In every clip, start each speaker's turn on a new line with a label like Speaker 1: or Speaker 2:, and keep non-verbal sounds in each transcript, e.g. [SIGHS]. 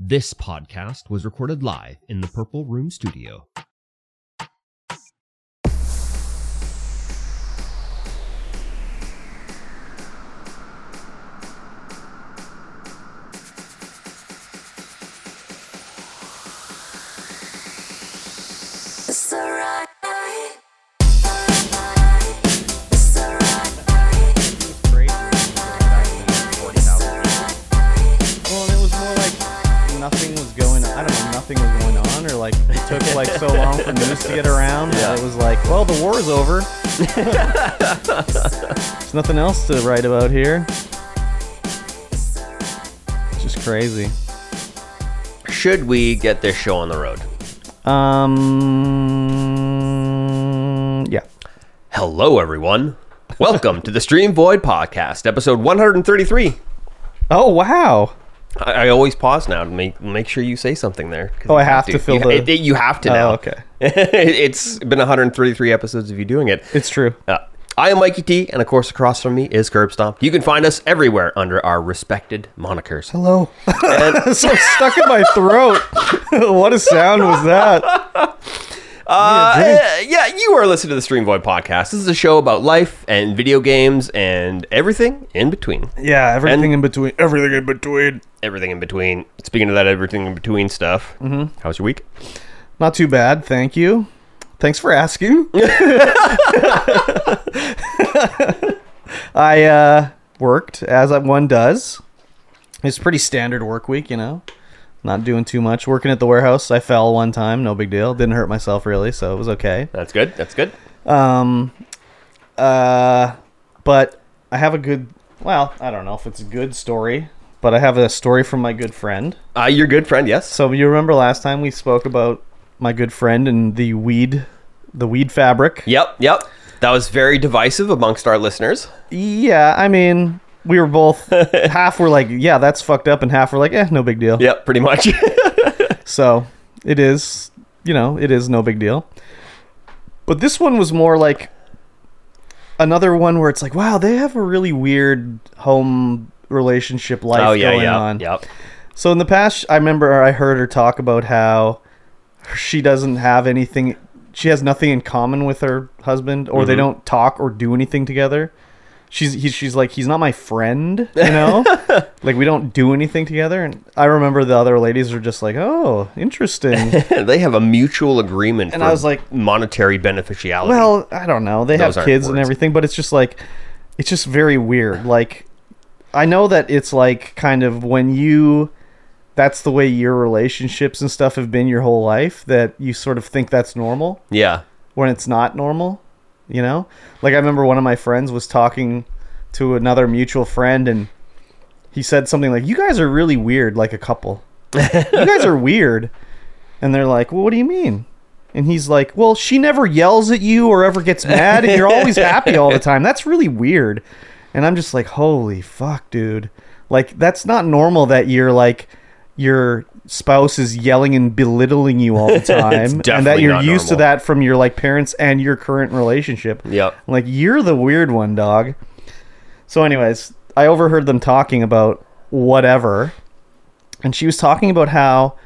Speaker 1: This podcast was recorded live in the Purple Room Studio.
Speaker 2: It's alright. It's alright.
Speaker 3: Well, and it was more like nothing was going. I don't know, nothing was going on, or like it took like so long for news to get around. that It was like, well, the
Speaker 4: [LAUGHS]
Speaker 3: war's over. There's nothing else to write about here. It's just crazy.
Speaker 4: Should we get this show on the road?
Speaker 3: Um, yeah.
Speaker 4: Hello, everyone. Welcome to the Stream Void Podcast, episode 133.
Speaker 3: Oh wow.
Speaker 4: I, I always pause now to make make sure you say something there. 'cause
Speaker 3: Oh,
Speaker 4: you
Speaker 3: I have to fill
Speaker 4: you,
Speaker 3: the-
Speaker 4: it- it- you have to now.
Speaker 3: Oh, okay.
Speaker 4: [LAUGHS] it's been 133 episodes of you doing it.
Speaker 3: It's true.
Speaker 4: Uh, I am Mikey T, and of course, across from me is Curb Stomp. You can find us everywhere under our respected monikers.
Speaker 3: Hello. it's [LAUGHS] so stuck in my throat. [LAUGHS] what a sound was that?
Speaker 4: [LAUGHS] Uh, yeah, you are listening to the Stream Void Podcast. This is a show about life and video games and everything in between.
Speaker 3: Yeah, everything
Speaker 4: And-
Speaker 3: in between. Everything in between.
Speaker 4: everything in between. Speaking of that, everything in between stuff. Mm-hmm. How was your week?
Speaker 3: Not too bad, thank you. Thanks for asking. [LAUGHS] I uh, worked as one does. It's a pretty standard work week, you know. Not doing too much. Working at the warehouse, I fell one time. No big deal. Didn't hurt myself really, so it was okay.
Speaker 4: That's good. That's good.
Speaker 3: Um, uh, but I have a good. Well, I don't know if it's a good story, but I have a story from my good friend.
Speaker 4: Uh, your good friend, yes.
Speaker 3: So you remember last time we spoke about my good friend and the weed, the weed fabric.
Speaker 4: Yep, yep. That was very divisive amongst our listeners.
Speaker 3: Yeah, I mean, we
Speaker 4: [LAUGHS]
Speaker 3: were both half were like, yeah, that's fucked up, and half were like, eh, no big deal.
Speaker 4: Yep, pretty much.
Speaker 3: So it is, you know, it is no big deal. But this one was more like another one where it's like, wow, they have a really weird home relationship life
Speaker 4: [LAUGHS] oh yeah,
Speaker 3: going
Speaker 4: yeah,
Speaker 3: on.
Speaker 4: yep. [LAUGHS]
Speaker 3: So in the past, I remember I heard her talk about how she doesn't have anything. She has nothing in common with her husband, or they don't talk or do anything together. She's he, she's like he's not my friend, you know. like we don't do anything together. And I remember the other ladies are just like, oh, interesting.
Speaker 4: they have a mutual agreement.
Speaker 3: And
Speaker 4: for
Speaker 3: I was like-
Speaker 4: monetary beneficiality.
Speaker 3: well, I don't know. They
Speaker 4: Those
Speaker 3: have
Speaker 4: aren't
Speaker 3: kids and
Speaker 4: words.
Speaker 3: everything, but it's just like it's just very weird. Like I know that it's like kind of when you that's the way your relationships and stuff have been your whole life that you sort of think that's normal
Speaker 4: yeah,
Speaker 3: when it's not normal, you know? Like I remember one of my friends was talking to another mutual friend and he said something like, "You guys are really weird like a couple. you
Speaker 4: [LAUGHS]
Speaker 3: guys are weird." And they're like, "Well, what do you mean?" And he's like, "Well, she never yells at you or ever gets mad and you're always happy all the time. That's really weird." And I'm just like, "Holy fuck, dude. Like that's not normal that you're like your spouse is yelling and belittling
Speaker 4: [LAUGHS]
Speaker 3: you all the time and that
Speaker 4: definitely
Speaker 3: you're
Speaker 4: not
Speaker 3: used to
Speaker 4: normal.
Speaker 3: that that from your like parents and your current relationship.
Speaker 4: Yep.
Speaker 3: I'm Like you're the weird one, dog. So anyways, I overheard them talking about whatever. And she was talking about how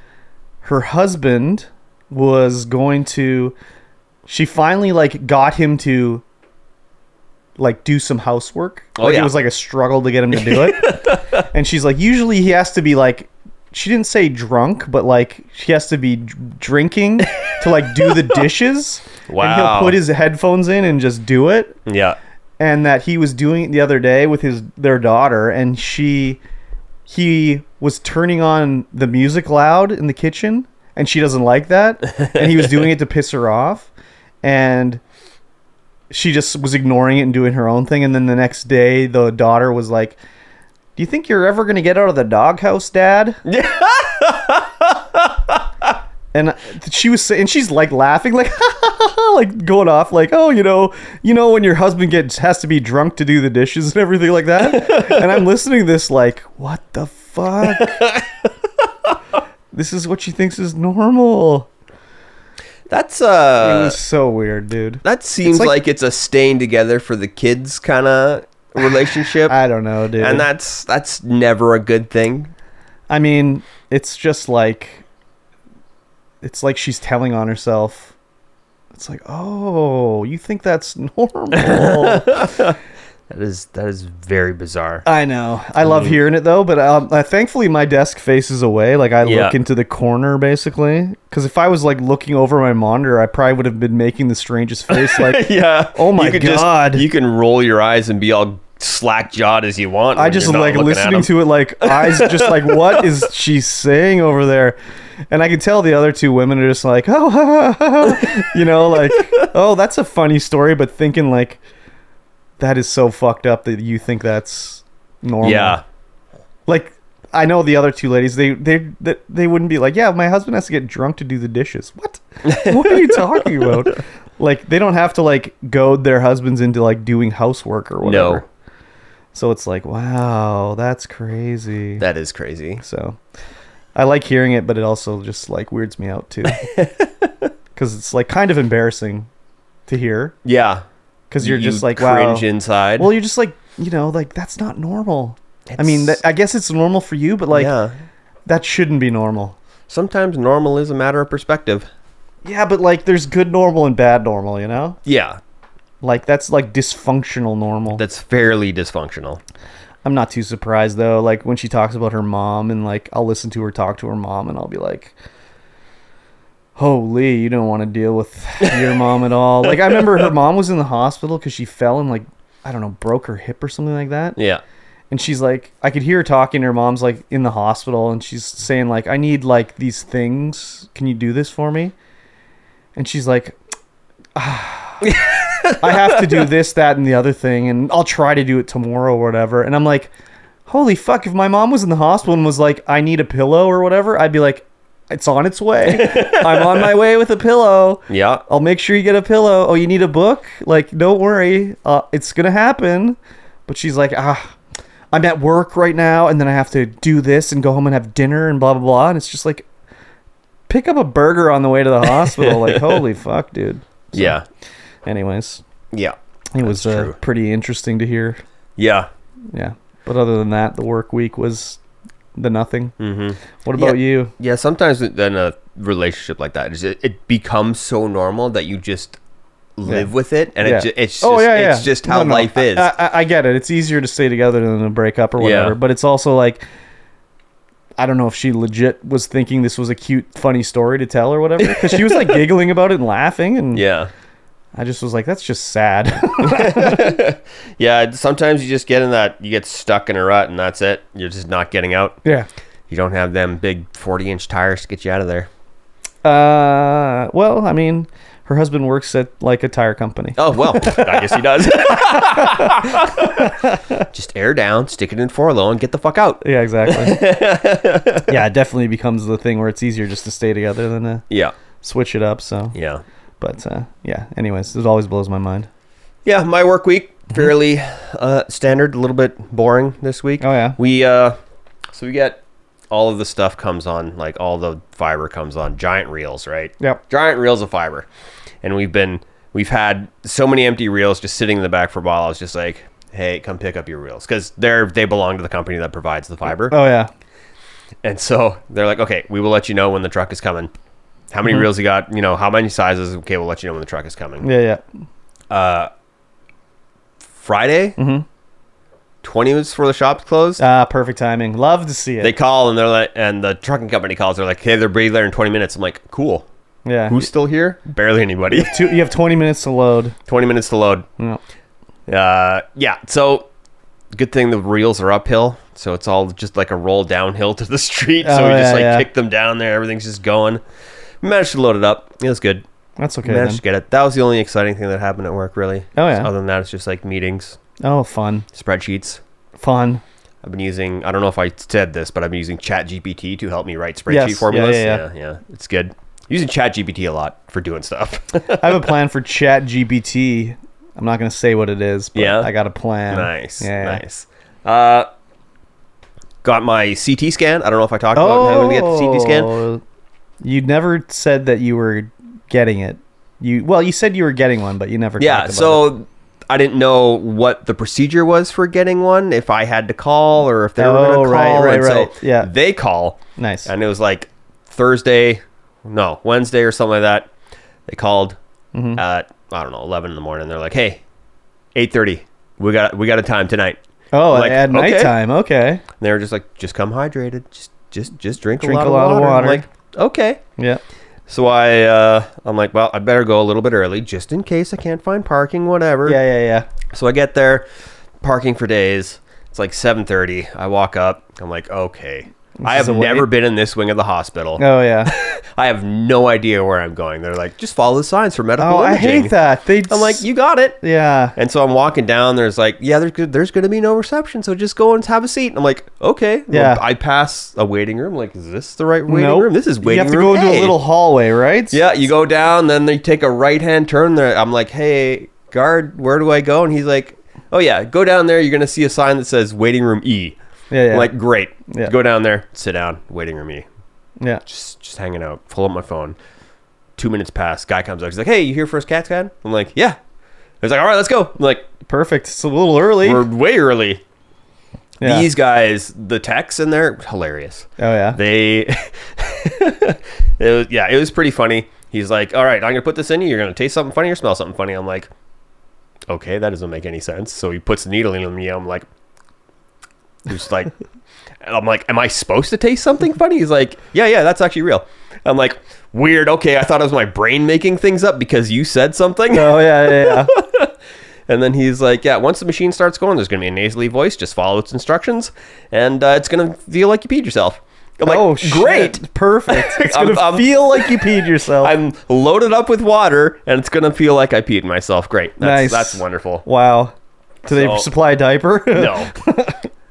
Speaker 3: her husband was going to she finally like got him to like do some housework.
Speaker 4: Oh,
Speaker 3: like it
Speaker 4: yeah.
Speaker 3: was like a struggle to get him to do
Speaker 4: [LAUGHS]
Speaker 3: it. and she's like usually he has to be like she didn't say drunk, but like she has to be dr- drinking to like do the dishes. And he'll
Speaker 4: Wow.
Speaker 3: put his headphones in and just do it.
Speaker 4: yeah.
Speaker 3: And that he was doing it the other day with his their daughter and she he was turning on the music loud in the kitchen and she doesn't like that and he was doing it to piss her off and she just was ignoring it and doing her own thing and then the next day the daughter was like do you think you're ever going to get out of the doghouse dad and she was saying she's like laughing like [LAUGHS] like going off like oh you know you know when your husband gets has to be drunk to do the dishes and everything like that and i'm listening to this like what the fuck this is what she thinks is normal
Speaker 4: That's
Speaker 3: it
Speaker 4: uh,
Speaker 3: was so weird dude
Speaker 4: that seems
Speaker 3: like-
Speaker 4: like, it's a staying together for the kids kind of
Speaker 3: [LAUGHS]
Speaker 4: relationship,
Speaker 3: i don't know dude
Speaker 4: and that's that's never a good thing.
Speaker 3: i mean it's just like it's like she's telling on herself. It's like, oh, you think that's [LAUGHS] normal?
Speaker 5: That is that is very bizarre.
Speaker 3: I know. I love hearing it though, but um, I, thankfully my desk faces away. Like I
Speaker 4: Yeah.
Speaker 3: look into the corner basically, because if I was like looking over my monitor, I probably would have been making the strangest face.
Speaker 4: [LAUGHS] [LAUGHS]
Speaker 3: Like,
Speaker 4: yeah.
Speaker 3: Oh my
Speaker 4: you could
Speaker 3: God.
Speaker 4: Just, you can roll your eyes and be all slack jawed as you want.
Speaker 3: I
Speaker 4: when
Speaker 3: just
Speaker 4: you're not
Speaker 3: like
Speaker 4: looking at
Speaker 3: listening
Speaker 4: 'em.
Speaker 3: to it, like eyes just like, what is she saying over there? And I can tell the other two women are just like, [LAUGHS] oh, [LAUGHS] you know, like, oh, that's a funny story, but thinking like, that is so fucked up that you think that's normal.
Speaker 4: Yeah.
Speaker 3: Like, I know the other two ladies, they they they, they wouldn't be like, yeah, my husband has to get drunk to do the dishes. What? What are you
Speaker 4: [LAUGHS]
Speaker 3: talking about? Like, they don't have to like goad their husbands into like doing housework or whatever.
Speaker 4: No.
Speaker 3: So it's like, wow, that's crazy.
Speaker 4: That is crazy.
Speaker 3: so I like hearing it, but it also just like weirds me out
Speaker 4: [LAUGHS]
Speaker 3: too. Because it's like kind of embarrassing to hear.
Speaker 4: Yeah.
Speaker 3: Because you're
Speaker 4: You
Speaker 3: just like, wow.
Speaker 4: cringe inside.
Speaker 3: Well, you're just like, you know, like that's not normal. I mean,
Speaker 4: It's-
Speaker 3: that, I guess it's normal for you, but like
Speaker 4: yeah.
Speaker 3: that shouldn't be normal.
Speaker 4: Sometimes normal is a matter of perspective.
Speaker 3: Yeah, but like there's good normal and bad normal, you know?
Speaker 4: Yeah.
Speaker 3: Like that's like dysfunctional normal.
Speaker 4: That's fairly dysfunctional.
Speaker 3: I'm not too surprised though. Like when she talks about her mom, and like I'll listen to her talk to her mom, and I'll be like, "Holy, you don't want to deal with your mom at all." Like I remember her mom was in the hospital because she fell and like I don't know broke her hip or something like that.
Speaker 4: Yeah.
Speaker 3: And she's like, I could hear her talking. Her mom's like in the hospital, and she's saying like, "I need like these things. Can you do this for me?" And she's like. "Ah, I have to do this, that, and the other thing, and I'll try to do it tomorrow or whatever. And I'm like, holy fuck, if my mom was in the hospital and was like, I need a pillow or whatever, I'd be like, it's on its way. I'm on my way with a pillow.
Speaker 4: Yeah.
Speaker 3: I'll make sure you get a pillow. Oh, you need a book? Like, don't worry. Uh, it's going to happen. But she's like, ah, I'm at work right now, and then I have to do this and go home and have dinner and blah, blah, blah. And it's just like, pick up a burger on the way to the
Speaker 4: [LAUGHS]
Speaker 3: hospital. like, holy fuck, dude. So,
Speaker 4: Yeah.
Speaker 3: Anyways,
Speaker 4: Yeah.
Speaker 3: it was
Speaker 4: That's
Speaker 3: uh,
Speaker 4: true.
Speaker 3: pretty interesting to hear.
Speaker 4: Yeah.
Speaker 3: Yeah. But other than that, the work week was the nothing.
Speaker 4: Mhm.
Speaker 3: What about
Speaker 4: Yeah.
Speaker 3: you?
Speaker 4: Yeah, sometimes in a relationship like that, it's ju- it becomes so normal that you just live
Speaker 3: Yeah.
Speaker 4: with it, and
Speaker 3: Oh, Yeah.
Speaker 4: it ju- it's just, it's just how
Speaker 3: No, no,
Speaker 4: life
Speaker 3: I-
Speaker 4: is.
Speaker 3: I, I, I get it. It's easier to stay together than to break up or
Speaker 4: Yeah.
Speaker 3: whatever. But it's also like, I don't know if she legit was thinking this was a cute, funny story to tell or whatever. Because
Speaker 4: [LAUGHS]
Speaker 3: she was like giggling about it and laughing, and
Speaker 4: yeah,
Speaker 3: I just was like, that's just sad. [LAUGHS]
Speaker 4: yeah. Sometimes you just get in that, you get stuck in a rut, and that's it. You're just not getting out.
Speaker 3: yeah.
Speaker 4: You don't have them big forty-inch tires to get you out of there.
Speaker 3: Uh. Well, I mean, her husband works at like a tire company.
Speaker 4: Oh well, I guess he does. [LAUGHS] just air down, stick it in four low, and get the fuck out. [LAUGHS]
Speaker 3: Yeah, exactly. yeah, it definitely becomes the thing where it's easier just to stay together than to
Speaker 4: Yeah,
Speaker 3: switch it up. So,
Speaker 4: yeah,
Speaker 3: but uh, yeah. Anyways, it always blows my mind.
Speaker 4: yeah. My work week
Speaker 3: Mm-hmm.
Speaker 4: fairly uh, standard, a little bit boring this week.
Speaker 3: Oh yeah.
Speaker 4: We uh so we get all of the stuff comes on like all the fiber comes on giant reels, right?
Speaker 3: Yep.
Speaker 4: Giant reels of fiber. And we've been we've had so many empty reels just sitting in the back for a while. I was just like, "Hey, come pick up your reels cuz they're they belong to the company that provides the fiber."
Speaker 3: Oh yeah.
Speaker 4: And so they're like, "Okay, we will let you know when the truck is coming." How many
Speaker 3: Mm-hmm.
Speaker 4: reels you got? You know, how many sizes? Okay, we'll let you know when the truck is coming.
Speaker 3: Yeah, yeah.
Speaker 4: Friday?
Speaker 3: Mm-hmm.
Speaker 4: Mhm. 20 minutes before the shop's closed.
Speaker 3: Ah, perfect timing. Love to see it.
Speaker 4: They call and they're like, and the trucking company calls. They're like, hey, they're be there in 20 minutes. I'm like, cool.
Speaker 3: yeah.
Speaker 4: Who's still here? Barely [LAUGHS] anybody.
Speaker 3: Two, you have 20 minutes to load.
Speaker 4: 20 minutes to load.
Speaker 3: No.
Speaker 4: Uh, yeah. So good thing the reels are uphill, so it's all just like a roll downhill to the [LAUGHS] street. so
Speaker 3: Oh,
Speaker 4: we
Speaker 3: yeah,
Speaker 4: just like
Speaker 3: yeah.
Speaker 4: kick them down there. Everything's just going. We managed to load it up. It was good.
Speaker 3: That's okay.
Speaker 4: managed to
Speaker 3: Then.
Speaker 4: get it. That was the only exciting thing that happened at work, really.
Speaker 3: Oh, yeah.
Speaker 4: Other than that, it's just like meetings,
Speaker 3: Oh, fun.
Speaker 4: spreadsheets.
Speaker 3: Fun.
Speaker 4: I've been using. I don't know if I said this, but I've been using ChatGPT to help me write spreadsheet
Speaker 3: Yes, yeah,
Speaker 4: formulas.
Speaker 3: yeah,
Speaker 4: yeah, It's good. Using ChatGPT a lot for doing stuff. [LAUGHS]
Speaker 3: I have a plan for Chat GPT. I'm not going to say what it is, but
Speaker 4: Yeah?
Speaker 3: I got a plan.
Speaker 4: nice,
Speaker 3: Yeah.
Speaker 4: nice. Uh, got my CT scan. I don't know if I talked
Speaker 3: Oh,
Speaker 4: about having to get the CT scan.
Speaker 3: You never said that you were getting it. You Well, you said you were getting one, but you never
Speaker 4: Yeah.
Speaker 3: talked about it.
Speaker 4: So I didn't know what the procedure was for getting one. If I had to call or if they were going
Speaker 3: Oh,
Speaker 4: to
Speaker 3: right,
Speaker 4: call.
Speaker 3: right,
Speaker 4: and so
Speaker 3: right. Yeah.
Speaker 4: They call.
Speaker 3: Nice.
Speaker 4: And it was like Thursday, no Wednesday or something like that. They called at I don't know eleven in the morning. They're like, hey, eight thirty. We got we got a time tonight.
Speaker 3: Oh,
Speaker 4: Like,
Speaker 3: at
Speaker 4: okay.
Speaker 3: nighttime. Okay.
Speaker 4: And they were just like, just come hydrated. Just just just drink,
Speaker 3: Drink
Speaker 4: a lot, of, water. I'm
Speaker 3: water.
Speaker 4: like okay.
Speaker 3: Yeah.
Speaker 4: So I uh, I'm like, well, I better go a little bit early just in case I can't find parking, whatever.
Speaker 3: Yeah. Yeah. Yeah.
Speaker 4: So I get there, parking for days. It's like 7:30. I walk up. I'm like, okay. I
Speaker 3: is
Speaker 4: have
Speaker 3: a wait.
Speaker 4: never been in this wing of the hospital.
Speaker 3: Oh yeah.
Speaker 4: [LAUGHS] I have no idea where I'm going. They're like, just follow the signs for medical
Speaker 3: Oh, I
Speaker 4: imaging.
Speaker 3: hate that. They.
Speaker 4: I'm like, you got it.
Speaker 3: Yeah.
Speaker 4: And so I'm walking down. There's like, yeah, there's good- there's going to be no reception, so just go and have a seat. And I'm like, okay.
Speaker 3: Yeah.
Speaker 4: I pass a waiting room. Like, is this the right waiting
Speaker 3: Nope.
Speaker 4: room? This is waiting
Speaker 3: You have to
Speaker 4: room
Speaker 3: go into
Speaker 4: A.
Speaker 3: a little hallway, right?
Speaker 4: Yeah, you go down, then they take a right hand turn there. I'm like, hey, guard, where do I go? And he's like, oh, yeah, go down there. You're going to see a sign that says waiting room E.
Speaker 3: Yeah, yeah.
Speaker 4: I'm like, great.
Speaker 3: Yeah.
Speaker 4: Go down there, sit down, waiting room E.
Speaker 3: Yeah.
Speaker 4: Just, just hanging out, pull up my phone. Two minutes pass, guy comes up. He's like, hey, you here for a CAT scan? I'm like, yeah. He's like, all right, let's go. I'm like,
Speaker 3: Perfect. It's a little early.
Speaker 4: we're way early.
Speaker 3: Yeah.
Speaker 4: These guys, the techs in there, hilarious
Speaker 3: oh yeah.
Speaker 4: they [LAUGHS] it was, yeah it was pretty funny he's like all right i'm gonna put this in you you're gonna taste something funny or smell something funny i'm like okay that doesn't make any sense so he puts the needle in me i'm like just like [LAUGHS] and i'm like am i supposed to taste
Speaker 3: [LAUGHS]
Speaker 4: something funny he's like yeah yeah that's actually real i'm like weird okay i thought it was my brain making things up because you said something
Speaker 3: oh yeah. Yeah. yeah.
Speaker 4: and then he's like, "Yeah, once the machine starts going, there's going to be a nasally voice. Just follow its instructions, and uh, it's going to feel like you peed yourself." [LAUGHS] I'm like,
Speaker 3: oh shit.
Speaker 4: "Great! [LAUGHS]
Speaker 3: Perfect. It's
Speaker 4: I'm-
Speaker 3: gonna
Speaker 4: I'm-
Speaker 3: feel like you peed yourself.
Speaker 4: I'm loaded up with water, and it's going to feel like I peed myself. Great! That's,
Speaker 3: Nice.
Speaker 4: That's
Speaker 3: [LAUGHS]
Speaker 4: wonderful.
Speaker 3: wow. Do they
Speaker 4: So-
Speaker 3: supply a diaper? [LAUGHS]
Speaker 4: No."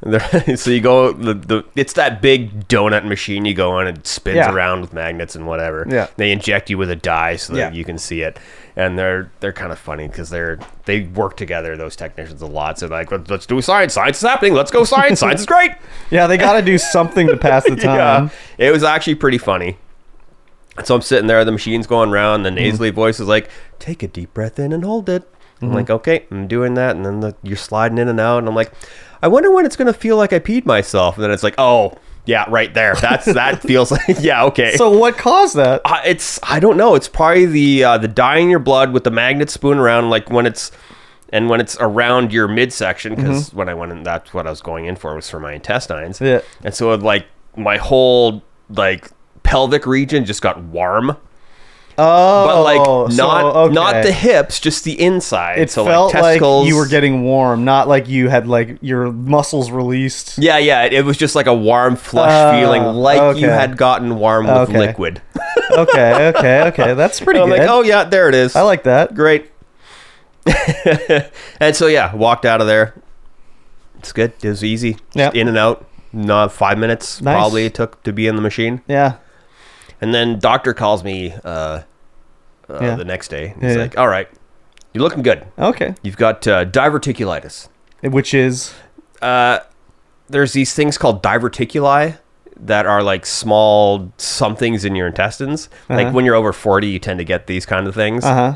Speaker 4: There- [LAUGHS] so you go the, the it's that big donut machine you go on and it spins
Speaker 3: Yeah.
Speaker 4: around with magnets and whatever
Speaker 3: Yeah.
Speaker 4: they inject you with a dye so that
Speaker 3: Yeah.
Speaker 4: you can see it and they're they're kind of funny because they're they work together those technicians a lot so like "Let's- let's do science science is happening let's go science science is great
Speaker 3: yeah, they got to
Speaker 4: [LAUGHS]
Speaker 3: do something to pass the time.
Speaker 4: Yeah, it was actually pretty funny. So I'm sitting there, the machine's going round, the
Speaker 3: Mm-hmm.
Speaker 4: nasally voice is like, "Take a deep breath in and hold it."
Speaker 3: Mm-hmm.
Speaker 4: I'm like, "Okay, I'm doing that," and then the, you're sliding in and out, and I'm like, "I wonder when it's gonna feel like I peed myself." And then it's like, "Oh, yeah, right there. That's
Speaker 3: [LAUGHS]
Speaker 4: that feels like [LAUGHS] yeah, okay."
Speaker 3: So what caused that?
Speaker 4: I, it's I don't know. It's probably the uh, the dye in your blood with the magnet spoon around, like when it's and when it's around your midsection. Because when I went in, that's what I was going in for was for my intestines.
Speaker 3: Mm-hmm. Yeah.
Speaker 4: And so like my whole like pelvic region just got warm,
Speaker 3: Oh,
Speaker 4: but like
Speaker 3: so,
Speaker 4: not not
Speaker 3: okay.
Speaker 4: the hips, just the inside.
Speaker 3: It
Speaker 4: so like
Speaker 3: felt like,
Speaker 4: testicles.
Speaker 3: you were getting warm, not like you had like your muscles released.
Speaker 4: Yeah, yeah. It, it was just like a warm flush
Speaker 3: Oh,
Speaker 4: feeling, like you
Speaker 3: okay.
Speaker 4: had gotten warm with
Speaker 3: Okay.
Speaker 4: liquid.
Speaker 3: Okay, okay, okay. That's pretty
Speaker 4: [LAUGHS] I'm
Speaker 3: good.
Speaker 4: like, oh yeah, there it is.
Speaker 3: I like that.
Speaker 4: great. [LAUGHS] and so yeah, walked out of there. It's good. It was easy. Just
Speaker 3: Yep.
Speaker 4: In and out. Not five minutes
Speaker 3: Nice.
Speaker 4: probably it took to be in the machine.
Speaker 3: Yeah.
Speaker 4: And then doctor calls me uh, uh,
Speaker 3: Yeah.
Speaker 4: the next day. And
Speaker 3: Yeah,
Speaker 4: he's
Speaker 3: yeah.
Speaker 4: like, "All right, you're looking good.
Speaker 3: Okay.
Speaker 4: You've got uh, diverticulitis.
Speaker 3: Which is
Speaker 4: There's these things called diverticuli that are like small somethings in your intestines. Like
Speaker 3: Uh-huh.
Speaker 4: when you're over 40, you tend to get these kind of things,
Speaker 3: uh huh.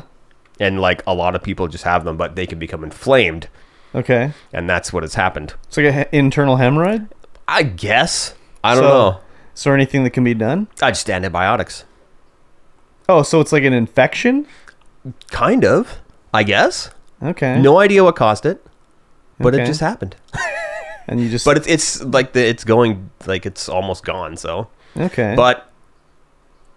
Speaker 4: and like a lot of people just have them, but they can become inflamed."
Speaker 3: Okay.
Speaker 4: and that's what has happened.
Speaker 3: It's like an he- internal hemorrhoid.
Speaker 4: I guess. I don't
Speaker 3: So-
Speaker 4: know.
Speaker 3: Is there anything that can be done?
Speaker 4: I just antibiotics.
Speaker 3: Oh, so it's like an infection.
Speaker 4: Kind of. I guess.
Speaker 3: Okay.
Speaker 4: No idea what caused it, but it
Speaker 3: Okay.
Speaker 4: just happened.
Speaker 3: And you just.
Speaker 4: But it's it's like the it's going like it's almost gone. So,
Speaker 3: okay.
Speaker 4: but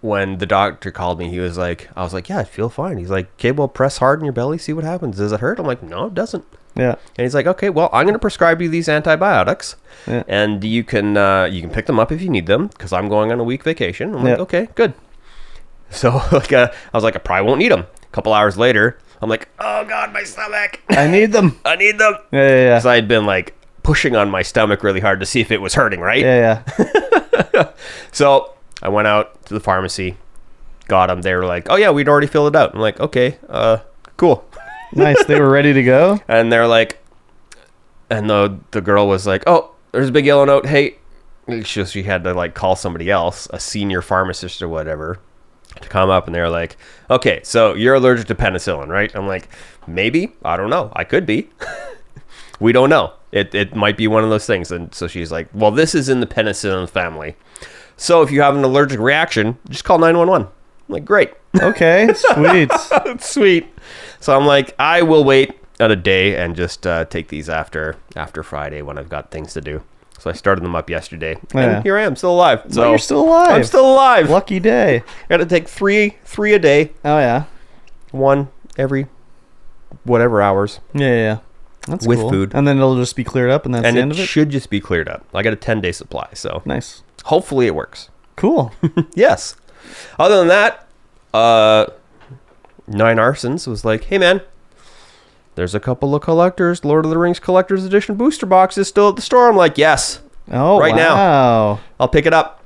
Speaker 4: when the doctor called me, he was like, I was like, yeah, I feel fine. He's like, okay, well, press hard in your belly, see what happens. Does it hurt? I'm like, no, it doesn't.
Speaker 3: yeah.
Speaker 4: And he's like, okay, well, I'm going to prescribe you these antibiotics,
Speaker 3: Yeah.
Speaker 4: and you can uh, you can pick them up if you need them because I'm going on a week vacation. I'm like,
Speaker 3: Yeah.
Speaker 4: okay, good. [LAUGHS] So like, uh, I was like, I probably won't need them. A couple hours later, I'm like, oh god, my stomach,
Speaker 3: I need them.
Speaker 4: I need them.
Speaker 3: Yeah, yeah, yeah.
Speaker 4: Because I had been like pushing on my stomach really hard to see if it was hurting, right?
Speaker 3: yeah, yeah.
Speaker 4: So I went out to the pharmacy, got them. They were like, oh yeah, we'd already filled it out. I'm like, okay, uh, cool.
Speaker 3: nice. They were ready to go.
Speaker 4: and they're like, and the the girl was like, "Oh, there's a big yellow note. Hey," she she had to like call somebody else, a senior pharmacist or whatever. to come up and they're like, okay, so you're allergic to penicillin, right? I'm like, maybe. I don't know. I could be. [LAUGHS] we don't know. It, it might be one of those things. And so she's like, well, this is in the penicillin family. So if you have an allergic reaction, just call 911. I'm like, great. [LAUGHS]
Speaker 3: Okay, sweet.
Speaker 4: Sweet. So I'm like, I will wait at a day and just uh, take these after after Friday when I've got things to do. So I started them up yesterday,
Speaker 3: Yeah.
Speaker 4: and here I am, still alive. So
Speaker 3: you're still alive.
Speaker 4: I'm still alive.
Speaker 3: Lucky day.
Speaker 4: I gotta take three three a day,
Speaker 3: Oh yeah,
Speaker 4: one every whatever hours,
Speaker 3: yeah, yeah. yeah. That's
Speaker 4: With
Speaker 3: cool.
Speaker 4: food.
Speaker 3: and then it'll just be cleared up, and that's
Speaker 4: and
Speaker 3: the end
Speaker 4: it,
Speaker 3: of it.
Speaker 4: should just be cleared up. I got a ten day supply, so
Speaker 3: nice,
Speaker 4: hopefully it works.
Speaker 3: cool.
Speaker 4: Yes. Other than that, uh, Nine Arsons was like, "Hey man, there's a couple of collectors, Lord of the Rings collectors edition booster boxes still at the store." I'm like, "Yes, [LAUGHS]
Speaker 3: Oh
Speaker 4: Right now.
Speaker 3: wow.
Speaker 4: I'll pick it up."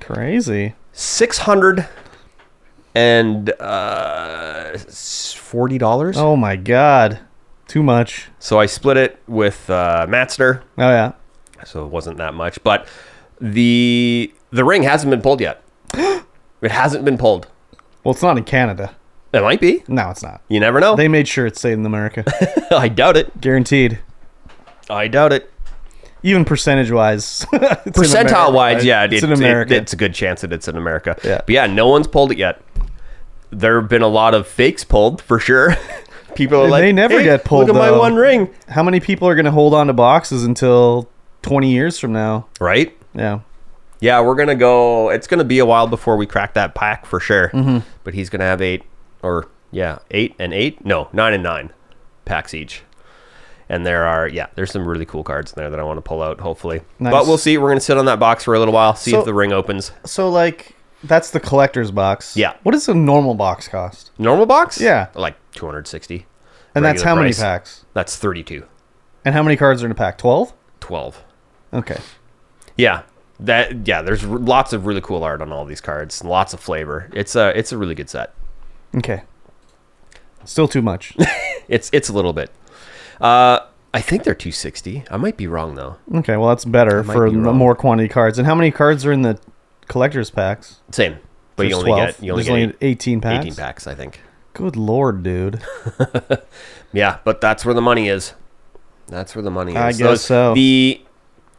Speaker 3: Crazy.
Speaker 4: Six hundred and uh, forty dollars.
Speaker 3: Oh my god, too much.
Speaker 4: So I split it with uh, Matster,
Speaker 3: Oh yeah.
Speaker 4: so it wasn't that much. But the the ring hasn't been pulled
Speaker 3: [GASPS]
Speaker 4: yet. it hasn't been pulled.
Speaker 3: Well, it's not in Canada.
Speaker 4: It might be.
Speaker 3: No, it's not.
Speaker 4: You never know.
Speaker 3: They made sure it's stayed in America,
Speaker 4: [LAUGHS] I doubt it.
Speaker 3: guaranteed.
Speaker 4: I doubt it.
Speaker 3: Even percentage [LAUGHS] wise,
Speaker 4: percentile wise, yeah,
Speaker 3: it's
Speaker 4: it-
Speaker 3: in
Speaker 4: it-
Speaker 3: America.
Speaker 4: it's a good chance that it's in America.
Speaker 3: Yeah.
Speaker 4: But yeah, no one's pulled it yet. There have been a lot of fakes pulled for sure. [LAUGHS] People are
Speaker 3: And
Speaker 4: like,
Speaker 3: they never
Speaker 4: "Hey,
Speaker 3: get pulled,
Speaker 4: Look at my
Speaker 3: though."
Speaker 4: one ring,
Speaker 3: How many people are going to hold on to boxes until 20 years from now?
Speaker 4: right?
Speaker 3: Yeah.
Speaker 4: Yeah, we're gonna go. It's gonna be a while before we crack that pack for sure.
Speaker 3: Mm-hmm.
Speaker 4: But he's gonna have eight, or yeah, eight and eight. No, nine and nine packs each. And there are yeah, there's some really cool cards in there that I want to pull out. Hopefully,
Speaker 3: Nice.
Speaker 4: but we'll see. We're gonna sit on that box for a little while, see
Speaker 3: So-
Speaker 4: if the ring opens.
Speaker 3: So, like, that's the collector's box.
Speaker 4: Yeah.
Speaker 3: What does a normal box cost?
Speaker 4: Normal box,
Speaker 3: Yeah.
Speaker 4: like 260.
Speaker 3: And that's
Speaker 4: Regular
Speaker 3: how
Speaker 4: price.
Speaker 3: many packs?
Speaker 4: That's 32,
Speaker 3: And how many cards are in a pack? 12?
Speaker 4: 12.
Speaker 3: Okay.
Speaker 4: Yeah, that yeah. There's r- lots of really cool art on all these cards. Lots of flavor. It's a it's a really good set.
Speaker 3: Okay. Still too much.
Speaker 4: It's it's a little bit. Uh, I think they're 260. I might be wrong though.
Speaker 3: okay, well, that's better
Speaker 4: might
Speaker 3: for
Speaker 4: be
Speaker 3: m-
Speaker 4: wrong.
Speaker 3: more quantity cards. And how many cards are in the collector's packs?
Speaker 4: Same, but you
Speaker 3: There's
Speaker 4: only get you only
Speaker 3: There's only
Speaker 4: get
Speaker 3: 18
Speaker 4: eight-
Speaker 3: packs.
Speaker 4: 18 packs, I think.
Speaker 3: Good lord, dude.
Speaker 4: Yeah, but that's where the money is. That's where the money is.
Speaker 3: I guess so.
Speaker 4: The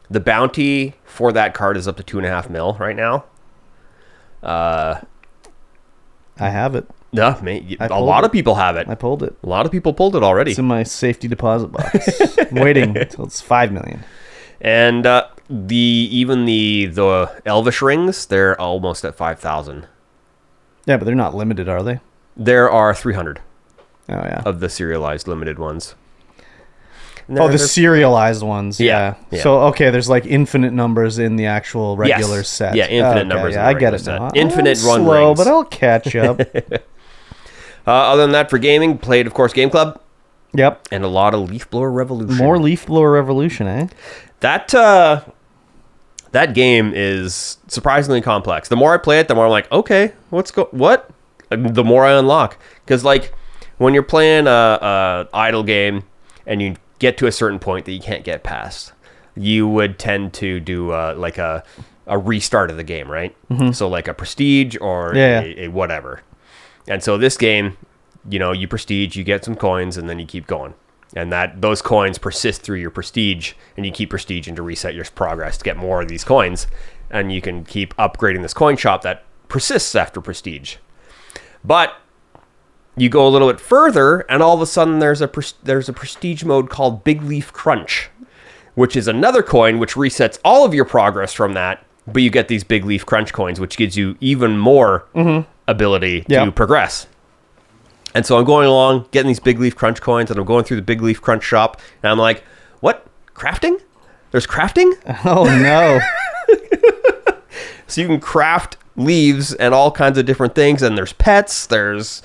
Speaker 4: the bounty for that card is up to two and a half mil right now.
Speaker 3: I have it.
Speaker 4: No, ma- y-
Speaker 3: I
Speaker 4: a
Speaker 3: pulled
Speaker 4: lot
Speaker 3: it.
Speaker 4: of people have it.
Speaker 3: I
Speaker 4: A
Speaker 3: pulled it.
Speaker 4: lot of people pulled it already.
Speaker 3: It's in my safety
Speaker 4: [LAUGHS]
Speaker 3: deposit box, waiting until it's five million.
Speaker 4: and uh, the even the the elvish rings they're almost at 5000
Speaker 3: Yeah, but they're not limited, are they?
Speaker 4: there are 300
Speaker 3: Oh yeah.
Speaker 4: of the serialized limited ones And
Speaker 3: Oh,
Speaker 4: there-
Speaker 3: the
Speaker 4: there's-
Speaker 3: serialized ones.
Speaker 4: Yeah,
Speaker 3: Yeah.
Speaker 4: yeah.
Speaker 3: So okay, there's like infinite numbers in the actual
Speaker 4: Yes.
Speaker 3: regular set.
Speaker 4: Yeah, infinite
Speaker 3: Okay,
Speaker 4: numbers in
Speaker 3: Yeah,
Speaker 4: the
Speaker 3: I get
Speaker 4: regular
Speaker 3: it
Speaker 4: set.
Speaker 3: now.
Speaker 4: Infinite
Speaker 3: I'm
Speaker 4: run
Speaker 3: slow,
Speaker 4: rings.
Speaker 3: but I'll
Speaker 4: [LAUGHS]
Speaker 3: catch up.
Speaker 4: uh, other than that for gaming played of course game club
Speaker 3: yep.
Speaker 4: and a lot of leaf blower revolution
Speaker 3: More Leaf Blower
Speaker 4: [LAUGHS]
Speaker 3: Revolution, eh?
Speaker 4: that uh that game is surprisingly complex. The more I play it, the more I'm like, okay, what's go what? And The more I unlock, because like when you're playing a, a idle game and you get to a certain point that you can't get past, you would tend to do uh, like a a restart of the game, right? So like a prestige or
Speaker 3: Mm-hmm. Yeah.
Speaker 4: a, a whatever. And so this game, you know, you prestige, you get some coins, and then you keep going. And that those coins persist through your prestige, and you keep prestiging to reset your progress to get more of these coins, and you can keep upgrading this coin shop that persists after prestige. But you go a little bit further, and all of a sudden there's a pres- there's a prestige mode called Big Leaf Crunch, which is another coin which resets all of your progress from that. But you get these Big Leaf Crunch coins, which gives you even more ability
Speaker 3: Yeah.
Speaker 4: to progress. And so I'm going along, getting these Big Leaf Crunch coins, and I'm going through the Big Leaf Crunch shop, and I'm like, "What crafting? There's crafting."
Speaker 3: Oh no.
Speaker 4: so you can craft leaves and all kinds of different things and there's pets there's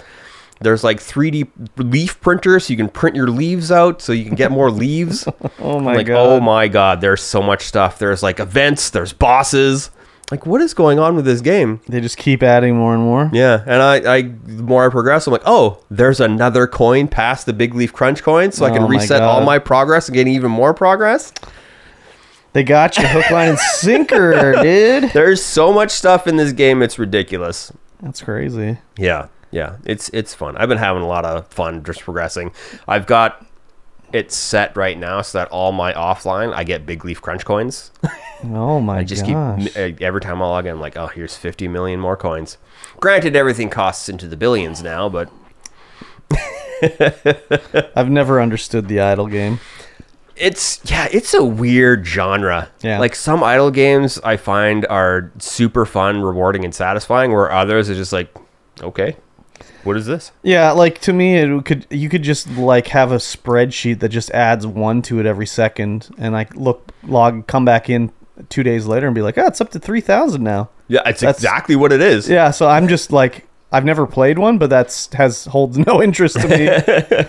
Speaker 4: there's like 3d leaf printers so you can print your leaves out so you can get more leaves
Speaker 3: [LAUGHS] Oh my
Speaker 4: like
Speaker 3: god.
Speaker 4: oh my god there's so much stuff there's like events there's bosses like what is going on with this game
Speaker 3: They just keep adding more and more.
Speaker 4: yeah and i i the more i progress i'm like oh there's another coin past the big leaf crunch coin so i can
Speaker 3: Oh my
Speaker 4: reset all
Speaker 3: God.
Speaker 4: my progress and gain even more progress
Speaker 3: They
Speaker 4: [LAUGHS]
Speaker 3: got you hook, line, and sinker, dude.
Speaker 4: There's so much stuff in this game, it's ridiculous.
Speaker 3: That's crazy.
Speaker 4: Yeah, yeah, it's it's fun. I've been having a lot of fun just progressing. I've got it set right now so that all my offline I get big leaf crunch coins.
Speaker 3: Oh my
Speaker 4: I just
Speaker 3: gosh.
Speaker 4: keep eh, every time I log in, I'm like, oh, here's 50 million more coins. Granted, everything costs into the billions now, but
Speaker 3: I've never understood the idle game.
Speaker 4: it's yeah, it's a weird genre.
Speaker 3: Yeah.
Speaker 4: Like some idle games I find are super fun, rewarding, and satisfying, where others are just like, okay, what is this?
Speaker 3: Yeah, like to me, it could you could just like have a spreadsheet that just adds one to it every second, and I look log come back in two days later and be like, oh, it's up to three thousand now.
Speaker 4: Yeah, it's
Speaker 3: That's-
Speaker 4: exactly what it is.
Speaker 3: Yeah, so I'm just like I've never played one, but that's has holds no [LAUGHS] interest to
Speaker 4: [LAUGHS]
Speaker 3: me.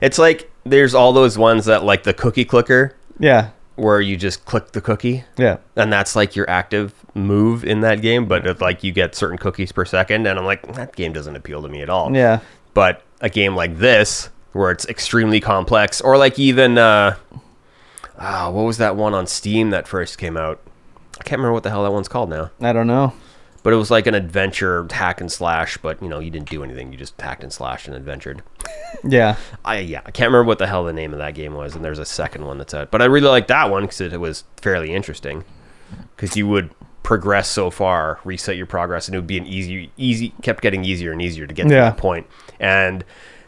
Speaker 4: It's like there's all those ones that like the cookie clicker,
Speaker 3: yeah,
Speaker 4: where you just click the cookie.
Speaker 3: yeah.
Speaker 4: and that's like your active move in that game but it's like you get certain cookies per second and i'm like that game doesn't appeal to me at all
Speaker 3: Yeah.
Speaker 4: but a game like this where it's extremely complex or like even uh ah, what was that one on steam that first came out i can't remember what the hell that one's called now
Speaker 3: I don't know.
Speaker 4: but it was like an adventure hack and slash but you know you didn't do anything you just hacked and slashed and adventured
Speaker 3: Yeah,
Speaker 4: I yeah, I can't remember what the hell the name of that game was, and there's a second one that's out. But I really like that one because it was fairly interesting. Because you would progress so far, reset your progress, and it would be an easy, easy, kept getting easier and easier to get to
Speaker 3: Yeah.
Speaker 4: that point. And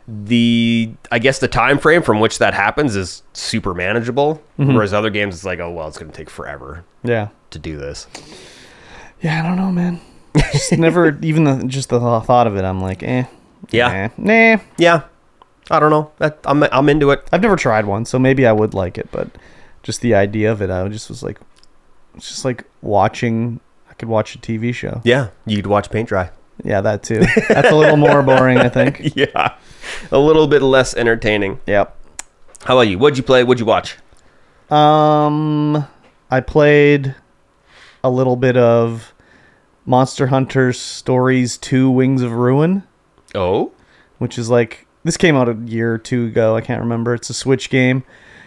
Speaker 4: the I guess the time frame from which that happens is super manageable,
Speaker 3: Mm-hmm.
Speaker 4: whereas other games it's like, oh well, it's going to take forever
Speaker 3: yeah,
Speaker 4: to do this.
Speaker 3: yeah. I don't
Speaker 4: [LAUGHS]
Speaker 3: know, man. Just never even the, just the thought of it. I'm like, eh.
Speaker 4: Yeah.
Speaker 3: Nah. nah.
Speaker 4: Yeah, I don't know. That, I'm I'm into it.
Speaker 3: I've never tried one, so maybe I would like it, but just the idea of it, I just was like, it's just like watching. I could watch a TV show.
Speaker 4: Yeah, you'd watch paint dry. [LAUGHS]
Speaker 3: Yeah, that too. That's a little more boring, I think.
Speaker 4: Yeah, a little bit less entertaining.
Speaker 3: Yep.
Speaker 4: How about you? What'd you play? What'd you watch?
Speaker 3: Um, I played a little bit of Monster Hunter Stories Two: Wings of Ruin,
Speaker 4: Oh,
Speaker 3: which is like this came out a year or two ago. I can't remember. It's a Switch game.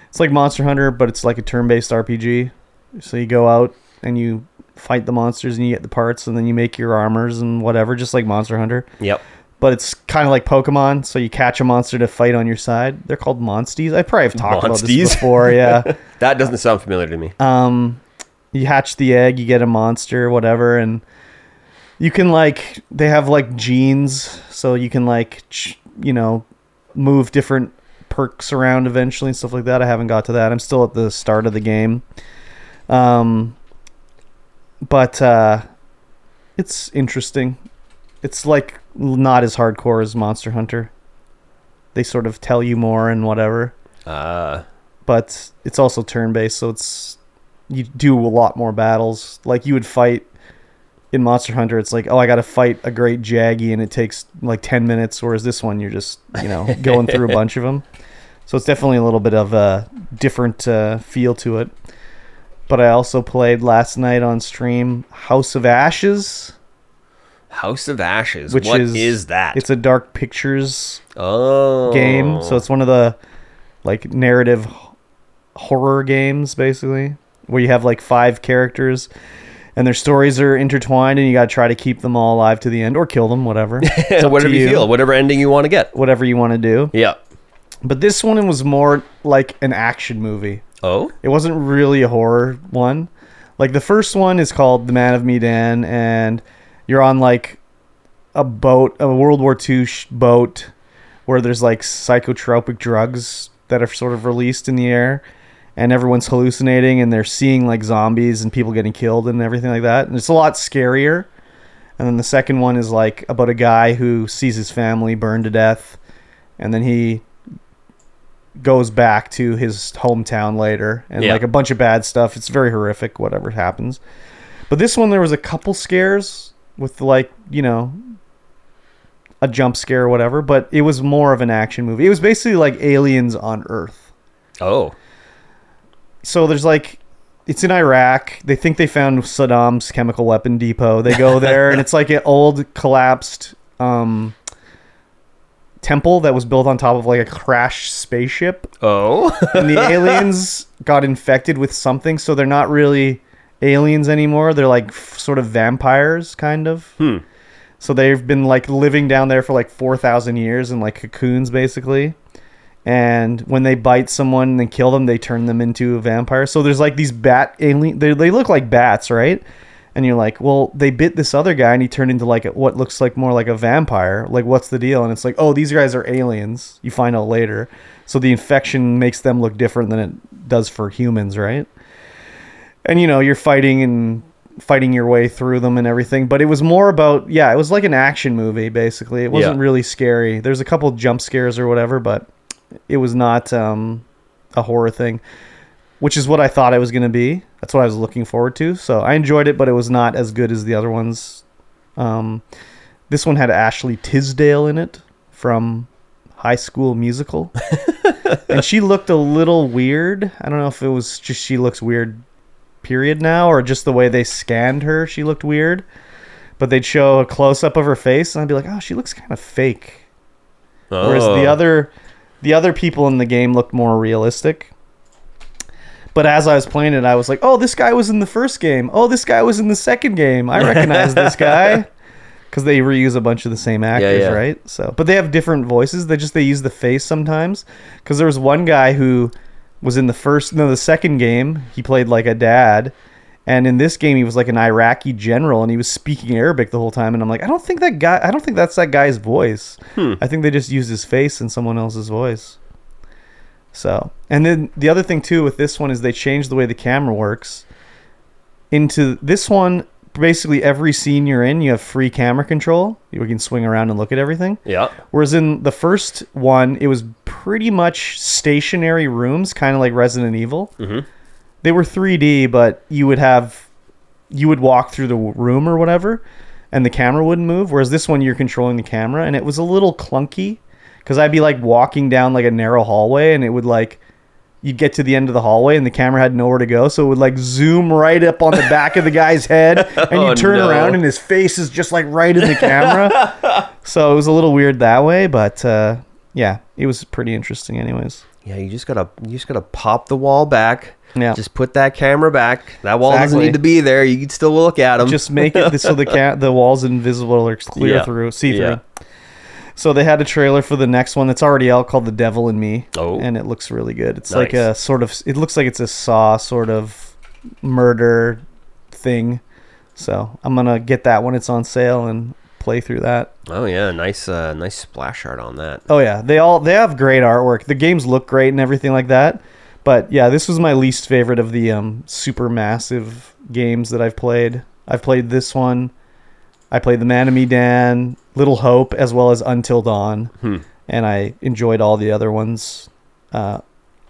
Speaker 3: It's like Monster Hunter, but it's like a turn-based RPG. So you go out and you fight the monsters and you get the parts and then you make your armors and whatever, just like Monster Hunter.
Speaker 4: yep.
Speaker 3: But it's kind of like Pokemon, so you catch a monster to fight on your side. They're called Monsties. I probably have talked about
Speaker 4: Monsties?
Speaker 3: this before. Yeah,
Speaker 4: That doesn't sound familiar to me.
Speaker 3: um, you hatch the egg, you get a monster, whatever, and you can like they have like genes, so you can like ch- you know move different perks around eventually and stuff like that. I haven't got to that. I'm still at the start of the game, um, but uh, it's interesting. It's like not as hardcore as Monster Hunter. They sort of tell you more and whatever
Speaker 4: Uh,
Speaker 3: but it's also turn based, so it's you do a lot more battles. Like you would fight in Monster Hunter, it's like, oh, I got to fight a great Jaggy, and it takes like ten minutes. Whereas this one, you're just you know going through
Speaker 4: [LAUGHS]
Speaker 3: a bunch of them. So it's definitely a little bit of a different uh, feel to it. But I also played last night on stream House of Ashes,
Speaker 4: House of Ashes.
Speaker 3: which
Speaker 4: what
Speaker 3: is
Speaker 4: is, that?
Speaker 3: It's a Dark Pictures
Speaker 4: oh
Speaker 3: game, so it's one of the like narrative h- horror games basically, where you have like five characters and their stories are intertwined and you got to try to keep them all alive to the end or kill
Speaker 4: [LAUGHS]
Speaker 3: them, whatever. It's up to
Speaker 4: whatever you feel, whatever ending you want to get.
Speaker 3: whatever you want to do.
Speaker 4: Yeah.
Speaker 3: But this one was more like an action movie.
Speaker 4: Oh,
Speaker 3: It wasn't really a horror one. Like the first one is called The Man of Medan, and you're on like a boat, a World War II sh- boat, where there's like psychotropic drugs that are sort of released in the air, and everyone's hallucinating and they're seeing like zombies and people getting killed and everything like that. And it's a lot scarier. And then the second one is like about a guy who sees his family burned to death, and then he goes back to his hometown later and
Speaker 4: Yeah.
Speaker 3: like a bunch of bad stuff. It's very horrific, whatever happens. But this one, there was a couple scares with like, you know, a jump scare or whatever, but it was more of an action movie. It was basically like Aliens on Earth
Speaker 4: oh,
Speaker 3: so there's like it's in Iraq. They think they found Saddam's chemical weapon depot. They go there and it's like an old collapsed um temple that was built on top of like a
Speaker 4: [LAUGHS]
Speaker 3: crashed spaceship
Speaker 4: oh.
Speaker 3: and the aliens got infected with something so they're not really aliens anymore. They're like f- sort of vampires kind of. So they've been like living down there for like 4,000 years in like cocoons basically. And when they bite someone and they kill them, they turn them into a vampire. So there's like these bat alien they they look like bats, right? And you're like, "Well, they bit this other guy and he turned into like what looks like more like a vampire. Like what's the deal?" And it's like, "Oh, these guys are aliens." You find out later. So the infection makes them look different than it does for humans, right? and you know you're fighting and fighting your way through them and everything but it was more about yeah it was like an action movie basically it wasn't
Speaker 4: Yeah.
Speaker 3: really scary there's a couple jump scares or whatever but it was not um, a horror thing which is what i thought it was going to be that's what i was looking forward to so i enjoyed it but it was not as good as the other ones um, this one had ashley tisdale in it from high school musical and she looked a little weird i don't know if it was just she looks weird period now or just the way they scanned her she looked weird but they'd show a close-up of her face and i'd be like oh she looks kind of fake whereas the
Speaker 4: Oh.
Speaker 3: other the other people in the game looked more realistic but as i was playing it i was like oh this guy was in the first game oh this guy was in the second game i recognize
Speaker 4: [LAUGHS]
Speaker 3: this guy because they reuse a bunch of the same actors
Speaker 4: yeah.
Speaker 3: right so but they have different voices they just they use the face sometimes because there was one guy who was in the first no the second game he played like a dad and in this game he was like an iraqi general and he was speaking arabic the whole time and i'm like i don't think that guy i don't think that's that guy's voice
Speaker 4: Hmm.
Speaker 3: i think they just used his face and someone else's voice so and then the other thing too with this one is they changed the way the camera works into this one basically every scene you're in you have free camera control you can swing around and look at everything
Speaker 4: Yeah.
Speaker 3: Whereas in the first one, it was pretty much stationary rooms, kind of like Resident Evil. Mm-hmm. They were 3D, but you would have you would walk through the w- room or whatever, and the camera wouldn't move. Whereas this one, you're controlling the camera, and it was a little clunky because I'd be like walking down like a narrow hallway, and it would like you'd get to the end of the hallway, and the camera had nowhere to go, so it would like zoom right up on the back of the guy's
Speaker 4: [LAUGHS]
Speaker 3: head, and you
Speaker 4: Oh,
Speaker 3: turn
Speaker 4: no.
Speaker 3: around, and his face is just like right in the camera.
Speaker 4: [LAUGHS]
Speaker 3: So it was a little weird that way, but uh, yeah, it was pretty interesting, anyways.
Speaker 5: Yeah, you just gotta you just gotta pop the wall back.
Speaker 3: Yeah.
Speaker 5: Just put that camera back. That wall doesn't
Speaker 3: Exactly.
Speaker 5: need to be there. You can still look at them.
Speaker 3: Just make it so the ca- the walls invisible or clear
Speaker 4: Yeah.
Speaker 3: through, see through.
Speaker 4: Yeah.
Speaker 3: So they had a trailer for the next one that's already out called "The Devil in Me,"
Speaker 4: Oh.
Speaker 3: and it looks really good. It's like
Speaker 4: Nice.
Speaker 3: a sort of it looks like it's a Saw sort of murder thing. So I'm gonna get that when it's on sale and play through that.
Speaker 4: Oh yeah, nice uh, nice splash art on that.
Speaker 3: Oh yeah, they all they have great artwork. The games look great and everything like that. But yeah, this was my least favorite of the um, super massive games that I've played. I've played this one. I played The Man of Dan, Little Hope, as well as Until Dawn,
Speaker 4: Hmm.
Speaker 3: and I enjoyed all the other ones uh,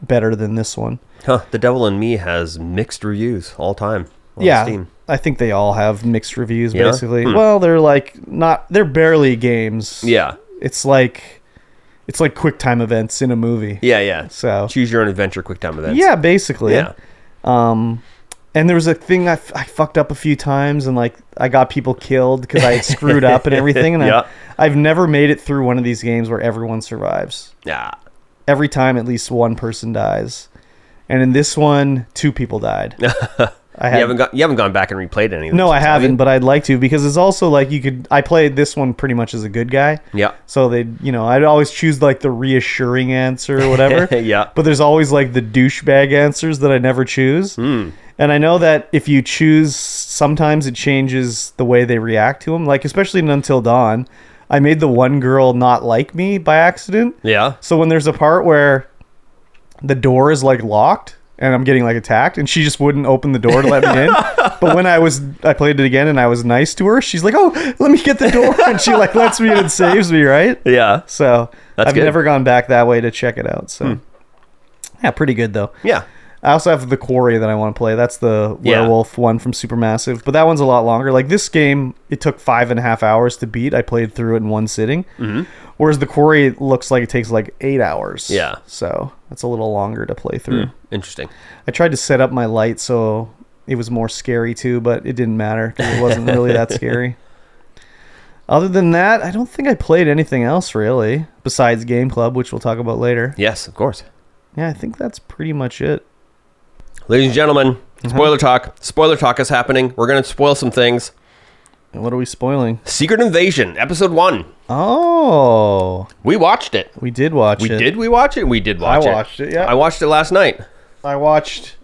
Speaker 3: better than this one.
Speaker 4: Huh, The Devil in Me has mixed reviews all time on
Speaker 3: yeah,
Speaker 4: Steam.
Speaker 3: I think they all have mixed reviews.
Speaker 4: Yeah?
Speaker 3: Basically,
Speaker 4: Hmm.
Speaker 3: well, they're like not they're barely games.
Speaker 4: Yeah.
Speaker 3: it's like it's like quick time events in a movie.
Speaker 4: Yeah, yeah.
Speaker 3: So
Speaker 4: Choose your own adventure quick time events.
Speaker 3: Yeah, basically.
Speaker 4: Yeah.
Speaker 3: Um, and there was a thing I, f- I fucked up a few times, and like I got people killed because I had screwed
Speaker 4: [LAUGHS]
Speaker 3: up and everything. And
Speaker 4: Yeah.
Speaker 3: I, I've never made it through one of these games where everyone survives.
Speaker 4: Yeah.
Speaker 3: Every time, at least one person dies. And in this one, two people died. I
Speaker 4: [LAUGHS] You haven't got you haven't gone back and replayed any of
Speaker 3: no,
Speaker 4: these ones,
Speaker 3: I
Speaker 4: have you?
Speaker 3: haven't, but I'd like to because it's also like you could. I played this one pretty much as a good guy.
Speaker 4: Yeah.
Speaker 3: So they, you know, I'd always choose like the reassuring answer or whatever.
Speaker 4: Yeah.
Speaker 3: But there's always like the douchebag answers that I never choose. And I know that if you choose, sometimes it changes the way they react to them. Like especially in Until Dawn, I made the one girl not like me by accident.
Speaker 4: Yeah.
Speaker 3: So when there's a part where the door is like locked and I'm getting like attacked and she just wouldn't open the door to let me in.
Speaker 4: [LAUGHS]
Speaker 3: But when I was I played it again and I was nice to her, she's like, "Oh, let me get the door." And she like lets me in and saves me, right?
Speaker 4: Yeah.
Speaker 3: So,
Speaker 4: That's
Speaker 3: I've
Speaker 4: good. Hmm.
Speaker 3: never gone back that way to check it out. So, yeah, pretty good though.
Speaker 4: Yeah.
Speaker 3: I also have the quarry that I want to play. That's the
Speaker 4: Yeah.
Speaker 3: werewolf one from Supermassive, but that one's a lot longer. Like this game, it took five and a half hours to beat. I played through it in one sitting, mm-hmm. whereas the quarry it looks like it takes like eight hours.
Speaker 4: Yeah. Hmm.
Speaker 3: so that's a little longer to play through.
Speaker 4: Interesting.
Speaker 3: I tried to set up my light so it was more scary too, but it didn't matter because it wasn't
Speaker 4: [LAUGHS]
Speaker 3: really that scary. Other than that, I don't think I played anything else really besides Game Club, which we'll talk about later.
Speaker 4: Yes, of course.
Speaker 3: Yeah, I think that's pretty much it. Mm-hmm.
Speaker 4: Ladies and gentlemen, spoiler talk. Spoiler talk is happening. We're gonna spoil some things.
Speaker 3: What are we spoiling?
Speaker 4: Secret Invasion, episode one.
Speaker 3: Oh,
Speaker 4: We watched it.
Speaker 3: we did watch
Speaker 4: We
Speaker 3: it.
Speaker 4: did. We watch it. We did watch it.
Speaker 3: I watched it, yeah.
Speaker 4: I watched it last night.
Speaker 3: I watched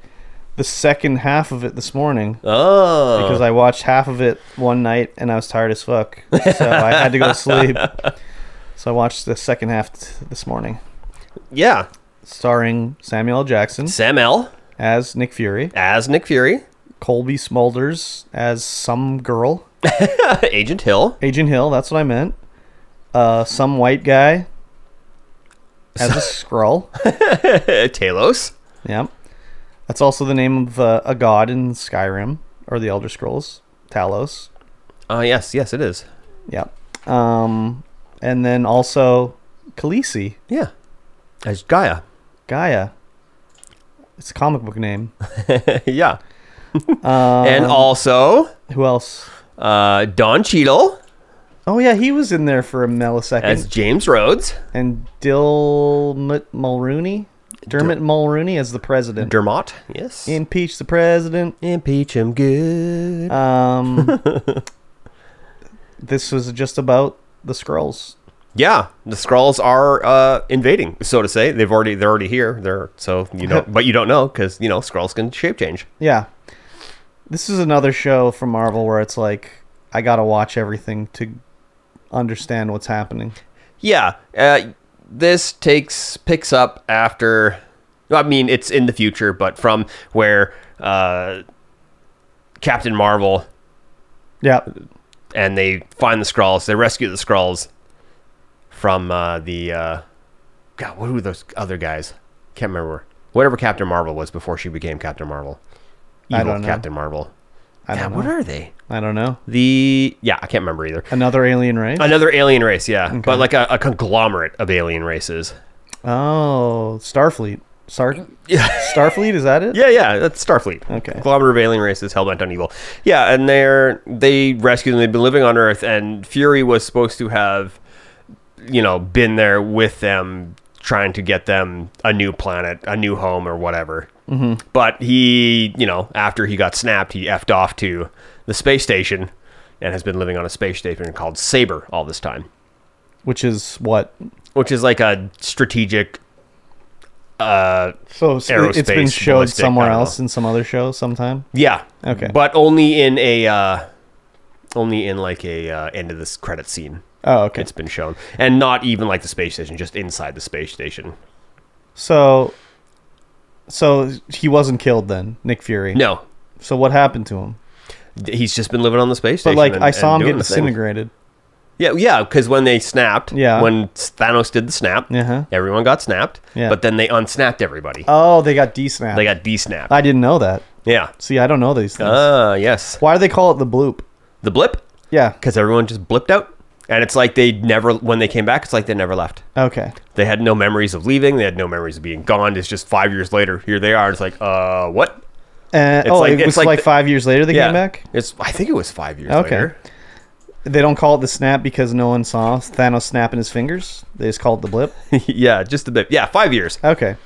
Speaker 3: the second half of it this morning
Speaker 4: Oh,
Speaker 3: because I watched half of it one night and I was tired as fuck, so I had to go
Speaker 4: [LAUGHS]
Speaker 3: to sleep. So I watched the second half t- this morning,
Speaker 4: yeah.
Speaker 3: starring Samuel L. Jackson
Speaker 4: Sam L
Speaker 3: as Nick Fury,
Speaker 4: as Nick Fury, [LAUGHS]
Speaker 3: Colby Smulders as some girl,
Speaker 4: Agent Hill, [LAUGHS]
Speaker 3: Agent Hill. That's what I meant. Uh, some white guy as
Speaker 4: [LAUGHS]
Speaker 3: a Skrull.
Speaker 4: Talos.
Speaker 3: Yep. That's also the name of uh, a god in Skyrim or the Elder Scrolls, Talos.
Speaker 4: Uh, yes, yes, it is.
Speaker 3: Yep. Um, and then also Khaleesi,
Speaker 4: Yeah, as Gaia.
Speaker 3: Gaia. It's a comic book name.
Speaker 4: [LAUGHS] yeah, and also
Speaker 3: Who else?
Speaker 4: uh, Don Cheadle
Speaker 3: Oh yeah, he was in there for a millisecond.
Speaker 4: as James Rhodes,
Speaker 3: and Dilmit Mulrooney, Dermot Mulrooney as the president.
Speaker 4: Dermot. Yes,
Speaker 3: Impeach the president.
Speaker 4: impeach him good.
Speaker 3: Um, this was just about the scrolls.
Speaker 4: yeah, the Skrulls are uh, invading, so to say. They've already they're already here. They're so you know, but you don't know because you know Skrulls can shape change.
Speaker 3: Yeah. This is another show from Marvel where it's like I got to watch everything to understand what's happening.
Speaker 4: Yeah, uh, this takes picks up after. I mean, it's in the future, but from where uh, Captain Marvel
Speaker 3: Yeah.
Speaker 4: and they find the Skrulls, they rescue the Skrulls from uh, the uh, God. What were those other guys? Can't remember. Whatever Captain Marvel was before she became Captain Marvel.
Speaker 3: I
Speaker 4: Evil
Speaker 3: don't know.
Speaker 4: Captain Marvel.
Speaker 3: I don't
Speaker 4: God, what
Speaker 3: know.
Speaker 4: are they?
Speaker 3: I don't know.
Speaker 4: The yeah, I can't remember either.
Speaker 3: Another alien race?
Speaker 4: Another alien race, yeah, but like a, a conglomerate of alien
Speaker 3: [LAUGHS]
Speaker 4: races.
Speaker 3: Oh, Starfleet. Star- Starfleet is that it?
Speaker 4: Yeah, yeah, that's Starfleet.
Speaker 3: Okay.
Speaker 4: Conglomerate of alien races hellbent on evil. Yeah, and they're they rescued them. They've been living on Earth, and Fury was supposed to have, you know, been there with them, trying to get them a new planet, a new home, or whatever. Mm-hmm. But he, you know, after he got snapped, he effed off to the space station, and has been living on a space station called Saber all this time,
Speaker 3: Which is what?
Speaker 4: which is like a strategic. Uh,
Speaker 3: So it's it's been
Speaker 4: Aerospace,
Speaker 3: showed
Speaker 4: ballistic, I
Speaker 3: somewhere
Speaker 4: don't
Speaker 3: else in some other show sometime.
Speaker 4: Yeah.
Speaker 3: Okay.
Speaker 4: But only in a uh only in like a uh, end of this credit scene.
Speaker 3: Oh, okay.
Speaker 4: It's been shown. And not even like the space station, just inside the space station.
Speaker 3: so so he wasn't killed then, Nick Fury.
Speaker 4: No.
Speaker 3: So what happened to him?
Speaker 4: D- He's just been living on the space
Speaker 3: But
Speaker 4: station.
Speaker 3: like
Speaker 4: and-
Speaker 3: I saw
Speaker 4: and
Speaker 3: him get
Speaker 4: doing the thing.
Speaker 3: disintegrated.
Speaker 4: Yeah, yeah, because when they snapped,
Speaker 3: Yeah.
Speaker 4: when Thanos did the snap,
Speaker 3: Uh-huh.
Speaker 4: everyone got snapped.
Speaker 3: Yeah.
Speaker 4: But then they unsnapped everybody.
Speaker 3: Oh, they got desnapped.
Speaker 4: they got desnapped.
Speaker 3: I didn't know that.
Speaker 4: yeah.
Speaker 3: See, I don't know these things.
Speaker 4: Ah, yes.
Speaker 3: Why do they call it the bloop?
Speaker 4: The blip,
Speaker 3: Yeah.
Speaker 4: because everyone just blipped out. And it's like they never, when they came back, it's like they never left.
Speaker 3: Okay.
Speaker 4: They had no memories of leaving. They had no memories of being gone. It's just five years later. Here they are. It's like, uh, what?
Speaker 3: Uh, oh,
Speaker 4: like-
Speaker 3: it
Speaker 4: it's
Speaker 3: was like,
Speaker 4: like the-
Speaker 3: five years later they came back.
Speaker 4: It's. I think it was five years
Speaker 3: Okay.
Speaker 4: later. [LAUGHS]
Speaker 3: They don't call it the snap because no one saw Thanos snapping his fingers. They just call it the
Speaker 4: [LAUGHS]
Speaker 3: blip.
Speaker 4: yeah, just a bit. Yeah, five years.
Speaker 3: Okay.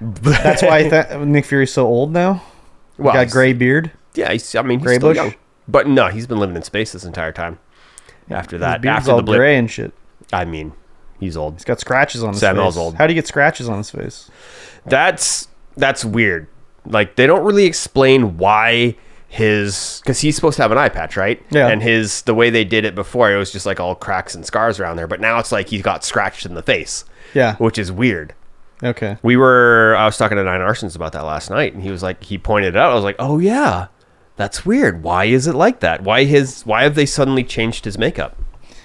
Speaker 3: That's why Th- Nick Fury's so old now.
Speaker 4: [LAUGHS] Well,
Speaker 3: got
Speaker 4: he's-
Speaker 3: gray beard.
Speaker 4: Yeah, he's, I mean, he's
Speaker 3: gray
Speaker 4: still
Speaker 3: bush?
Speaker 4: young. But no, he's been living in space this entire time. After
Speaker 3: His
Speaker 4: that,
Speaker 3: beard's
Speaker 4: after
Speaker 3: all
Speaker 4: the blip,
Speaker 3: gray and shit.
Speaker 4: I mean, he's old.
Speaker 3: He's got scratches on his
Speaker 4: Sam L's
Speaker 3: face.
Speaker 4: old.
Speaker 3: How do you get scratches on his face?
Speaker 4: That's that's weird. Like they don't really explain why his because he's supposed to have an eye patch, right?
Speaker 3: Yeah.
Speaker 4: And his the way they did it before, it was just like all cracks and scars around there. But now it's like he's got scratched in the face.
Speaker 3: Yeah.
Speaker 4: Which is weird.
Speaker 3: Okay.
Speaker 4: We were I was talking to Nine Arsons about that last night and he was like he pointed it out. I was like, "Oh yeah. That's weird. Why is it like that? Why his why have they suddenly changed his makeup?"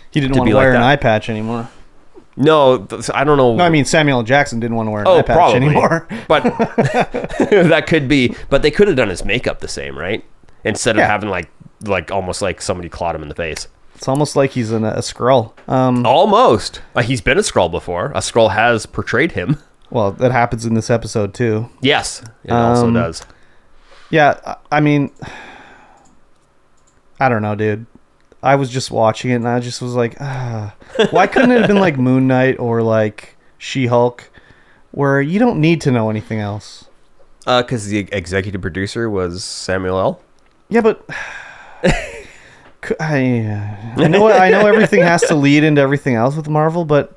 Speaker 3: He didn't
Speaker 4: To
Speaker 3: want
Speaker 4: be
Speaker 3: to
Speaker 4: like
Speaker 3: wear an
Speaker 4: that.
Speaker 3: eye patch anymore.
Speaker 4: No, th- I don't know.
Speaker 3: No, I mean Samuel L. Jackson didn't want to wear
Speaker 4: Oh,
Speaker 3: an eye patch anymore. [LAUGHS]
Speaker 4: [LAUGHS] but that could be but they could have done his makeup the same, right? Instead of
Speaker 3: Yeah.
Speaker 4: having like like almost like somebody clawed him in the face.
Speaker 3: It's almost like he's in a, a scroll. Um,
Speaker 4: Almost. Uh, he's been a scroll before. A scroll has portrayed him.
Speaker 3: well, that happens in this episode too.
Speaker 4: Yes, it also
Speaker 3: Um,
Speaker 4: does.
Speaker 3: Yeah, I- I mean, [SIGHS] I don't know, dude. I was just watching it and I just was like, [SIGHS] ah, why couldn't it have been like Moon Knight or like She Hulk, where you don't need to know anything else?
Speaker 4: Because the executive producer was Samuel L.
Speaker 3: Yeah, but [SIGHS] c- I, I know I know everything has to lead into everything else with Marvel, but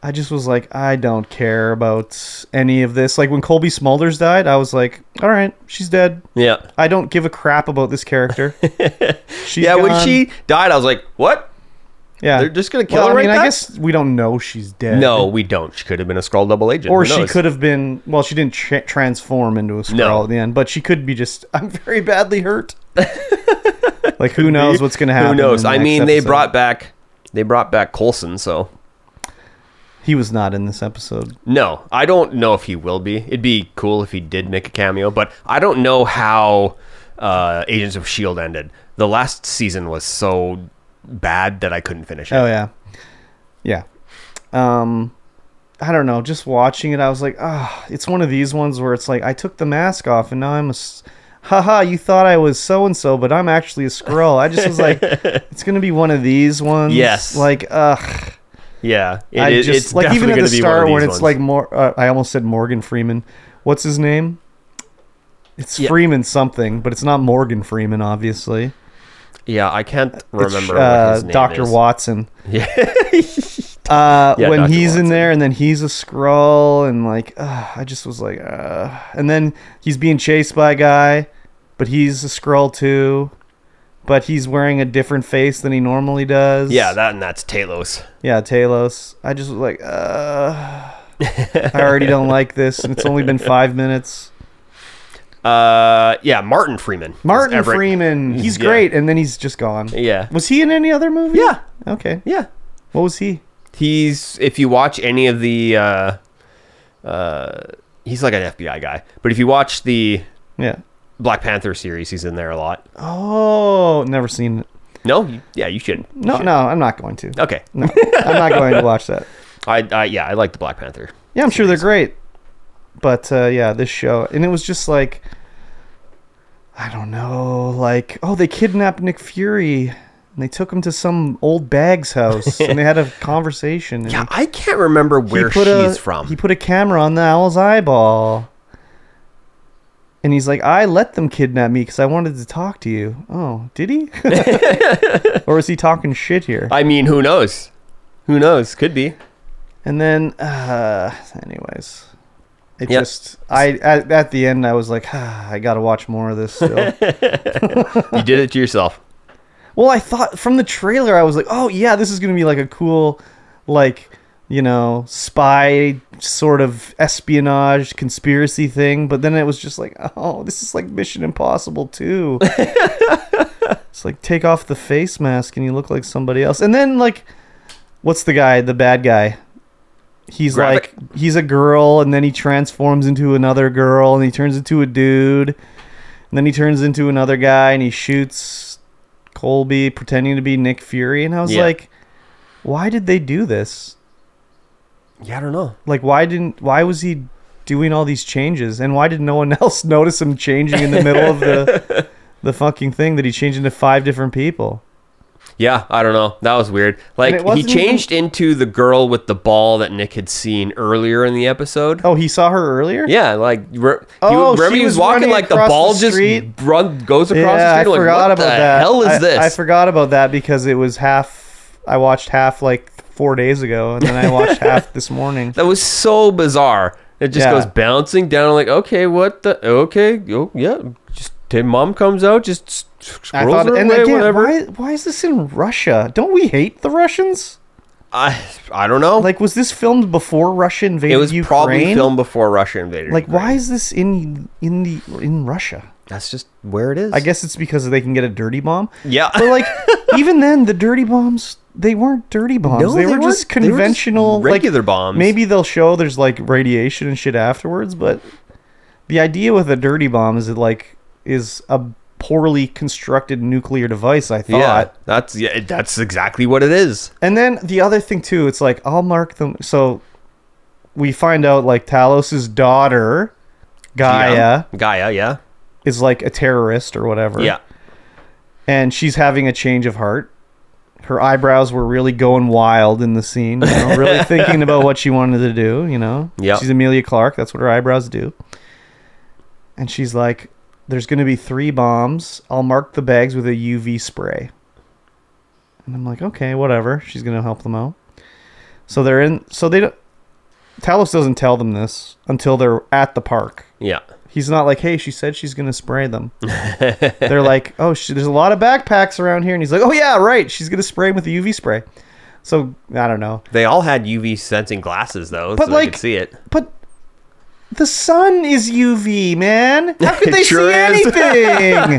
Speaker 3: I just was like, I don't care about any of this. Like when Colby Smulders died, I was like, all right, she's dead.
Speaker 4: Yeah.
Speaker 3: I don't give a crap about
Speaker 4: [LAUGHS]
Speaker 3: this character. She's
Speaker 5: yeah, when
Speaker 3: gone.
Speaker 5: she died, I was like, what?
Speaker 3: yeah,
Speaker 5: they're just gonna kill her
Speaker 3: I
Speaker 5: right
Speaker 3: I
Speaker 5: now?
Speaker 3: guess we don't know she's dead.
Speaker 4: No, we don't. She could have been a scroll double agent.
Speaker 3: Or
Speaker 4: Who
Speaker 3: she
Speaker 4: knows?
Speaker 3: could have been. Well, she didn't tra- transform into a Skrull
Speaker 4: No.
Speaker 3: at the end, but she could be just. [LAUGHS]
Speaker 4: [LAUGHS]
Speaker 3: I'm very badly hurt. like who knows what's going to happen?
Speaker 4: Who
Speaker 3: in
Speaker 4: knows?
Speaker 3: the
Speaker 4: I
Speaker 3: next
Speaker 4: mean, they
Speaker 3: episode.
Speaker 4: brought back they brought back Colson, so
Speaker 3: He was not in this episode.
Speaker 4: no, I don't know if he will be. It'd be cool if he did make a cameo, but I don't know how uh, Agents of Shield ended. The last season was so bad that I couldn't finish it.
Speaker 3: Oh yeah, yeah. Um, I don't know. Just watching it, I was like, ah, it's one of these ones where it's like I took the mask off and now I'm a. s- Haha, you thought I was so and so, but I'm actually a Skrull. I just
Speaker 4: [LAUGHS]
Speaker 3: was like, it's gonna be one of these ones.
Speaker 4: Yes.
Speaker 3: Like, ugh.
Speaker 4: Yeah, it,
Speaker 3: I
Speaker 4: it-
Speaker 3: just
Speaker 4: it's
Speaker 3: like even
Speaker 4: definitely
Speaker 3: at
Speaker 4: gonna
Speaker 3: the
Speaker 4: be one of
Speaker 3: start when
Speaker 4: these
Speaker 3: it's
Speaker 4: ones.
Speaker 3: like more. Uh, I almost said Morgan Freeman. What's his name? It's
Speaker 4: Yeah.
Speaker 3: Freeman something, but it's not Morgan Freeman, obviously.
Speaker 4: yeah, I can't
Speaker 3: It's,
Speaker 4: remember
Speaker 3: uh,
Speaker 4: what his name
Speaker 3: Dr.
Speaker 4: is.
Speaker 3: Watson.
Speaker 4: [LAUGHS] Yeah.
Speaker 3: [LAUGHS] Uh,
Speaker 4: Yeah,
Speaker 3: when
Speaker 4: Dr.
Speaker 3: he's in
Speaker 4: Watson.
Speaker 3: there, and then he's a scroll, and like uh, I just was like, uh, and then he's being chased by a guy, but he's a scroll too, but he's wearing a different face than he normally does.
Speaker 4: Yeah, that and that's Talos.
Speaker 3: Yeah, Talos. I just was like, uh, I already don't like this, and it's only been
Speaker 4: [LAUGHS]
Speaker 3: five minutes.
Speaker 4: Uh, yeah, Martin Freeman. is
Speaker 3: Martin
Speaker 4: Everett.
Speaker 3: Freeman, he's
Speaker 4: Yeah.
Speaker 3: great, and then he's just gone.
Speaker 4: Yeah,
Speaker 3: Was he in any other movie?
Speaker 4: yeah,
Speaker 3: Okay.
Speaker 4: yeah.
Speaker 3: What was he?
Speaker 4: he's if you watch any of the uh uh he's like an FBI guy. But if you watch the
Speaker 3: Yeah.
Speaker 4: Black Panther series, he's in there a lot.
Speaker 3: Oh, never seen it.
Speaker 4: No, You- yeah, you should. You
Speaker 3: No,
Speaker 4: should.
Speaker 3: no, I'm not going to.
Speaker 4: Okay.
Speaker 3: No, I'm not going to watch that.
Speaker 4: I, I yeah, I like the Black Panther.
Speaker 3: Yeah, I'm sure they're great. But uh, yeah, this show, and it was just like, I don't know, like oh, they kidnapped Nick Fury and they took him to some old bag's house and they
Speaker 4: [LAUGHS]
Speaker 3: had a conversation. And
Speaker 4: Yeah, I can't remember where she's
Speaker 3: a,
Speaker 4: from.
Speaker 3: He put a camera on the owl's eyeball. And he's like, I let them kidnap me because I wanted to talk to you. Oh, did
Speaker 4: [LAUGHS]
Speaker 3: he? [LAUGHS] or is he talking shit here?
Speaker 4: I mean, who knows? Who knows? Could be.
Speaker 3: And then, uh, anyways, it
Speaker 4: Yep.
Speaker 3: just I at, at the end I was like, [SIGHS] ah, I gotta watch more of this. Still.
Speaker 4: You did it to yourself.
Speaker 3: well, I thought from the trailer I was like, oh yeah, this is gonna be like a cool, like you know, spy sort of espionage conspiracy thing. But then it was just like, [LAUGHS] oh, this is like Mission Impossible too. it's like take off the face mask and you look like somebody else. And then like, what's the guy, the bad guy? He's
Speaker 4: Gravik.
Speaker 3: like he's a girl and then he transforms into another girl and he turns into a dude. And then he turns into another guy and he shoots Colby pretending to be Nick Fury and I was
Speaker 4: Yeah.
Speaker 3: like why did they do this?
Speaker 4: Yeah, I don't know.
Speaker 3: Like why didn't why was he doing all these changes and why did no one [LAUGHS] else notice him changing in the middle of the
Speaker 4: [LAUGHS]
Speaker 3: the fucking thing that he changed into five different people?
Speaker 4: Yeah, I don't know. That was weird.
Speaker 3: it
Speaker 4: Like he
Speaker 3: wasn't even-
Speaker 4: changed into the girl with the ball that Nick had seen earlier in the episode.
Speaker 3: Oh, he saw her earlier?
Speaker 4: Yeah, like re-
Speaker 3: Oh,
Speaker 4: he, remember
Speaker 3: she
Speaker 4: he
Speaker 3: was
Speaker 4: was walking
Speaker 3: running
Speaker 4: like the
Speaker 3: across
Speaker 4: ball
Speaker 3: the
Speaker 4: just
Speaker 3: street?
Speaker 4: run goes across
Speaker 3: yeah,
Speaker 4: the street. I'm like,
Speaker 3: I forgot
Speaker 4: what
Speaker 3: about
Speaker 4: the
Speaker 3: that.
Speaker 4: hell is
Speaker 3: I,
Speaker 4: this?
Speaker 3: I forgot about that because it was half. I watched half like four days ago, and then I
Speaker 4: [LAUGHS]
Speaker 3: watched half this morning.
Speaker 4: that was so bizarre. It just
Speaker 3: Yeah.
Speaker 4: goes bouncing down. Like, okay, what the? Okay, oh yeah, just t- mom comes out, just s-
Speaker 3: I
Speaker 4: scrolls
Speaker 3: thought,
Speaker 4: her
Speaker 3: and
Speaker 4: away,
Speaker 3: again,
Speaker 4: whatever.
Speaker 3: why, why is this in Russia? Don't we hate the Russians?
Speaker 4: I I don't know.
Speaker 3: Like, was this filmed before Russia invaded
Speaker 4: it was
Speaker 3: Ukraine?
Speaker 4: probably filmed before Russia invaded.
Speaker 3: Like,
Speaker 4: Ukraine.
Speaker 3: why is this in in the in Russia?
Speaker 4: That's just where it is.
Speaker 3: I guess it's because they can get a dirty bomb.
Speaker 4: Yeah.
Speaker 3: but like, even then, the dirty bombs they weren't dirty
Speaker 4: [LAUGHS]
Speaker 3: bombs.
Speaker 4: No,
Speaker 3: they,
Speaker 4: they
Speaker 3: were
Speaker 4: weren't.
Speaker 3: just
Speaker 4: They were just
Speaker 3: conventional, like,
Speaker 4: regular bombs.
Speaker 3: Maybe they'll show there's like radiation and shit afterwards, but the idea with a dirty bomb is it like is a poorly constructed nuclear device. I thought.
Speaker 4: Yeah, that's yeah, that's exactly what it is.
Speaker 3: And then the other thing too, it's like I'll mark them. So we find out like Talos's daughter, Gaia,
Speaker 4: Gaia, yeah,
Speaker 3: is like a terrorist or whatever.
Speaker 4: yeah.
Speaker 3: and she's having a change of heart. Her eyebrows were really going wild in the scene, you know, really thinking about what she wanted to do, you know.
Speaker 4: Yep.
Speaker 3: She's Amelia Clark, that's what her eyebrows do. And she's like, There's gonna be three bombs. I'll mark the bags with a UV spray. And I'm like, okay, whatever. She's gonna help them out. So they're in. So they don't. Talos doesn't tell them this until they're at the park.
Speaker 4: Yeah.
Speaker 3: He's not like, hey, she said she's gonna
Speaker 4: [LAUGHS]
Speaker 3: spray them. they're like, oh, she, there's a lot of backpacks around here, and he's like, oh yeah, right, she's gonna spray them with the UV spray. So I don't know,
Speaker 4: They all had UV sensing glasses though,
Speaker 3: But,
Speaker 4: so they
Speaker 3: like,
Speaker 4: could see it.
Speaker 3: but the sun is UV, man. How
Speaker 4: [LAUGHS]
Speaker 3: could
Speaker 4: It
Speaker 3: they
Speaker 4: sure
Speaker 3: see
Speaker 4: is. [LAUGHS]
Speaker 3: anything?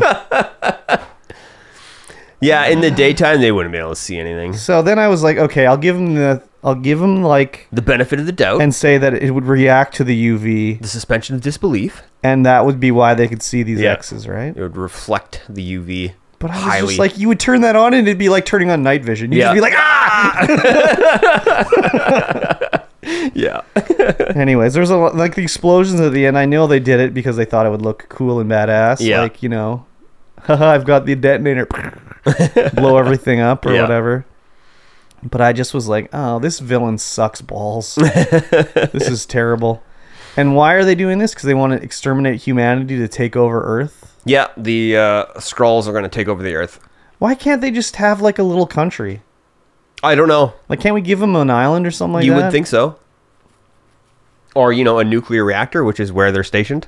Speaker 4: Yeah, in
Speaker 3: [LAUGHS]
Speaker 4: the daytime they wouldn't be able to see anything.
Speaker 3: so then I was like, okay, I'll give him the, I'll give him like,
Speaker 4: The benefit of the doubt
Speaker 3: and say that it would react to the UV,
Speaker 4: the suspension of disbelief.
Speaker 3: and that would be why they could see these
Speaker 4: Yeah.
Speaker 3: X's, right?
Speaker 4: It would reflect the UV.
Speaker 3: But I was
Speaker 4: highly.
Speaker 3: just like, you would turn that on, and it'd be like turning on night vision. You'd
Speaker 4: Yeah.
Speaker 3: just be like, ah.
Speaker 4: [LAUGHS] yeah.
Speaker 3: Anyways, there's a lot, like the explosions at the end. I know they did it because they thought it would look cool and badass.
Speaker 4: Yeah.
Speaker 3: Like, you know, haha, I've got
Speaker 4: [LAUGHS]
Speaker 3: the detonator. blow everything up or
Speaker 4: Yeah.
Speaker 3: whatever. But I just was like, oh, this villain
Speaker 4: [LAUGHS]
Speaker 3: sucks balls. this is terrible. And why are they doing this? Because they want to exterminate humanity to take over Earth.
Speaker 4: Yeah, the uh, scrolls are going to take over the Earth.
Speaker 3: Why can't they just have like a little country?
Speaker 4: I don't know.
Speaker 3: Like, can't we give them an island or something like
Speaker 4: you
Speaker 3: that?
Speaker 4: would think so. Or, you know, a nuclear reactor, which is where they're stationed.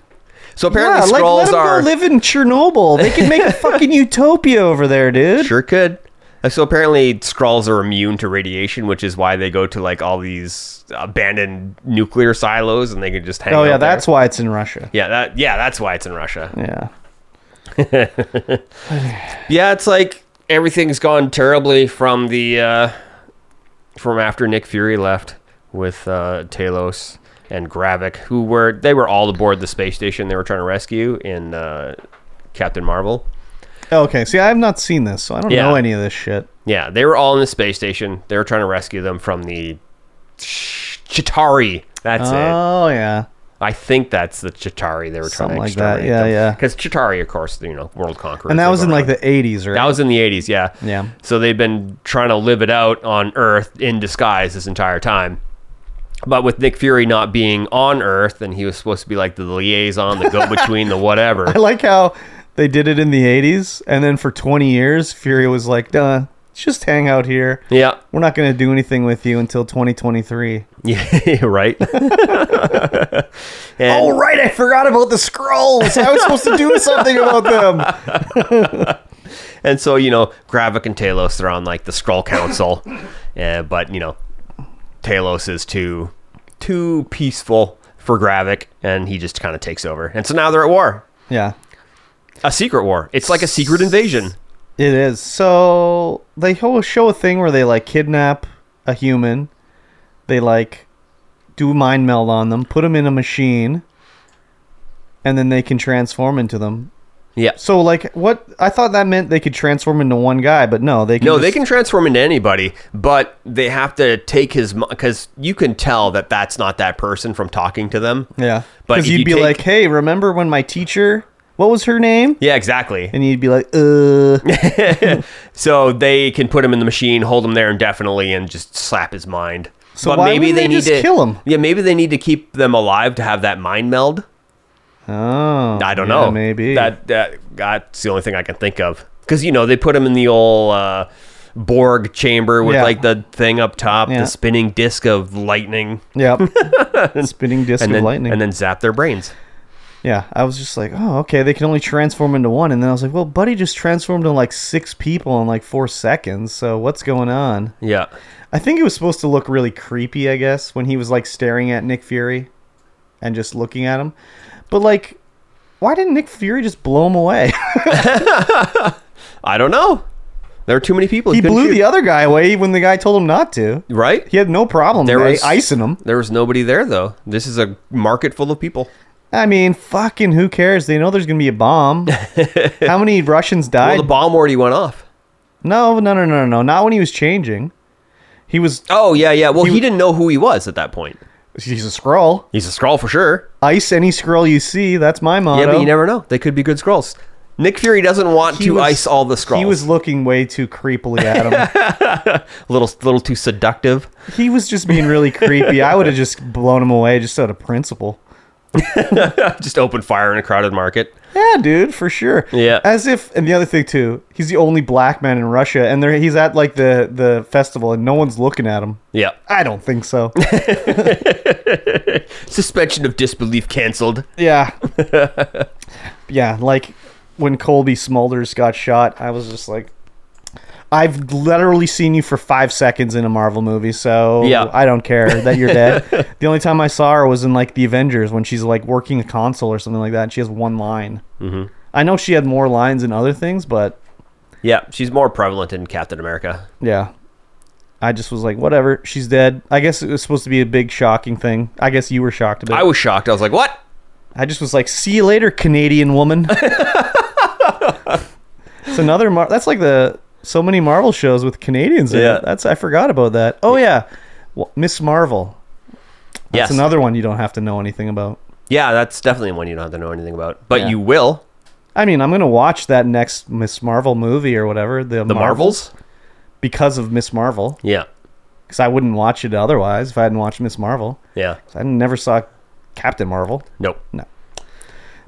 Speaker 4: So apparently,
Speaker 3: yeah, like let
Speaker 4: scrolls
Speaker 3: them
Speaker 4: are.
Speaker 3: go live in Chernobyl. They
Speaker 4: [LAUGHS]
Speaker 3: can make a fucking utopia over there, dude.
Speaker 4: Sure could. Uh, So apparently, Skrulls are immune to radiation, which is why they go to like all these abandoned nuclear silos, and they can just hang.
Speaker 3: Oh
Speaker 4: out
Speaker 3: yeah,
Speaker 4: there.
Speaker 3: that's why it's in Russia.
Speaker 4: yeah, that yeah, that's why it's in Russia.
Speaker 3: Yeah.
Speaker 4: Yeah, it's like everything's gone terribly from the uh, from after Nick Fury left with uh, Talos and Gravik, who were they were all aboard the space station they were trying to rescue in uh, Captain Marvel.
Speaker 3: Oh, Okay. See, I have not seen this, so I don't
Speaker 4: Yeah.
Speaker 3: know any of this shit.
Speaker 4: Yeah, they were all in the space station. They were trying to rescue them from the Ch- Chitari. That's it.
Speaker 3: Oh yeah.
Speaker 4: I think that's the Chitari they were trying
Speaker 3: Something
Speaker 4: to
Speaker 3: like that.
Speaker 4: exterminate
Speaker 3: Yeah, yeah.
Speaker 4: Because Chitari, of course, you know, world conquerors.
Speaker 3: And that
Speaker 4: they've
Speaker 3: was in like
Speaker 4: overrun.
Speaker 3: the '80s, right?
Speaker 4: That was in the 80s, yeah.
Speaker 3: Yeah.
Speaker 4: So they've been trying to live it out on Earth in disguise this entire time. But with Nick Fury not being on Earth, and he was supposed to be like the liaison, the go between, the whatever.
Speaker 3: [LAUGHS] [LAUGHS] I like how they did it in the '80s, and then for 20 years, Fury was like, "Duh, just hang out here.
Speaker 4: Yeah. [LAUGHS]
Speaker 3: We're not going to do anything with you until 2023."
Speaker 4: Yeah, right. [LAUGHS] And-
Speaker 3: Oh right, I forgot about the scrolls. I was supposed to do something about
Speaker 4: [LAUGHS]
Speaker 3: them.
Speaker 4: And so, you know, Gravik and Talos, they're on like the Skrull Council. uh, but, you know, Talos is too too peaceful for Gravik, and he just kind of takes over. And so now they're at war.
Speaker 3: Yeah.
Speaker 4: A secret war. It's like a secret invasion.
Speaker 3: It is. So they ho- show a thing where they like kidnap a human. They like do mind meld on them, put them in a machine, and then they can transform into them.
Speaker 4: Yeah.
Speaker 3: So like what I thought that meant they could transform into one guy, but no, they can
Speaker 4: No,
Speaker 3: just-
Speaker 4: they can transform into anybody, but they have to take his because you can tell that that's not that person from talking to them.
Speaker 3: Yeah.
Speaker 4: But
Speaker 3: Cuz
Speaker 4: if
Speaker 3: you'd
Speaker 4: you
Speaker 3: be
Speaker 4: take-
Speaker 3: like, "Hey, remember when my teacher, what was her name?"
Speaker 4: Yeah, exactly.
Speaker 3: And you'd be like,
Speaker 4: [LAUGHS]
Speaker 3: "Uh,
Speaker 4: So they can put him in the machine, hold him there indefinitely, and just slap his mind.
Speaker 3: So why wouldn't they just kill him?
Speaker 4: Yeah, maybe they need to keep them alive to have that mind meld.
Speaker 3: oh."
Speaker 4: I don't
Speaker 3: yeah,
Speaker 4: know.
Speaker 3: Maybe.
Speaker 4: that that that's the only thing I can think of. Because you know they put him in the old uh, Borg chamber with
Speaker 3: Yeah.
Speaker 4: like the thing up top,
Speaker 3: Yeah.
Speaker 4: the spinning disc of lightning, [LAUGHS]
Speaker 3: Yep. Spinning disc
Speaker 4: and
Speaker 3: of
Speaker 4: then
Speaker 3: lightning.
Speaker 4: and then zap their brains.
Speaker 3: Yeah, I was just like, oh, okay, they can only transform into one. And then I was like, well, Buddy just transformed into like six people in like four seconds. So what's going on?
Speaker 4: Yeah,
Speaker 3: I think it was supposed to look really creepy, I guess, when he was like staring at Nick Fury and just looking at him. But like, why didn't Nick Fury just blow him away? [LAUGHS]
Speaker 4: I don't know. There are too many people.
Speaker 3: he
Speaker 4: couldn't
Speaker 3: blew
Speaker 4: shoot.
Speaker 3: the other guy away when the guy told him not to.
Speaker 4: right.
Speaker 3: He had no problem
Speaker 4: There
Speaker 3: there
Speaker 4: was-
Speaker 3: icing him.
Speaker 4: There was nobody there though. This is a market full of people.
Speaker 3: I mean, fucking who cares? They know there's going to be
Speaker 4: [LAUGHS]
Speaker 3: a bomb. How many Russians died?
Speaker 4: Well, the bomb already went off.
Speaker 3: No, no, no, no, no. Not when he was changing. He was.
Speaker 4: Oh yeah, yeah. Well, he,
Speaker 3: He-
Speaker 4: didn't know who he was at that point.
Speaker 3: He's a scroll.
Speaker 4: He's a scroll for sure.
Speaker 3: Ice any scroll you see. That's my motto.
Speaker 4: Yeah, but you never know. They could be good scrolls. Nick Fury doesn't want
Speaker 3: He
Speaker 4: to
Speaker 3: was-
Speaker 4: ice all the scrolls.
Speaker 3: He was looking way too creepily
Speaker 4: [LAUGHS]
Speaker 3: at him.
Speaker 4: a little, little too seductive.
Speaker 3: he was just being really creepy. I would have just blown him away just out of principle.
Speaker 4: Just open fire in a crowded market.
Speaker 3: Yeah, dude, for sure.
Speaker 4: Yeah.
Speaker 3: As if, and the other thing too, he's the only black man in Russia, and there he's at like the the festival, and no one's looking at him.
Speaker 4: Yeah.
Speaker 3: I don't think so.
Speaker 4: Suspension of disbelief canceled. [LAUGHS]
Speaker 3: yeah. yeah, like when Colby Smulders got shot, I was just like, I've literally seen you for five seconds in a Marvel movie, so
Speaker 4: Yeah.
Speaker 3: I don't care that you're dead.
Speaker 4: [LAUGHS]
Speaker 3: the only time I saw her was in like the Avengers when she's like working a console or something like that. And she has one line. Mm-hmm. I know she had more lines in other things, but
Speaker 4: Yeah, she's more prevalent in Captain America.
Speaker 3: Yeah. I just was like, whatever, she's dead. I guess it was supposed to be a big shocking thing. I guess you were shocked about
Speaker 4: I
Speaker 3: it.
Speaker 4: was shocked. I was like, "What?"
Speaker 3: I just was like, see you later, Canadian woman. it's another Mar- that's like the so many Marvel shows with Canadians in
Speaker 4: Yeah.
Speaker 3: it. That's I forgot about that. Oh yeah. Well, Miss Marvel. That's
Speaker 4: yes.
Speaker 3: another one you don't have to know anything about.
Speaker 4: yeah, that's definitely one you don't have to know anything about, but
Speaker 3: Yeah.
Speaker 4: you will.
Speaker 3: I mean, I'm going to watch that next Miss Marvel movie or whatever, the,
Speaker 4: The Marvels.
Speaker 3: because of Miss Marvel
Speaker 4: Yeah.
Speaker 3: cuz I wouldn't watch it otherwise if I hadn't watched Miss Marvel.
Speaker 4: Yeah.
Speaker 3: I never saw Captain Marvel,
Speaker 4: Nope.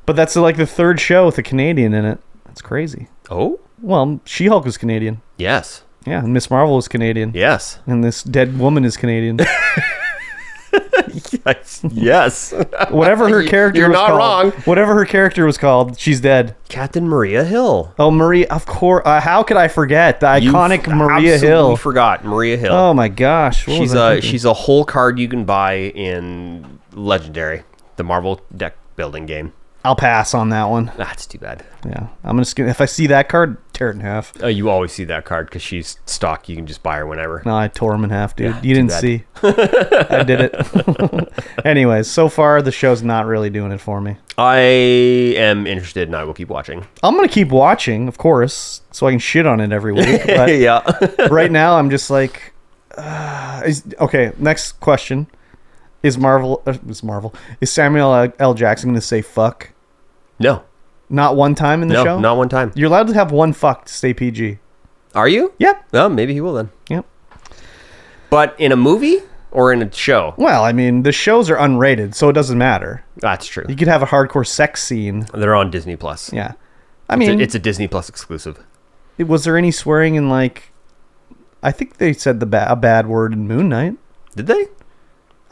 Speaker 3: but that's like the third show with a Canadian in it. That's crazy.
Speaker 4: Oh.
Speaker 3: Well, She Hulk was Canadian.
Speaker 4: Yes.
Speaker 3: Yeah, and Miss Marvel was Canadian.
Speaker 4: Yes.
Speaker 3: And this dead woman is Canadian.
Speaker 4: [LAUGHS] yes.
Speaker 3: Whatever her
Speaker 4: You-
Speaker 3: character
Speaker 4: you're
Speaker 3: was
Speaker 4: not
Speaker 3: called,
Speaker 4: wrong.
Speaker 3: Whatever her character was called, she's dead.
Speaker 4: Captain Maria Hill.
Speaker 3: Oh, Maria, of course. Uh, how could I forget the
Speaker 4: You
Speaker 3: iconic
Speaker 4: f-
Speaker 3: Maria
Speaker 4: absolutely
Speaker 3: Hill?
Speaker 4: Forgot Maria Hill.
Speaker 3: oh my gosh, what
Speaker 4: she's uh,
Speaker 3: was I
Speaker 4: a
Speaker 3: thinking?
Speaker 4: she's a whole card you can buy in Legendary, the Marvel deck building game.
Speaker 3: I'll pass on that one.
Speaker 4: That's too bad.
Speaker 3: Yeah, I'm just gonna. If I see that card, tear it in half.
Speaker 4: Uh, you always see that card because she's stock. You can just buy her whenever.
Speaker 3: No, I tore him in half, dude. you
Speaker 4: too
Speaker 3: didn't
Speaker 4: bad. [LAUGHS]
Speaker 3: see. I did it. [LAUGHS] Anyways, so far the show's not really doing it for me.
Speaker 4: I am interested and I will keep watching.
Speaker 3: I'm gonna keep watching, of course, so I can shit on it every
Speaker 4: [LAUGHS]
Speaker 3: week. But
Speaker 4: yeah.
Speaker 3: [LAUGHS] right now, I'm just like, uh, is, okay. Next question: Is Marvel? Uh, is Marvel? Is Samuel L. Jackson gonna say fuck?
Speaker 4: no.
Speaker 3: Not one time in the
Speaker 4: No.
Speaker 3: show.
Speaker 4: Not one time.
Speaker 3: You're allowed to have one fuck to stay PG.
Speaker 4: Are you?
Speaker 3: Yep.
Speaker 4: Oh, maybe he will then.
Speaker 3: Yep.
Speaker 4: But in a movie or in a show?
Speaker 3: Well, I mean, the shows are unrated, so it doesn't matter.
Speaker 4: That's true.
Speaker 3: You could have a hardcore sex scene.
Speaker 4: They're on Disney Plus.
Speaker 3: Yeah. I
Speaker 4: It's
Speaker 3: mean,
Speaker 4: a, it's a Disney Plus exclusive.
Speaker 3: It- was there any swearing in like I think they said the ba- a bad word in Moon Knight.
Speaker 4: Did they?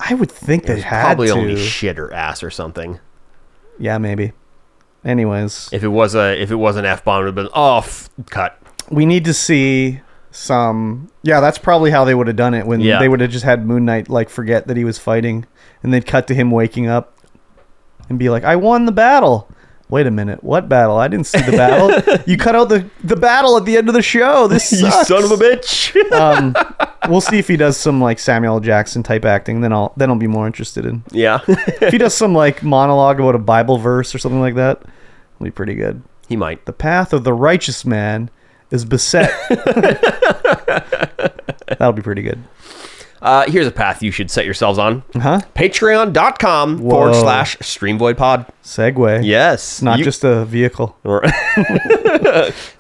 Speaker 3: I would think they
Speaker 4: It's
Speaker 3: had
Speaker 4: probably
Speaker 3: to.
Speaker 4: only shit or ass or something.
Speaker 3: yeah, maybe. Anyways,
Speaker 4: If it was a if it was an F bomb, it would have been oh f- cut.
Speaker 3: we need to see some Yeah, that's probably how they would have done it when
Speaker 4: Yeah.
Speaker 3: they would have just had Moon Knight like forget that he was fighting and they'd cut to him waking up and be like, "I won the battle." Wait a minute, what battle? I didn't see the
Speaker 4: [LAUGHS]
Speaker 3: battle. you cut out the the battle at the end of the show. This sucks.
Speaker 4: bitch. [LAUGHS]
Speaker 3: um, we'll see if he does some like Samuel L. Jackson type acting. Then I'll then I'll be more interested in.
Speaker 4: yeah.
Speaker 3: If he does some like monologue about a Bible verse or something like that, it'll be pretty good.
Speaker 4: [LAUGHS] he might.
Speaker 3: The path of the righteous man
Speaker 4: [LAUGHS]
Speaker 3: is beset. That'll be pretty good.
Speaker 4: Uh, here's a path you should set yourselves
Speaker 3: [LAUGHS]
Speaker 4: on.
Speaker 3: Huh?
Speaker 4: Patreon.com forward slash StreamVoidPod.
Speaker 3: Segue.
Speaker 4: Yes.
Speaker 3: Not
Speaker 4: you-
Speaker 3: just a vehicle.
Speaker 4: or [LAUGHS]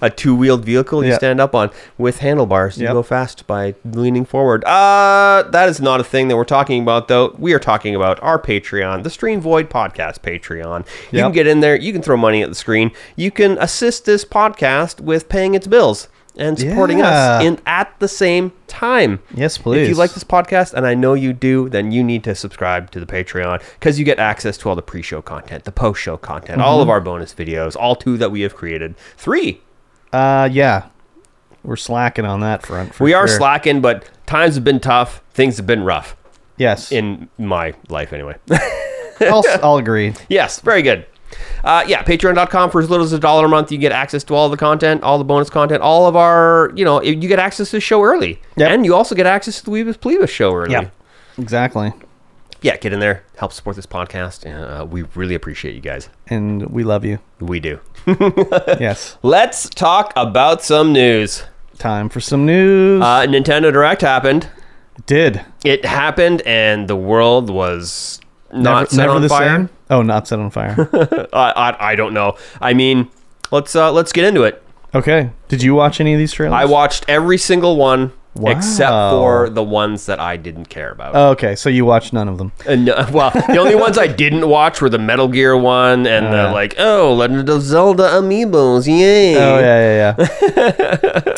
Speaker 4: a two-wheeled vehicle you
Speaker 3: Yeah.
Speaker 4: stand up on with handlebars. You
Speaker 3: Yep.
Speaker 4: go fast by leaning forward. Uh, that is not a thing that we're talking about, though. We are talking about our Patreon, the Stream Void Podcast Patreon. You can
Speaker 3: Yep.
Speaker 4: get in there. You can throw money at the screen. You can assist this podcast with paying its bills and supporting us
Speaker 3: Yeah.
Speaker 4: in at the same time.
Speaker 3: Yes,
Speaker 4: If you
Speaker 3: please.
Speaker 4: like this podcast, and I know you do, then you need to subscribe to the Patreon because you get access to all the pre-show content, the post-show content, all of
Speaker 3: Mm-hmm.
Speaker 4: our bonus videos, all two that we have created. Three.
Speaker 3: Uh, yeah. We're slacking on that front. for
Speaker 4: We are
Speaker 3: sure.
Speaker 4: slacking, but times have been tough. Things have been rough
Speaker 3: Yes.
Speaker 4: in my life, anyway.
Speaker 3: [LAUGHS]
Speaker 4: [LAUGHS]
Speaker 3: I'll, I'll agree.
Speaker 4: yes, very good. Uh, yeah, patreon.com for as little as a dollar a month. You get access to all the content, all the bonus content, all of our, you know, you get access to the show early.
Speaker 3: Yep.
Speaker 4: And you also get access to the Weebus Plebus show early.
Speaker 3: Yeah. Exactly.
Speaker 4: yeah, get in there, help support this podcast. and, Uh, we really appreciate you guys.
Speaker 3: And we love you.
Speaker 4: We do.
Speaker 3: Yes.
Speaker 4: Let's talk about some news.
Speaker 3: Time for some news.
Speaker 4: Uh, Nintendo Direct happened.
Speaker 3: Did.
Speaker 4: It happened, and the world was not set on fire.
Speaker 3: Oh, not set
Speaker 4: [LAUGHS]
Speaker 3: on fire.
Speaker 4: I, I I don't know. I mean, let's uh, let's get into it.
Speaker 3: okay. Did you watch any of these trailers?
Speaker 4: I watched every single one except
Speaker 3: Wow. Uh,
Speaker 4: for the ones that I didn't care about.
Speaker 3: Oh, Okay, so you watched none of them.
Speaker 4: And, uh, well, the only ones I didn't watch were the Metal Gear one and
Speaker 3: Uh.
Speaker 4: the like, oh, Legend of Zelda amiibos, yay!
Speaker 3: Oh yeah, yeah,
Speaker 4: [LAUGHS]
Speaker 3: yeah. yeah,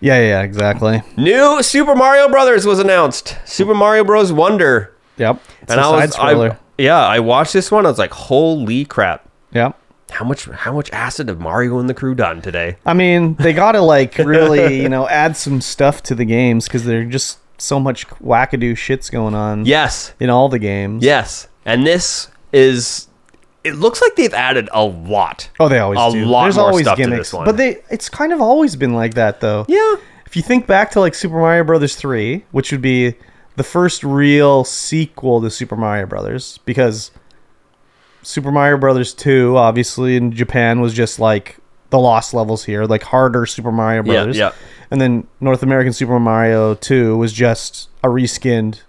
Speaker 3: yeah, yeah, exactly.
Speaker 4: New Super Mario Brothers was announced. Super Mario Bros. Wonder,
Speaker 3: Yep. It's
Speaker 4: and
Speaker 3: a
Speaker 4: I
Speaker 3: side
Speaker 4: was,
Speaker 3: scroller.
Speaker 4: I, yeah, I watched this one. I was like, holy crap!
Speaker 3: Yep.
Speaker 4: How much, how much acid have Mario and the crew done today?
Speaker 3: I mean, they gotta like really,
Speaker 4: [LAUGHS]
Speaker 3: you know, add some stuff to the games because they're just so much wackadoo shits going on.
Speaker 4: Yes,
Speaker 3: In all the games.
Speaker 4: yes, and this is. It looks like they've added a lot.
Speaker 3: Oh, they always
Speaker 4: a
Speaker 3: do.
Speaker 4: lot
Speaker 3: There's
Speaker 4: more
Speaker 3: always
Speaker 4: stuff
Speaker 3: gimmicks,
Speaker 4: to this one.
Speaker 3: but they it's kind of always been like that though.
Speaker 4: yeah,
Speaker 3: If you think back to like Super Mario Brothers 3, which would be the first real sequel to Super Mario Brothers because Super Mario Brothers 2 obviously in Japan was just like the lost levels here, like harder Super Mario Brothers.
Speaker 4: yeah.
Speaker 3: And then North American Super Mario 2 was just a reskinned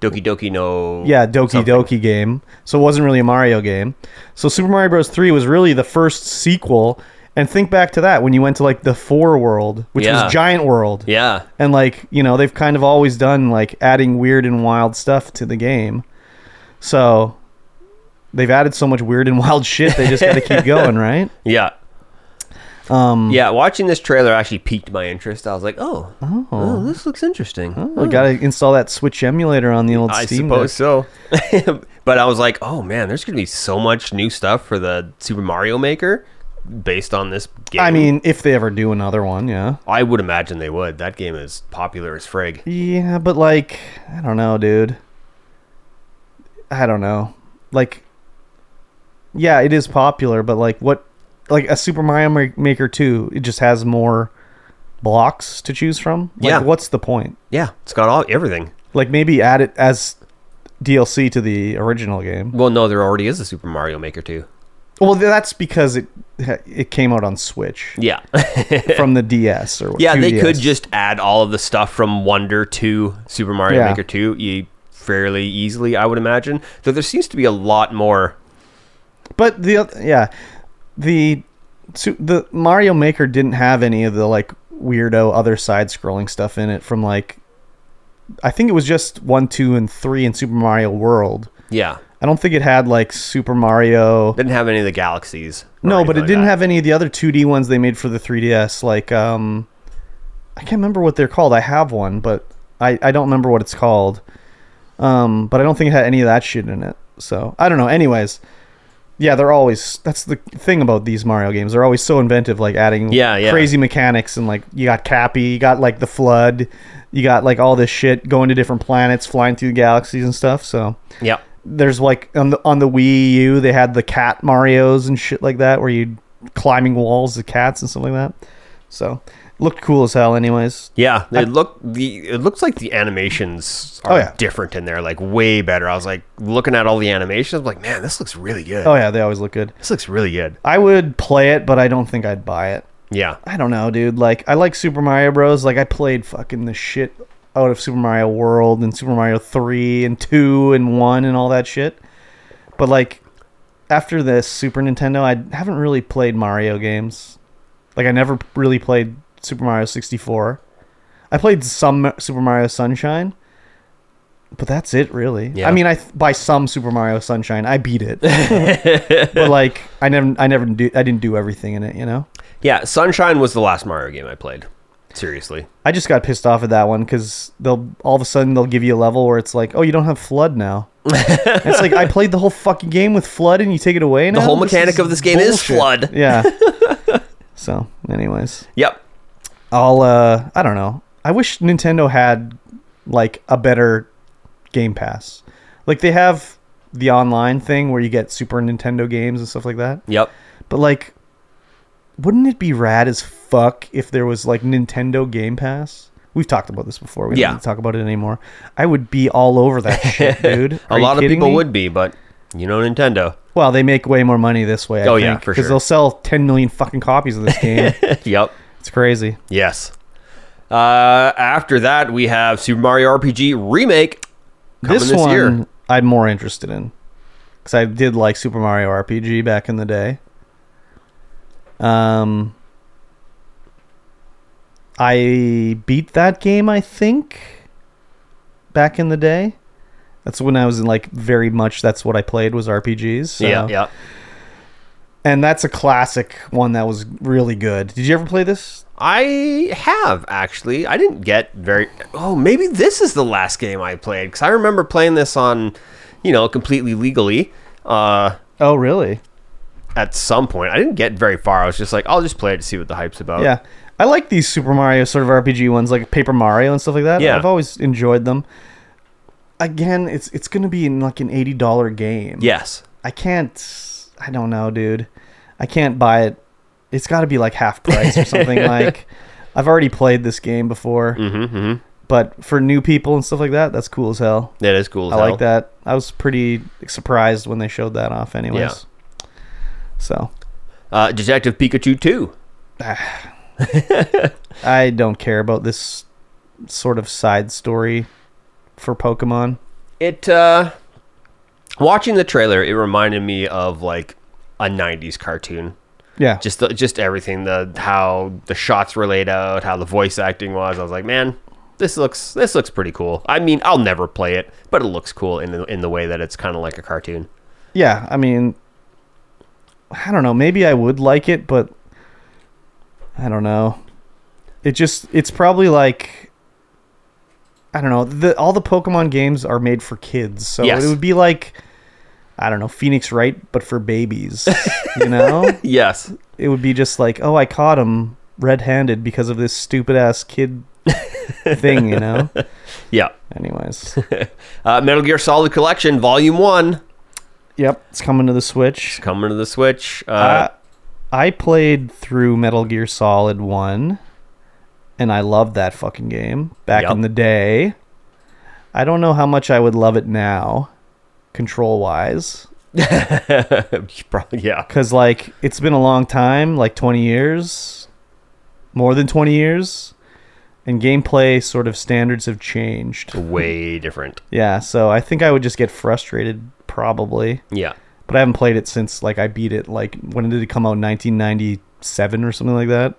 Speaker 4: Doki Doki no.
Speaker 3: yeah, Doki
Speaker 4: something.
Speaker 3: Doki game. So it wasn't really a Mario game. So Super Mario Bros. 3 was really the first sequel. And think back to that when you went to like the 4 world, which
Speaker 4: Yeah.
Speaker 3: was Giant World.
Speaker 4: Yeah,
Speaker 3: And like, you know, they've kind of always done like adding weird and wild stuff to the game. So they've added so much weird and [LAUGHS] wild shit, they just got to keep going, right?
Speaker 4: yeah. Um, yeah, watching this trailer actually piqued my interest. I was like, "Oh, oh, this looks interesting."
Speaker 3: We got to install that Switch emulator on the old
Speaker 4: I
Speaker 3: Steam.
Speaker 4: suppose
Speaker 3: Deck.
Speaker 4: so. [LAUGHS] but I was like, "Oh man, there's gonna be so much new stuff for the Super Mario Maker based on this game."
Speaker 3: I mean, if they ever do another one, yeah.
Speaker 4: I would imagine they would. That game is popular as frig.
Speaker 3: Yeah, but like, I don't know, dude. I don't know. Like, yeah, it is popular, but like, what, like a Super Mario Ma- Maker 2, it just has more blocks to choose from? Like,
Speaker 4: Yeah.
Speaker 3: What's the point?
Speaker 4: Yeah, it's got all everything.
Speaker 3: Like, maybe add it as DLC to the original game.
Speaker 4: Well, no, there already is a Super Mario Maker too.
Speaker 3: Well, that's because it it came out on Switch
Speaker 4: Yeah,
Speaker 3: from the DS or
Speaker 4: [LAUGHS] yeah, they
Speaker 3: 2DS.
Speaker 4: could just add all of the stuff from Wonder to Super Mario
Speaker 3: Yeah.
Speaker 4: Maker two e- fairly easily, I would imagine. Though there seems to be a lot more.
Speaker 3: But the oth- yeah, the su- the Mario Maker didn't have any of the like weirdo other side scrolling stuff in it from like I think it was just 1, 2 and 3 in Super Mario World.
Speaker 4: Yeah,
Speaker 3: I don't think it had like Super Mario
Speaker 4: didn't have any of the galaxies. or
Speaker 3: No,
Speaker 4: anything
Speaker 3: but it
Speaker 4: like
Speaker 3: didn't
Speaker 4: that.
Speaker 3: have any of the other 2D ones they made for the 3DS like um I can't remember what they're called. I have one, but I I don't remember what it's called. Um but I don't think it had any of that shit in it. So, I don't know. Anyways, yeah, they're always that's the thing about these Mario games. They're always so inventive like adding
Speaker 4: Yeah, yeah.
Speaker 3: crazy mechanics and like you got Cappy, you got like the flood, you got like all this shit going to different planets, flying through galaxies and stuff. So,
Speaker 4: Yeah.
Speaker 3: there's like on the on the Wii U they had the cat Mario's and shit like that where you climbing walls with cats and stuff like that. So looked cool as hell anyways.
Speaker 4: Yeah, it look the it looks like the animations are
Speaker 3: Oh, yeah.
Speaker 4: different in there, like way better. I was like looking at all the animations, I'm like, man, this looks really good.
Speaker 3: Oh yeah, they always look good.
Speaker 4: This looks really good.
Speaker 3: I would play it, but I don't think I'd buy it.
Speaker 4: Yeah,
Speaker 3: I don't know, dude. Like I like Super Mario Bros. Like I played fucking the shit out of Super Mario World and Super Mario 3 and 2 and 1 and all that shit. But like after this Super Nintendo, I haven't really played Mario games. Like I never really played Super Mario 64. I played some Super Mario Sunshine, but that's it really.
Speaker 4: Yeah.
Speaker 3: I mean, I by some Super Mario Sunshine, I beat it. but like I never I never do I didn't do everything in it, you know.
Speaker 4: yeah. Sunshine was the last Mario game I played. Seriously.
Speaker 3: I just got pissed off at that one because they'll all of a sudden they'll give you a level where it's like, oh, you don't have flood
Speaker 4: [LAUGHS]
Speaker 3: now. And it's like I played the whole fucking game with flood, and you take it away. Now?
Speaker 4: whole
Speaker 3: This
Speaker 4: mechanic
Speaker 3: is
Speaker 4: of this game is flood.
Speaker 3: [LAUGHS] Yeah. so, anyways,
Speaker 4: Yep.
Speaker 3: I'll. uh I don't know. I wish Nintendo had like a better Game Pass. Like they have the online thing where you get Super Nintendo games and stuff like that.
Speaker 4: Yep.
Speaker 3: But like, wouldn't it be rad as fuck if there was like Nintendo Game Pass? We've talked about this before. We
Speaker 4: Yeah.
Speaker 3: don't need to talk about it anymore. I would be all
Speaker 4: [LAUGHS]
Speaker 3: over that shit, dude.
Speaker 4: A
Speaker 3: Are you
Speaker 4: lot of
Speaker 3: kidding
Speaker 4: people
Speaker 3: me?
Speaker 4: would be, but you know Nintendo. [LAUGHS]
Speaker 3: Well, they make way more money this way. I
Speaker 4: Oh, yeah, for
Speaker 3: because
Speaker 4: sure.
Speaker 3: they'll sell 10 million fucking
Speaker 4: [LAUGHS]
Speaker 3: copies of this game.
Speaker 4: yep.
Speaker 3: it's crazy.
Speaker 4: Yes. Uh, after that, we have Super Mario RPG Remake. Coming
Speaker 3: this,
Speaker 4: this
Speaker 3: one
Speaker 4: year.
Speaker 3: I'm more interested in because I did like Super Mario RPG back in the day. Um, I beat that game, I think, back in the day. That's when I was in like very much. That's what I played was RPGs. so-
Speaker 4: Yeah, yeah.
Speaker 3: And that's a classic one that was really good. Did you ever play this?
Speaker 4: I have actually. I didn't get very. Oh, maybe this is the last game I played because I remember playing this on, you know, completely legally. Uh,
Speaker 3: Oh, really?
Speaker 4: at some point, I didn't get very far. I was just like, I'll just play it to see what the hype's about.
Speaker 3: Yeah. I like these Super Mario sort of RPG ones, like Paper Mario and stuff like that.
Speaker 4: Yeah.
Speaker 3: I've always enjoyed them. Again, it's it's gonna be in like an eighty dollar game.
Speaker 4: Yes.
Speaker 3: I can't. I don't know, dude. I can't buy it. It's got to be like half price or something.
Speaker 4: [LAUGHS]
Speaker 3: like I've already played this game before,
Speaker 4: Mm-hmm. mm-hmm.
Speaker 3: but for new people and stuff like that, that's cool as hell.
Speaker 4: That is cool. As
Speaker 3: I
Speaker 4: hell.
Speaker 3: like that. I was pretty surprised when they showed that off, anyways. So
Speaker 4: Uh, Detective Pikachu Two.
Speaker 3: I don't care about this sort of side story for Pokemon.
Speaker 4: It uh, watching the trailer, it reminded me of like a '90s cartoon.
Speaker 3: Yeah,
Speaker 4: Just the, just everything the how the shots were laid out, how the voice acting was. I was like, man, this looks this looks pretty cool. I mean, I'll never play it, but it looks cool in the in the way that it's kind of like a cartoon.
Speaker 3: yeah. I mean, I don't know. Maybe I would like it, but I don't know. It just it's probably like I don't know. The, all the Pokemon games are made for kids, so
Speaker 4: Yes.
Speaker 3: it would be like I don't know Phoenix Wright, but for babies. you know,
Speaker 4: Yes.
Speaker 3: it would be just like, oh, I caught him red-handed because of this stupid ass kid thing. You know.
Speaker 4: Yeah.
Speaker 3: Anyways, [LAUGHS]
Speaker 4: Uh, Metal Gear Solid Collection Volume One
Speaker 3: yep, it's coming to the Switch.
Speaker 4: coming to the Switch. Uh,
Speaker 3: Uh, I played through Metal Gear Solid 1 and I loved that fucking game back
Speaker 4: Yep.
Speaker 3: in the day. I don't know how much I would love it now control wise
Speaker 4: Uh, [LAUGHS] probably yeah.
Speaker 3: cuz like it's been a long time, like 20 years, more than 20 years, and gameplay sort of standards have changed.
Speaker 4: Way different.
Speaker 3: Yeah, so I think I would just get frustrated probably.
Speaker 4: Yeah.
Speaker 3: but I haven't played it since like I beat it like when did it come out 1997 or something like that.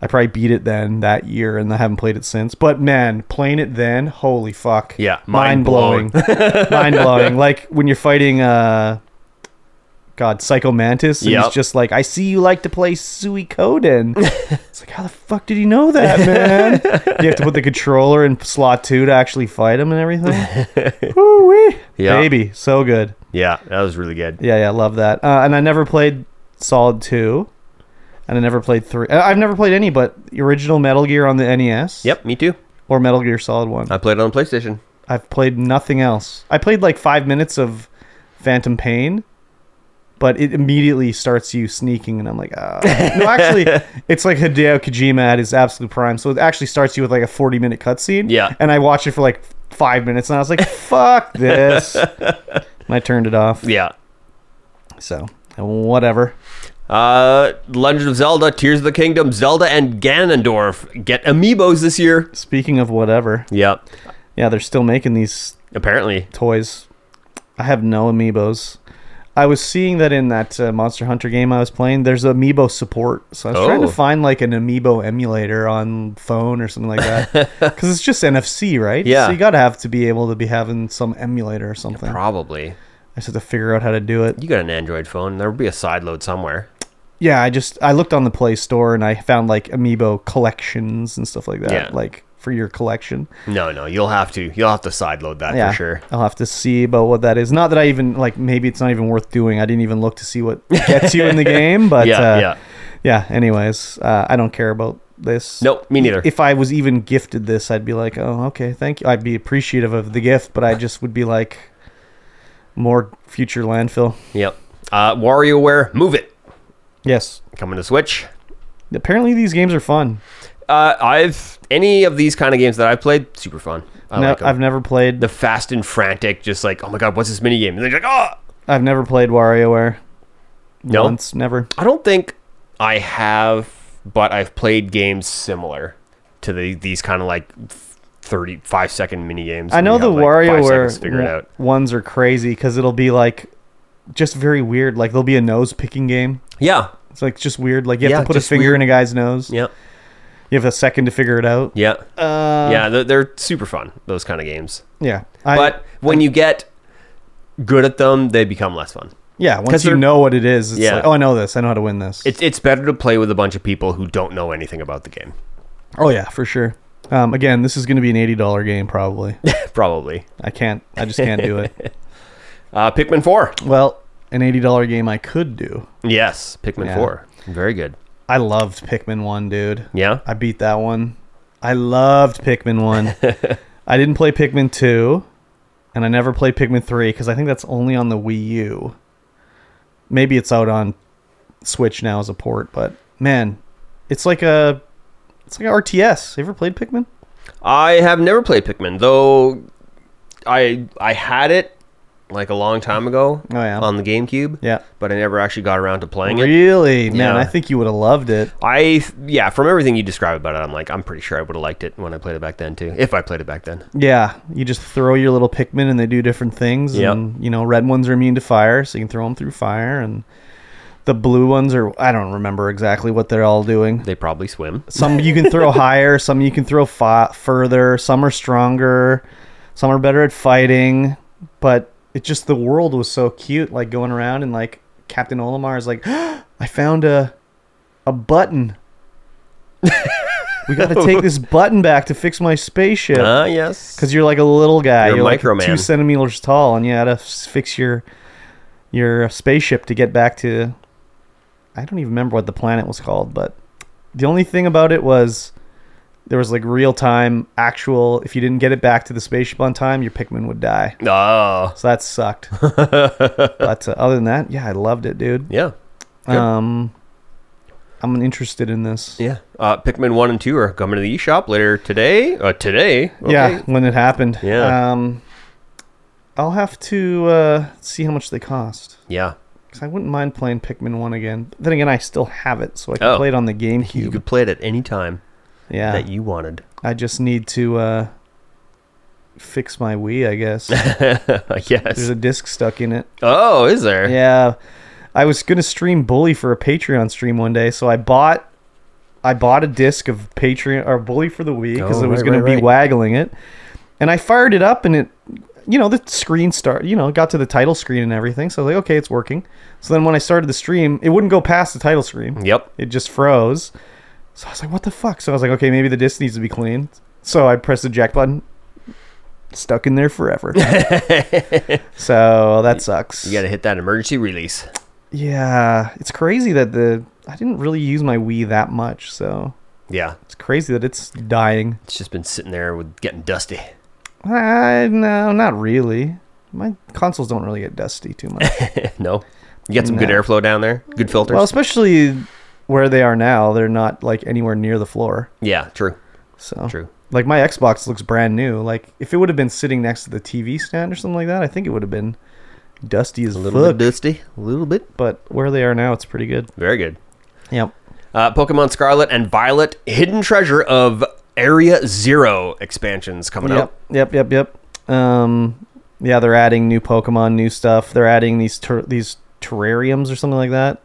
Speaker 3: I probably beat it then that year and I haven't played it since. But man, playing it then, holy fuck.
Speaker 4: Yeah, mind
Speaker 3: Mind blowing.
Speaker 4: [LAUGHS]
Speaker 3: mind blowing. Like when you're fighting uh God, Psycho Mantis, and
Speaker 4: Yep.
Speaker 3: he's just like, I see you like to
Speaker 4: [LAUGHS]
Speaker 3: play Suikoden. it's like, how the fuck did he know that, man? you have to put the controller in slot two to actually fight him
Speaker 4: [LAUGHS]
Speaker 3: and everything. Woo-wee.
Speaker 4: Yeah.
Speaker 3: Baby, so good.
Speaker 4: Yeah, that was really good.
Speaker 3: Yeah, yeah, love that. Uh, and I never played Solid Two, and I never played Three. I- I've never played any but the original Metal Gear on the NES.
Speaker 4: Yep, Uh. me too.
Speaker 3: Or Metal Gear Solid One.
Speaker 4: I played it on PlayStation.
Speaker 3: I've played nothing else. I played like five minutes of Phantom Pain, but it immediately starts you sneaking, and I'm like,
Speaker 4: [LAUGHS]
Speaker 3: ah. no, actually, it's like Hideo Kojima at his absolute prime. So it actually starts you with like a 40 minute cutscene.
Speaker 4: Yeah.
Speaker 3: And I watched it for like five minutes, and I was like,
Speaker 4: [LAUGHS]
Speaker 3: fuck this. And I turned it off.
Speaker 4: Yeah.
Speaker 3: So whatever.
Speaker 4: Uh, Legend of Zelda, Tears of the Kingdom, Zelda and Ganondorf get amiibos this year.
Speaker 3: Speaking of whatever,
Speaker 4: Yep.
Speaker 3: yeah, they're still making these
Speaker 4: Apparently.
Speaker 3: toys. I have no amiibos. I was seeing that in that uh, Monster Hunter game I was playing. There's amiibo support, so I was trying
Speaker 4: Oh.
Speaker 3: to find like an amiibo emulator on phone or something like
Speaker 4: [LAUGHS]
Speaker 3: that, because it's just NFC, right?
Speaker 4: Yeah.
Speaker 3: So you gotta have to be able to be having some emulator or something. I
Speaker 4: Probably.
Speaker 3: just have to figure out how to do it.
Speaker 4: You got an Android phone. There will be a side load somewhere.
Speaker 3: Yeah, I just I looked on the Play Store and I found like amiibo collections and stuff like that,
Speaker 4: Yeah.
Speaker 3: like for your collection.
Speaker 4: No, no, you'll have to. You'll have to side load that for sure.
Speaker 3: I'll have to see about what that is. Not that I even like maybe it's not even worth doing. I didn't even look to see what gets you
Speaker 4: [LAUGHS]
Speaker 3: in the game, but
Speaker 4: Yeah,
Speaker 3: uh,
Speaker 4: yeah.
Speaker 3: yeah. Anyways, uh, I don't care about this.
Speaker 4: Nope, me neither.
Speaker 3: If I was even gifted this, I'd be like, oh, okay, thank you. I'd be appreciative of the gift, but I just would be like, more future landfill.
Speaker 4: Yep. Uh, WarioWare, move it.
Speaker 3: Yes.
Speaker 4: Coming to Switch.
Speaker 3: Apparently, these games are fun.
Speaker 4: Uh, I've any of these kind of games that I've played, super fun. I
Speaker 3: no,
Speaker 4: like 'em.
Speaker 3: I've never played.
Speaker 4: the fast and frantic, just like, oh my god, what's this minigame? And they're like, oh,
Speaker 3: I've never played WarioWare.
Speaker 4: No?
Speaker 3: Once, never.
Speaker 4: I don't think I have, but I've played games similar to the, these kind of like 35 second mini games.
Speaker 3: I know the WarioWare
Speaker 4: Figure it
Speaker 3: w-
Speaker 4: out.
Speaker 3: ones are crazy because it'll be like just very weird. Like there'll be a nose picking game.
Speaker 4: Yeah.
Speaker 3: It's like just weird. Like you have
Speaker 4: Yeah,
Speaker 3: to put a
Speaker 4: just
Speaker 3: finger
Speaker 4: weird.
Speaker 3: in a guy's nose.
Speaker 4: Yeah.
Speaker 3: You have a second to figure it out. Uh,
Speaker 4: Yeah. yeah, they're, they're super fun, those kind of games.
Speaker 3: Yeah, I,
Speaker 4: but when you get good at them, they become less fun.
Speaker 3: yeah,
Speaker 4: 'cause
Speaker 3: once you
Speaker 4: they're-
Speaker 3: know what it is, it's
Speaker 4: Yeah.
Speaker 3: like, oh, I know this. I know how to win this.
Speaker 4: It's, it's better to play with a bunch of people who don't know anything about the game.
Speaker 3: oh yeah, for sure. Um, again, this is going to be an eighty dollar
Speaker 4: [LAUGHS]
Speaker 3: game probably.
Speaker 4: Probably.
Speaker 3: I can't. I just can't do it.
Speaker 4: Uh, Pikmin 4.
Speaker 3: Well, an eighty dollar game I could do.
Speaker 4: Yes, Pikmin
Speaker 3: Yeah.
Speaker 4: 4. Very good.
Speaker 3: I loved Pikmin one, dude.
Speaker 4: Yeah.
Speaker 3: I beat that one. I loved Pikmin one.
Speaker 4: [LAUGHS]
Speaker 3: I didn't play Pikmin two, and I never played Pikmin three because I think that's only on the Wii U. Maybe it's out on Switch now as a port, but man, it's like a it's like a RTS. You ever played Pikmin?
Speaker 4: I have never played Pikmin, though I I had it like a long time ago
Speaker 3: Oh, yeah.
Speaker 4: on the GameCube.
Speaker 3: Yeah.
Speaker 4: But I never actually got around to playing it.
Speaker 3: Really, man,
Speaker 4: Yeah.
Speaker 3: I think you would have loved it.
Speaker 4: I yeah, from everything you describe about it, I'm like I'm pretty sure I would have liked it when I played it back then too. If I played it back then.
Speaker 3: Yeah, you just throw your little Pikmin and they do different things.
Speaker 4: Yep.
Speaker 3: And you know, red ones are immune to fire, so you can throw them through fire, and the blue ones are I don't remember exactly what they're all doing.
Speaker 4: They probably swim.
Speaker 3: Some you can throw higher, some you can throw fi- further. Some are stronger, some are better at fighting. But it just the world was so cute, like going around and like Captain Olimar is like, [GASPS] I found a a button. we got to take this button back to fix
Speaker 4: [LAUGHS]
Speaker 3: my spaceship.
Speaker 4: Ah, yes.
Speaker 3: Because you're like a little guy.
Speaker 4: You're
Speaker 3: You're,
Speaker 4: a
Speaker 3: like
Speaker 4: micro man.
Speaker 3: two centimeters tall, and you had to s- fix your your spaceship to get back to. I don't even remember what the planet was called, but the only thing about it was there was like real time, actual. If you didn't get it back to the spaceship on time, your Pikmin would die.
Speaker 4: oh,
Speaker 3: So
Speaker 4: [LAUGHS]
Speaker 3: that sucked. but uh, other than that, yeah, I loved it, dude.
Speaker 4: yeah,
Speaker 3: Um, I'm interested in this.
Speaker 4: yeah. Uh, Pikmin one and two are coming to the eShop later today. Uh, today, okay.
Speaker 3: Yeah, when it happened.
Speaker 4: Yeah.
Speaker 3: Um, I'll have to uh, see how much they cost.
Speaker 4: yeah.
Speaker 3: 'Cause I wouldn't mind playing Pikmin 1 again. Then again, I still have it, so I can
Speaker 4: Oh.
Speaker 3: play it on
Speaker 4: [LAUGHS]
Speaker 3: the
Speaker 4: You
Speaker 3: GameCube.
Speaker 4: could play it at any time
Speaker 3: yeah.
Speaker 4: that you wanted. [LAUGHS]
Speaker 3: I just need to uh, fix my Wii, I
Speaker 4: [LAUGHS]
Speaker 3: guess.
Speaker 4: I guess.
Speaker 3: There's a disc stuck in it.
Speaker 4: oh, is there?
Speaker 3: [LAUGHS] Yeah. I was going to stream Bully for a Patreon stream one day, so I bought. I bought a disc of Patreon or Bully for the Wii because
Speaker 4: Oh,
Speaker 3: it was
Speaker 4: right,
Speaker 3: going
Speaker 4: right,
Speaker 3: to be
Speaker 4: right.
Speaker 3: waggling it, and I fired it up and it, you know, the screen start, you know, it got to the title screen and everything. So I was like, okay, it's working. So then when I started the stream, it wouldn't go past the title screen.
Speaker 4: Yep.
Speaker 3: it just froze. So I was like, what the fuck? So I was like, okay, maybe the disc needs to be cleaned. So I pressed the jack button. Stuck in
Speaker 4: [LAUGHS]
Speaker 3: there forever. so that sucks.
Speaker 4: You got to hit that emergency release.
Speaker 3: Yeah. It's crazy that the I didn't really use my Wii that much, so
Speaker 4: Yeah,
Speaker 3: it's crazy that it's dying.
Speaker 4: it's just been sitting there with getting dusty. [LAUGHS]
Speaker 3: Uh, no, not really. My consoles don't really get dusty
Speaker 4: [LAUGHS]
Speaker 3: too much.
Speaker 4: no, you got some good
Speaker 3: No.
Speaker 4: airflow down there. Good filters.
Speaker 3: well, especially where they are now, they're not like anywhere near the floor.
Speaker 4: yeah, true,
Speaker 3: So
Speaker 4: true.
Speaker 3: Like my Xbox looks brand new. Like if it would have been sitting next to the TV stand or something like that, I think it would have been dusty as
Speaker 4: A little
Speaker 3: fuck.
Speaker 4: bit dusty, a little bit.
Speaker 3: But where they are now, it's pretty good.
Speaker 4: Very good.
Speaker 3: Yep.
Speaker 4: Uh, Pokemon Scarlet and Violet, Hidden Treasure of Area Zero expansions coming
Speaker 3: Yep.
Speaker 4: up.
Speaker 3: Yep. Yep. Yep. Um, yeah, they're adding new Pokemon, new stuff. They're adding these ter- these terrariums or something like that,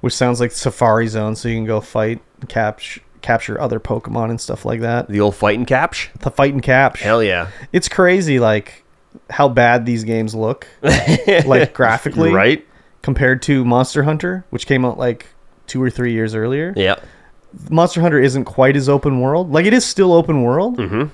Speaker 3: which sounds like Safari Zone, so you can go fight, capture capture other Pokemon and stuff like that.
Speaker 4: The old fighting capch.
Speaker 3: The fight and capture.
Speaker 4: Hell yeah.
Speaker 3: It's crazy, like how bad these
Speaker 4: [LAUGHS]
Speaker 3: games look, like graphically,
Speaker 4: Right?
Speaker 3: compared to Monster Hunter, which came out like two or three years earlier.
Speaker 4: Yeah.
Speaker 3: Monster Hunter isn't quite as open world. Like it is still open world,
Speaker 4: Mm-hmm.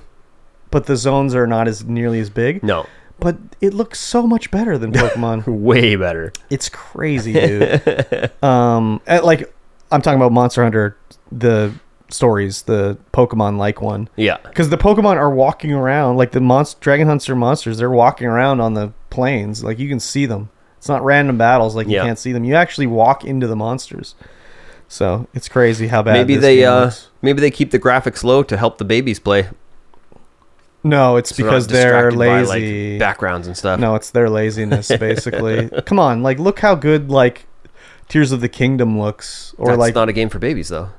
Speaker 3: but the zones are not as nearly as big.
Speaker 4: No.
Speaker 3: But it looks so much better
Speaker 4: [LAUGHS]
Speaker 3: than Pokemon.
Speaker 4: Way better.
Speaker 3: it's crazy, dude.
Speaker 4: [LAUGHS]
Speaker 3: um, and, like I'm talking about Monster Hunter, the stories, the Pokemon like one.
Speaker 4: Yeah.
Speaker 3: Because the Pokemon are walking around, like the monster, Dragon Hunter monsters, they're walking around on the plains. Like you can see them. It's not random battles, like you
Speaker 4: Yeah.
Speaker 3: can't see them. You actually walk into the monsters. So it's crazy how bad.
Speaker 4: Maybe
Speaker 3: this
Speaker 4: they
Speaker 3: game
Speaker 4: uh
Speaker 3: looks.
Speaker 4: maybe they keep the graphics low to help the babies play.
Speaker 3: No, it's
Speaker 4: So not
Speaker 3: because they're
Speaker 4: distracted by, like,
Speaker 3: lazy.
Speaker 4: backgrounds and stuff.
Speaker 3: [LAUGHS] no, it's their laziness,
Speaker 4: [LAUGHS]
Speaker 3: basically. Come on, like look how good like Tears of the Kingdom looks, or
Speaker 4: That's
Speaker 3: like
Speaker 4: not a game for babies though.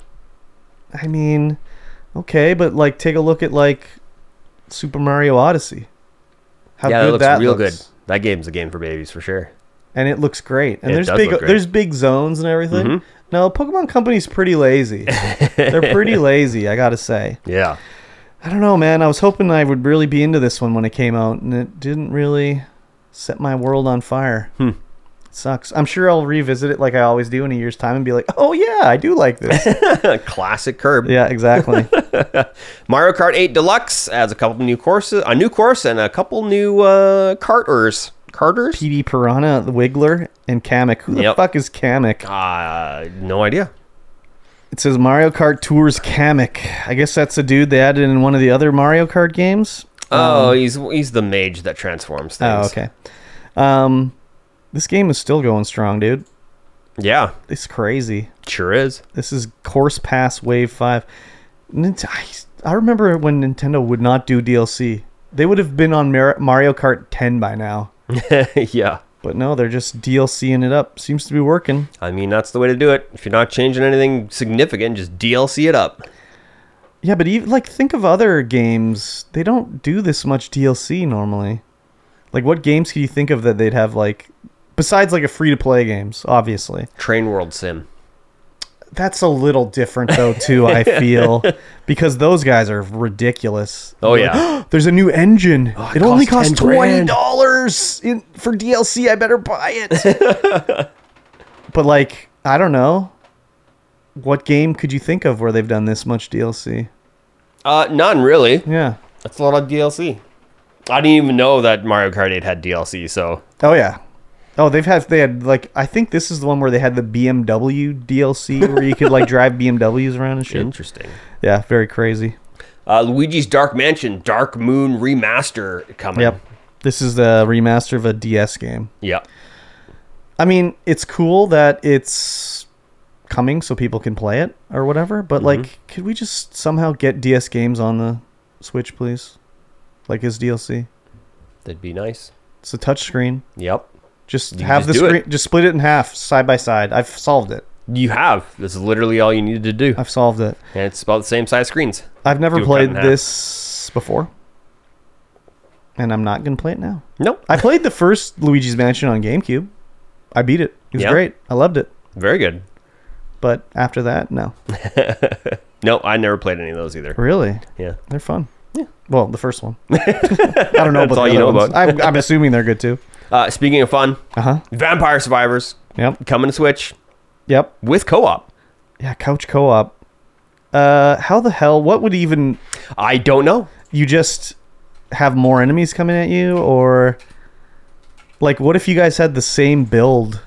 Speaker 3: I mean, okay, but like take a look at like Super Mario Odyssey. How
Speaker 4: yeah, that looks real
Speaker 3: looks.
Speaker 4: good. That game's a game for babies for sure.
Speaker 3: and it looks great. And
Speaker 4: It
Speaker 3: there's
Speaker 4: does
Speaker 3: big
Speaker 4: look great. Mm-hmm.
Speaker 3: there's big zones and everything. No, Pokemon Company's pretty lazy.
Speaker 4: [LAUGHS]
Speaker 3: They're pretty lazy, I gotta say.
Speaker 4: Yeah.
Speaker 3: I don't know, man. I was hoping I would really be into this one when it came out, and it didn't really set my world on fire. Hmm. Sucks. I'm sure I'll revisit it like I always do in a year's time and be like, oh, yeah, I do like this.
Speaker 4: [LAUGHS] Classic curb.
Speaker 3: yeah, exactly.
Speaker 4: Mario Kart 8 Deluxe adds a couple new courses, a new course, and a couple new uh, carters. Carters?
Speaker 3: PD Piranha, Wiggler, and Kamek. Who the
Speaker 4: Yep.
Speaker 3: fuck is Kamek?
Speaker 4: Uh, no idea.
Speaker 3: It says Mario Kart Tours Kamek. I guess that's a dude they added in one of the other Mario Kart games.
Speaker 4: Oh, he's he's the mage that transforms
Speaker 3: Oh,
Speaker 4: things.
Speaker 3: okay. Um, this game is still going strong, dude.
Speaker 4: Yeah,
Speaker 3: It's crazy.
Speaker 4: sure is. [LAUGHS]
Speaker 3: This is Course Pass Wave 5. Nint- I- I remember when Nintendo would not do DLC. They would have been on Mar- Mario Kart 10 by now.
Speaker 4: yeah.
Speaker 3: But no, they're just DLCing it up. Seems to be working.
Speaker 4: I mean, that's the way to do it. If you're not changing anything significant, just DLC it up.
Speaker 3: Yeah, but even, like think of other games. They don't do this much DLC normally. Like what games can you think of that they'd have like besides like a free to play games, obviously.
Speaker 4: Train World Sim.
Speaker 3: That's a little different though
Speaker 4: [LAUGHS]
Speaker 3: too, I feel, because those guys are ridiculous.
Speaker 4: Oh,
Speaker 3: You're like,
Speaker 4: yeah.
Speaker 3: [GASPS]
Speaker 4: Oh,
Speaker 3: There's a new engine. it only
Speaker 4: costs
Speaker 3: costs
Speaker 4: 10
Speaker 3: twenty
Speaker 4: grand."
Speaker 3: dollars for DLC. I better buy
Speaker 4: [LAUGHS]
Speaker 3: it. but like, I don't know. What game could you think of where they've done this much DLC?
Speaker 4: Uh, none really.
Speaker 3: Yeah.
Speaker 4: That's a lot of DLC. I didn't even know that Mario Kart 8 had DLC. So
Speaker 3: Oh yeah. Oh, they've had they had like I think this is the one where they had the BMW DLC where you
Speaker 4: [LAUGHS]
Speaker 3: could like drive BMWs around and shit.
Speaker 4: interesting.
Speaker 3: Yeah, very crazy.
Speaker 4: Uh, Luigi's Dark Mansion Dark Moon Remaster coming.
Speaker 3: Yep. This is the remaster of a DS game.
Speaker 4: Yep.
Speaker 3: I mean, it's cool that it's coming so people can play it or whatever,
Speaker 4: Mm-hmm.
Speaker 3: but like could we just somehow get DS games on the Switch, please? Like as DLC.
Speaker 4: That'd be nice.
Speaker 3: It's a touchscreen.
Speaker 4: Yep.
Speaker 3: Just
Speaker 4: can just
Speaker 3: have the
Speaker 4: do it.
Speaker 3: screen just split it in half side by side. I've solved it.
Speaker 4: You have. This is literally all you needed to do.
Speaker 3: I've solved it.
Speaker 4: And it's about the same size screens.
Speaker 3: I've never
Speaker 4: Do a cut
Speaker 3: played
Speaker 4: in half.
Speaker 3: this before, and I'm not gonna play it now.
Speaker 4: Nope.
Speaker 3: I played the first Luigi's Mansion on GameCube. I beat it. It was
Speaker 4: Yeah.
Speaker 3: great. I loved it.
Speaker 4: Very good.
Speaker 3: But after
Speaker 4: [LAUGHS]
Speaker 3: that, no.
Speaker 4: No, I never played any of those either.
Speaker 3: Really,
Speaker 4: Yeah.
Speaker 3: they're fun. Yeah. Well,
Speaker 4: [LAUGHS]
Speaker 3: the first one. I don't know.
Speaker 4: That's
Speaker 3: about
Speaker 4: all
Speaker 3: the
Speaker 4: you know
Speaker 3: other ones. I'm, I'm assuming they're good too.
Speaker 4: Uh, speaking of fun,
Speaker 3: Uh huh.
Speaker 4: Vampire Survivors
Speaker 3: Yep.
Speaker 4: coming to Switch
Speaker 3: Yep.
Speaker 4: with co-op.
Speaker 3: Yeah. Couch co-op. Uh, how the hell? What would even
Speaker 4: I don't know.
Speaker 3: you just have more enemies coming at you, or like what if you guys had the same build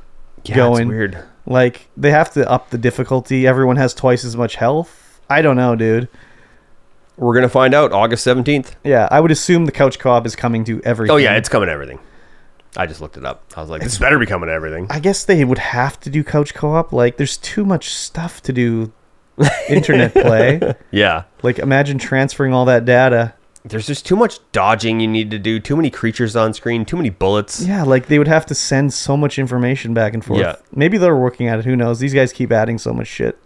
Speaker 4: Yeah,
Speaker 3: going?
Speaker 4: It's weird.
Speaker 3: Like they have to up the difficulty. Everyone has twice as much health. I don't know, dude.
Speaker 4: We're gonna find out August seventeenth.
Speaker 3: Yeah, I would assume the couch co-op is coming to everything.
Speaker 4: Oh yeah, it's coming to everything. I just looked it up. I was like, this better be coming to
Speaker 3: [LAUGHS]
Speaker 4: everything.
Speaker 3: I guess they would have to do couch co-op. Like, there's too much stuff
Speaker 4: [LAUGHS]
Speaker 3: to do. Internet play.
Speaker 4: Yeah.
Speaker 3: Like, imagine transferring all that data.
Speaker 4: There's just too much dodging you need to do. Too many creatures on screen. Too many bullets.
Speaker 3: Yeah, like they would have to send so much information back and forth.
Speaker 4: Yeah.
Speaker 3: Maybe they're working at it. Who knows? These guys keep adding so much shit.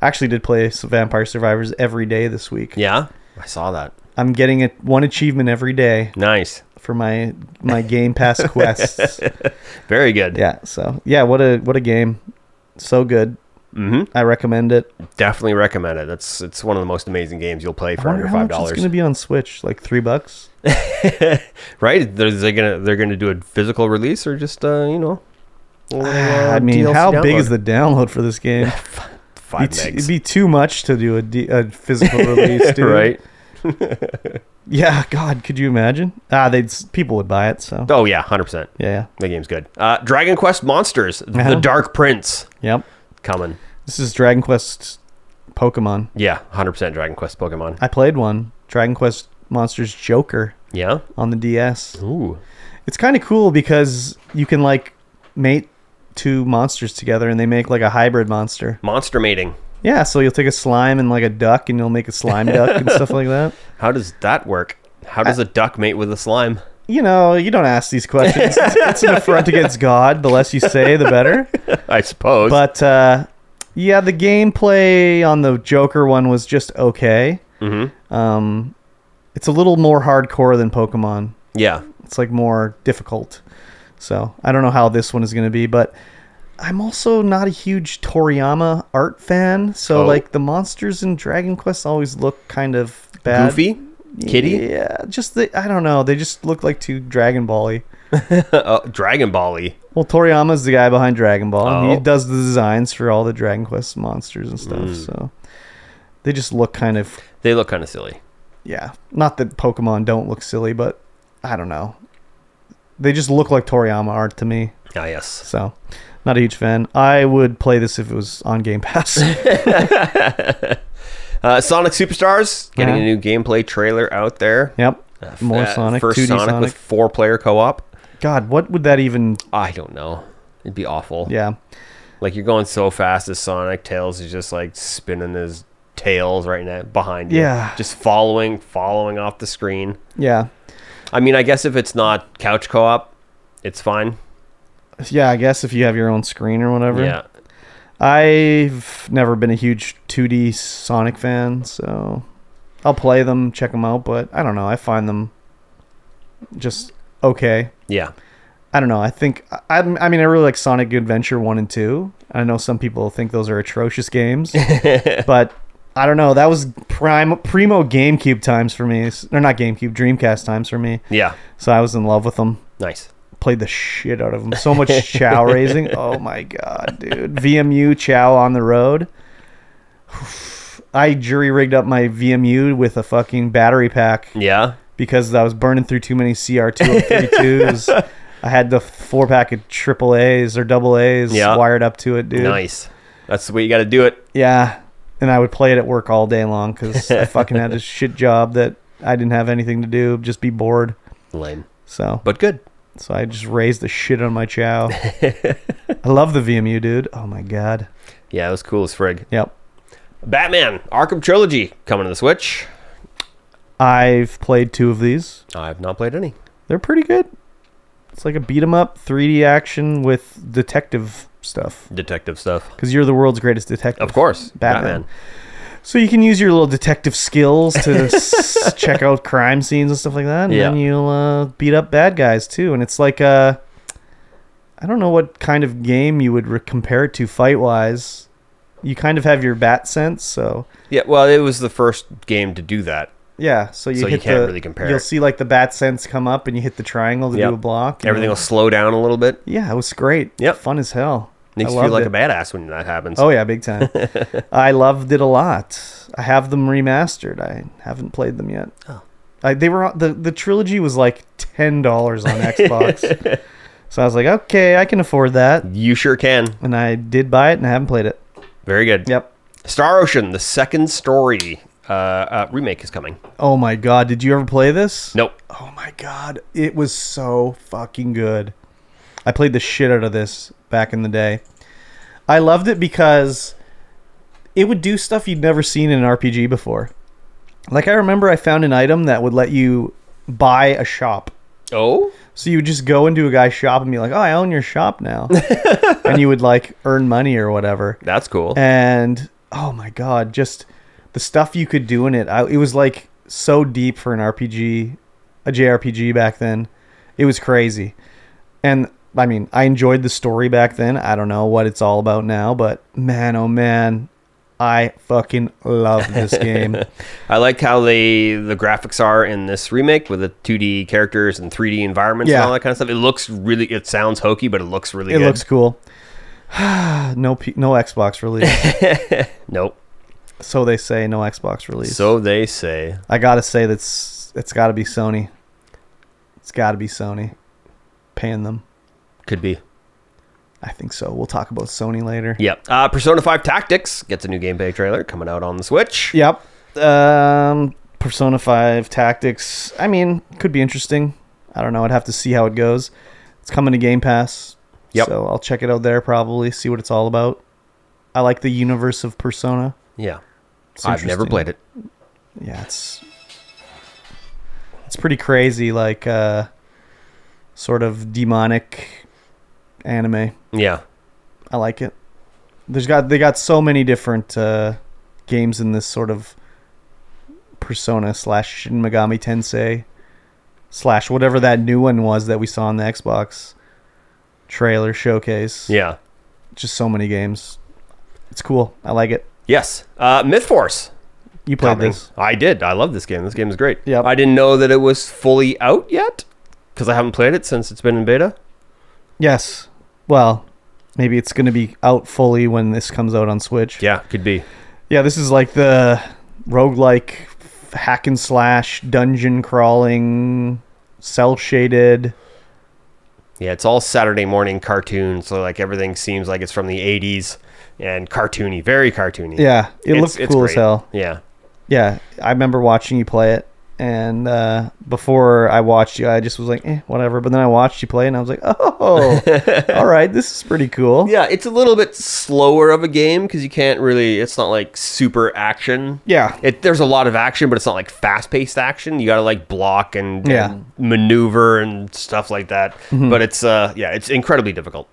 Speaker 3: I actually did play s- Vampire Survivors every day this week.
Speaker 4: Yeah. I saw that.
Speaker 3: I'm getting a, one achievement every day
Speaker 4: Nice.
Speaker 3: for my
Speaker 4: [LAUGHS]
Speaker 3: my Game Pass quests.
Speaker 4: Very good.
Speaker 3: Yeah. So yeah, what a what a game. So good. Mm-hmm. I recommend it.
Speaker 4: Definitely recommend it. That's it's one of the most amazing games you'll play
Speaker 3: I
Speaker 4: for under
Speaker 3: wonder how
Speaker 4: five
Speaker 3: much it's
Speaker 4: dollars.
Speaker 3: going to be on Switch. Like three bucks.
Speaker 4: right? They're, they're gonna they're gonna do a physical release or just uh, you know. a little, uh,
Speaker 3: Ah, I mean,
Speaker 4: DLC
Speaker 3: how big
Speaker 4: download.
Speaker 3: is the download for this game?
Speaker 4: [LAUGHS] five
Speaker 3: It'd be t-
Speaker 4: megs?
Speaker 3: it'd be too much to do a, D- a
Speaker 4: [LAUGHS]
Speaker 3: physical release, dude.
Speaker 4: right?
Speaker 3: Yeah. God, could you imagine? Ah, they'd s- people would buy it. So
Speaker 4: Oh yeah, hundred percent.
Speaker 3: yeah.
Speaker 4: The game's good. Uh, Dragon Quest Monsters:
Speaker 3: Uh-huh.
Speaker 4: The Dark Prince
Speaker 3: yeah. Yep.
Speaker 4: coming.
Speaker 3: This is Dragon Quest Pokemon.
Speaker 4: Yeah, hundred percent Dragon Quest Pokemon.
Speaker 3: I played one. Dragon Quest Monsters Joker
Speaker 4: Yeah.
Speaker 3: on the DS.
Speaker 4: Ooh.
Speaker 3: It's kind of cool because you can like mate two monsters together and they make like a hybrid monster.
Speaker 4: Monster mating.
Speaker 3: Yeah, so you'll take a slime and like a duck and you'll make a slime duck and stuff
Speaker 4: [LAUGHS]
Speaker 3: like that.
Speaker 4: How does that work? How
Speaker 3: Uh,
Speaker 4: does a duck mate with a slime?
Speaker 3: You know, you don't ask these questions. It's, it's
Speaker 4: [LAUGHS]
Speaker 3: an affront against God. The less you say, the better.
Speaker 4: I suppose.
Speaker 3: But uh, yeah, the gameplay on the Joker one was just okay. Mm-hmm. Um, it's a little more hardcore than Pokemon.
Speaker 4: yeah.
Speaker 3: it's like more difficult. So I don't know how this one is going to be, but I'm also not a huge Toriyama art fan, so
Speaker 4: Oh.
Speaker 3: like the monsters in Dragon Quest always look kind of bad.
Speaker 4: Goofy, Kitty,
Speaker 3: Yeah, just the I don't know. They just look like two Dragon Ball-y.
Speaker 4: uh, Dragon Ball-y.
Speaker 3: Well, Toriyama's the guy behind Dragon Ball, and
Speaker 4: Oh.
Speaker 3: he does the designs for all the Dragon Quest monsters and stuff.
Speaker 4: Mm.
Speaker 3: So they just look kind of
Speaker 4: They look kind of silly.
Speaker 3: yeah. Not that Pokemon don't look silly, but I don't know. They just look like Toriyama art to me.
Speaker 4: Ah, yes.
Speaker 3: So not a huge fan. I would play this if it was on
Speaker 4: [LAUGHS]
Speaker 3: Game Pass. [LAUGHS]
Speaker 4: Uh, Sonic Superstars getting
Speaker 3: Uh-huh.
Speaker 4: a new gameplay trailer out there.
Speaker 3: yep. More
Speaker 4: Uh,
Speaker 3: Sonic,
Speaker 4: First
Speaker 3: 2D
Speaker 4: Sonic,
Speaker 3: Sonic.
Speaker 4: with four-player co-op.
Speaker 3: God, what would that even?
Speaker 4: I don't know. It'd be awful.
Speaker 3: Yeah,
Speaker 4: Like you're going so fast as Sonic. Tails is just like spinning his tails right now behind you.
Speaker 3: Yeah.
Speaker 4: Just following, following off the screen.
Speaker 3: yeah,
Speaker 4: I mean, I guess if it's not couch co-op, it's fine.
Speaker 3: yeah. I guess if you have your own screen or whatever.
Speaker 4: Yeah.
Speaker 3: I've never been a huge 2D Sonic fan, so I'll play them, check them out, but I don't know. I find them just okay.
Speaker 4: Yeah.
Speaker 3: I don't know. I think I, I'm- I mean I really like Sonic Adventure One and Two. I know some people think those are atrocious games, but I don't know. That was prime primo GameCube times for me, or not GameCube, Dreamcast times for me.
Speaker 4: Yeah.
Speaker 3: So I was in love with them.
Speaker 4: Nice.
Speaker 3: Played the shit out of them.
Speaker 4: [LAUGHS]
Speaker 3: So much chow raising. Oh my god, dude! VMU chow on the road. [SIGHS] I jury rigged up my VMU with a fucking battery pack
Speaker 4: Yeah.
Speaker 3: because I was burning through too many
Speaker 4: [LAUGHS]
Speaker 3: CR232s. I had the four pack of triple A's or double A's
Speaker 4: Yeah.
Speaker 3: wired up to it, dude.
Speaker 4: Nice. That's the way you got to do it.
Speaker 3: Yeah. And I would play it at work all day long
Speaker 4: [LAUGHS]
Speaker 3: because I fucking had this shit job that I didn't have anything to do, just be bored.
Speaker 4: Lame,
Speaker 3: So,
Speaker 4: but good.
Speaker 3: so I just raised the shit on
Speaker 4: [LAUGHS]
Speaker 3: my chow. I love the VMU, dude. Oh my god.
Speaker 4: Yeah, it was cool as frig.
Speaker 3: Yep.
Speaker 4: Batman Arkham Trilogy coming to the Switch.
Speaker 3: I've played two of these.
Speaker 4: I've not played any.
Speaker 3: They're pretty good. It's like a beat 'em up 3D action with detective stuff
Speaker 4: Detective stuff.
Speaker 3: because you're the world's greatest detective.
Speaker 4: Of course.
Speaker 3: Batman.
Speaker 4: Batman.
Speaker 3: So you can use your little detective skills to
Speaker 4: [LAUGHS]
Speaker 3: s- check out crime scenes and stuff like that, and
Speaker 4: Yeah.
Speaker 3: then you'll uh, beat up bad guys too. And it's like uh, I don't know what kind of game you would re- compare it to fight wise. You kind of have your bat sense, so
Speaker 4: Yeah, well, it was the first game to do that.
Speaker 3: yeah. So you
Speaker 4: So you
Speaker 3: hit
Speaker 4: can't
Speaker 3: the-
Speaker 4: really compare
Speaker 3: You'll
Speaker 4: it.
Speaker 3: see like the bat sense come up, and you hit the triangle to
Speaker 4: Yep.
Speaker 3: do a block. and-
Speaker 4: Everything will slow down a little bit.
Speaker 3: Yeah, it was great.
Speaker 4: Yep.
Speaker 3: fun as hell.
Speaker 4: Makes you
Speaker 3: I
Speaker 4: feel
Speaker 3: loved
Speaker 4: like
Speaker 3: it.
Speaker 4: a badass when that happens.
Speaker 3: Oh yeah, big time. I loved it a lot. I have them remastered. I haven't played them yet. Oh. I, they were on- the the trilogy was like ten dollars on Xbox, so I was like, okay, I can afford that,
Speaker 4: You sure can.
Speaker 3: and I did buy it, and I haven't played it.
Speaker 4: Very good.
Speaker 3: Yep.
Speaker 4: Star Ocean, the second story uh, uh, remake is coming.
Speaker 3: Oh my god, did you ever play this?
Speaker 4: Nope.
Speaker 3: Oh my god, it was so fucking good. I played the shit out of this back in the day. I loved it because it would do stuff you'd never seen in an RPG before. Like I remember I found an item that would let you buy a shop.
Speaker 4: Oh?
Speaker 3: So you would just go into a guy's shop and be like, "Oh, I own your shop now." and you would like earn money or whatever
Speaker 4: That's cool.
Speaker 3: Eh. and oh my god just the stuff you could do in it I, it was like so deep for an rpg a jrpg back then it was crazy and i mean i enjoyed the story back then i don't know what it's all about now but man oh man i fucking love this game
Speaker 4: I liked how they the graphics are in this remake with the 2D characters and 3D environments
Speaker 3: Yeah.
Speaker 4: and all that kind of stuff. It looks really, it sounds hokey, but it looks really
Speaker 3: it
Speaker 4: good.
Speaker 3: looks cool [SIGHS] no P- no xbox release
Speaker 4: Nope.
Speaker 3: so they say no xbox release
Speaker 4: So they say.
Speaker 3: I gotta say that's it's gotta be Sony. It's gotta be Sony. Paying them.
Speaker 4: Could be.
Speaker 3: I think so. We'll talk about Sony later.
Speaker 4: Yeah. Uh, Persona 5 Tactics gets a new gameplay trailer coming out on the Switch.
Speaker 3: Yep. Um Persona 5 Tactics. I mean, could be interesting. I don't know. I'd have to see how it goes. It's coming to Game Pass.
Speaker 4: Yep.
Speaker 3: So I'll check it out there probably, see what it's all about. I like the universe of Persona.
Speaker 4: Yeah.
Speaker 3: It's
Speaker 4: I've never
Speaker 3: interesting.
Speaker 4: played it.
Speaker 3: yeah it's it's pretty crazy like uh sort of demonic anime
Speaker 4: Yeah.
Speaker 3: i like it there's got they got so many different uh games in this sort of persona slash shin megami tensei slash whatever that new one was that we saw on the xbox trailer showcase
Speaker 4: Yeah.
Speaker 3: just so many games. It's cool. I like it.
Speaker 4: Yes. Uh, Myth Force.
Speaker 3: You played
Speaker 4: coming.
Speaker 3: this.
Speaker 4: I did. I love this game. This game is great.
Speaker 3: Yep.
Speaker 4: I didn't know that it was fully out yet because I haven't played it since it's been in beta.
Speaker 3: Yes. Well, maybe it's going to be out fully when this comes out on Switch.
Speaker 4: Yeah, could be.
Speaker 3: Yeah, this is like the roguelike f- hack and slash dungeon crawling cell shaded.
Speaker 4: Yeah, it's all Saturday morning cartoon, so like everything seems like it's from the '80s and cartoony, very cartoony.
Speaker 3: Yeah, it
Speaker 4: It's-
Speaker 3: looks
Speaker 4: it's
Speaker 3: cool as
Speaker 4: great.
Speaker 3: hell.
Speaker 4: Yeah,
Speaker 3: Yeah, I remember watching you play it, and uh, before I watched you, I just was like, eh, whatever. But then I watched you play, and I was like,
Speaker 4: [LAUGHS]
Speaker 3: oh, all right, this is pretty cool.
Speaker 4: yeah. It's a little bit slower of a game because you can't really. It's not like super action.
Speaker 3: Yeah.
Speaker 4: It, there's a lot of action, but it's not like fast-paced action. You gotta like block and,
Speaker 3: Yeah. Mm-hmm.
Speaker 4: and maneuver and stuff like that. But it's uh, yeah, it's incredibly difficult.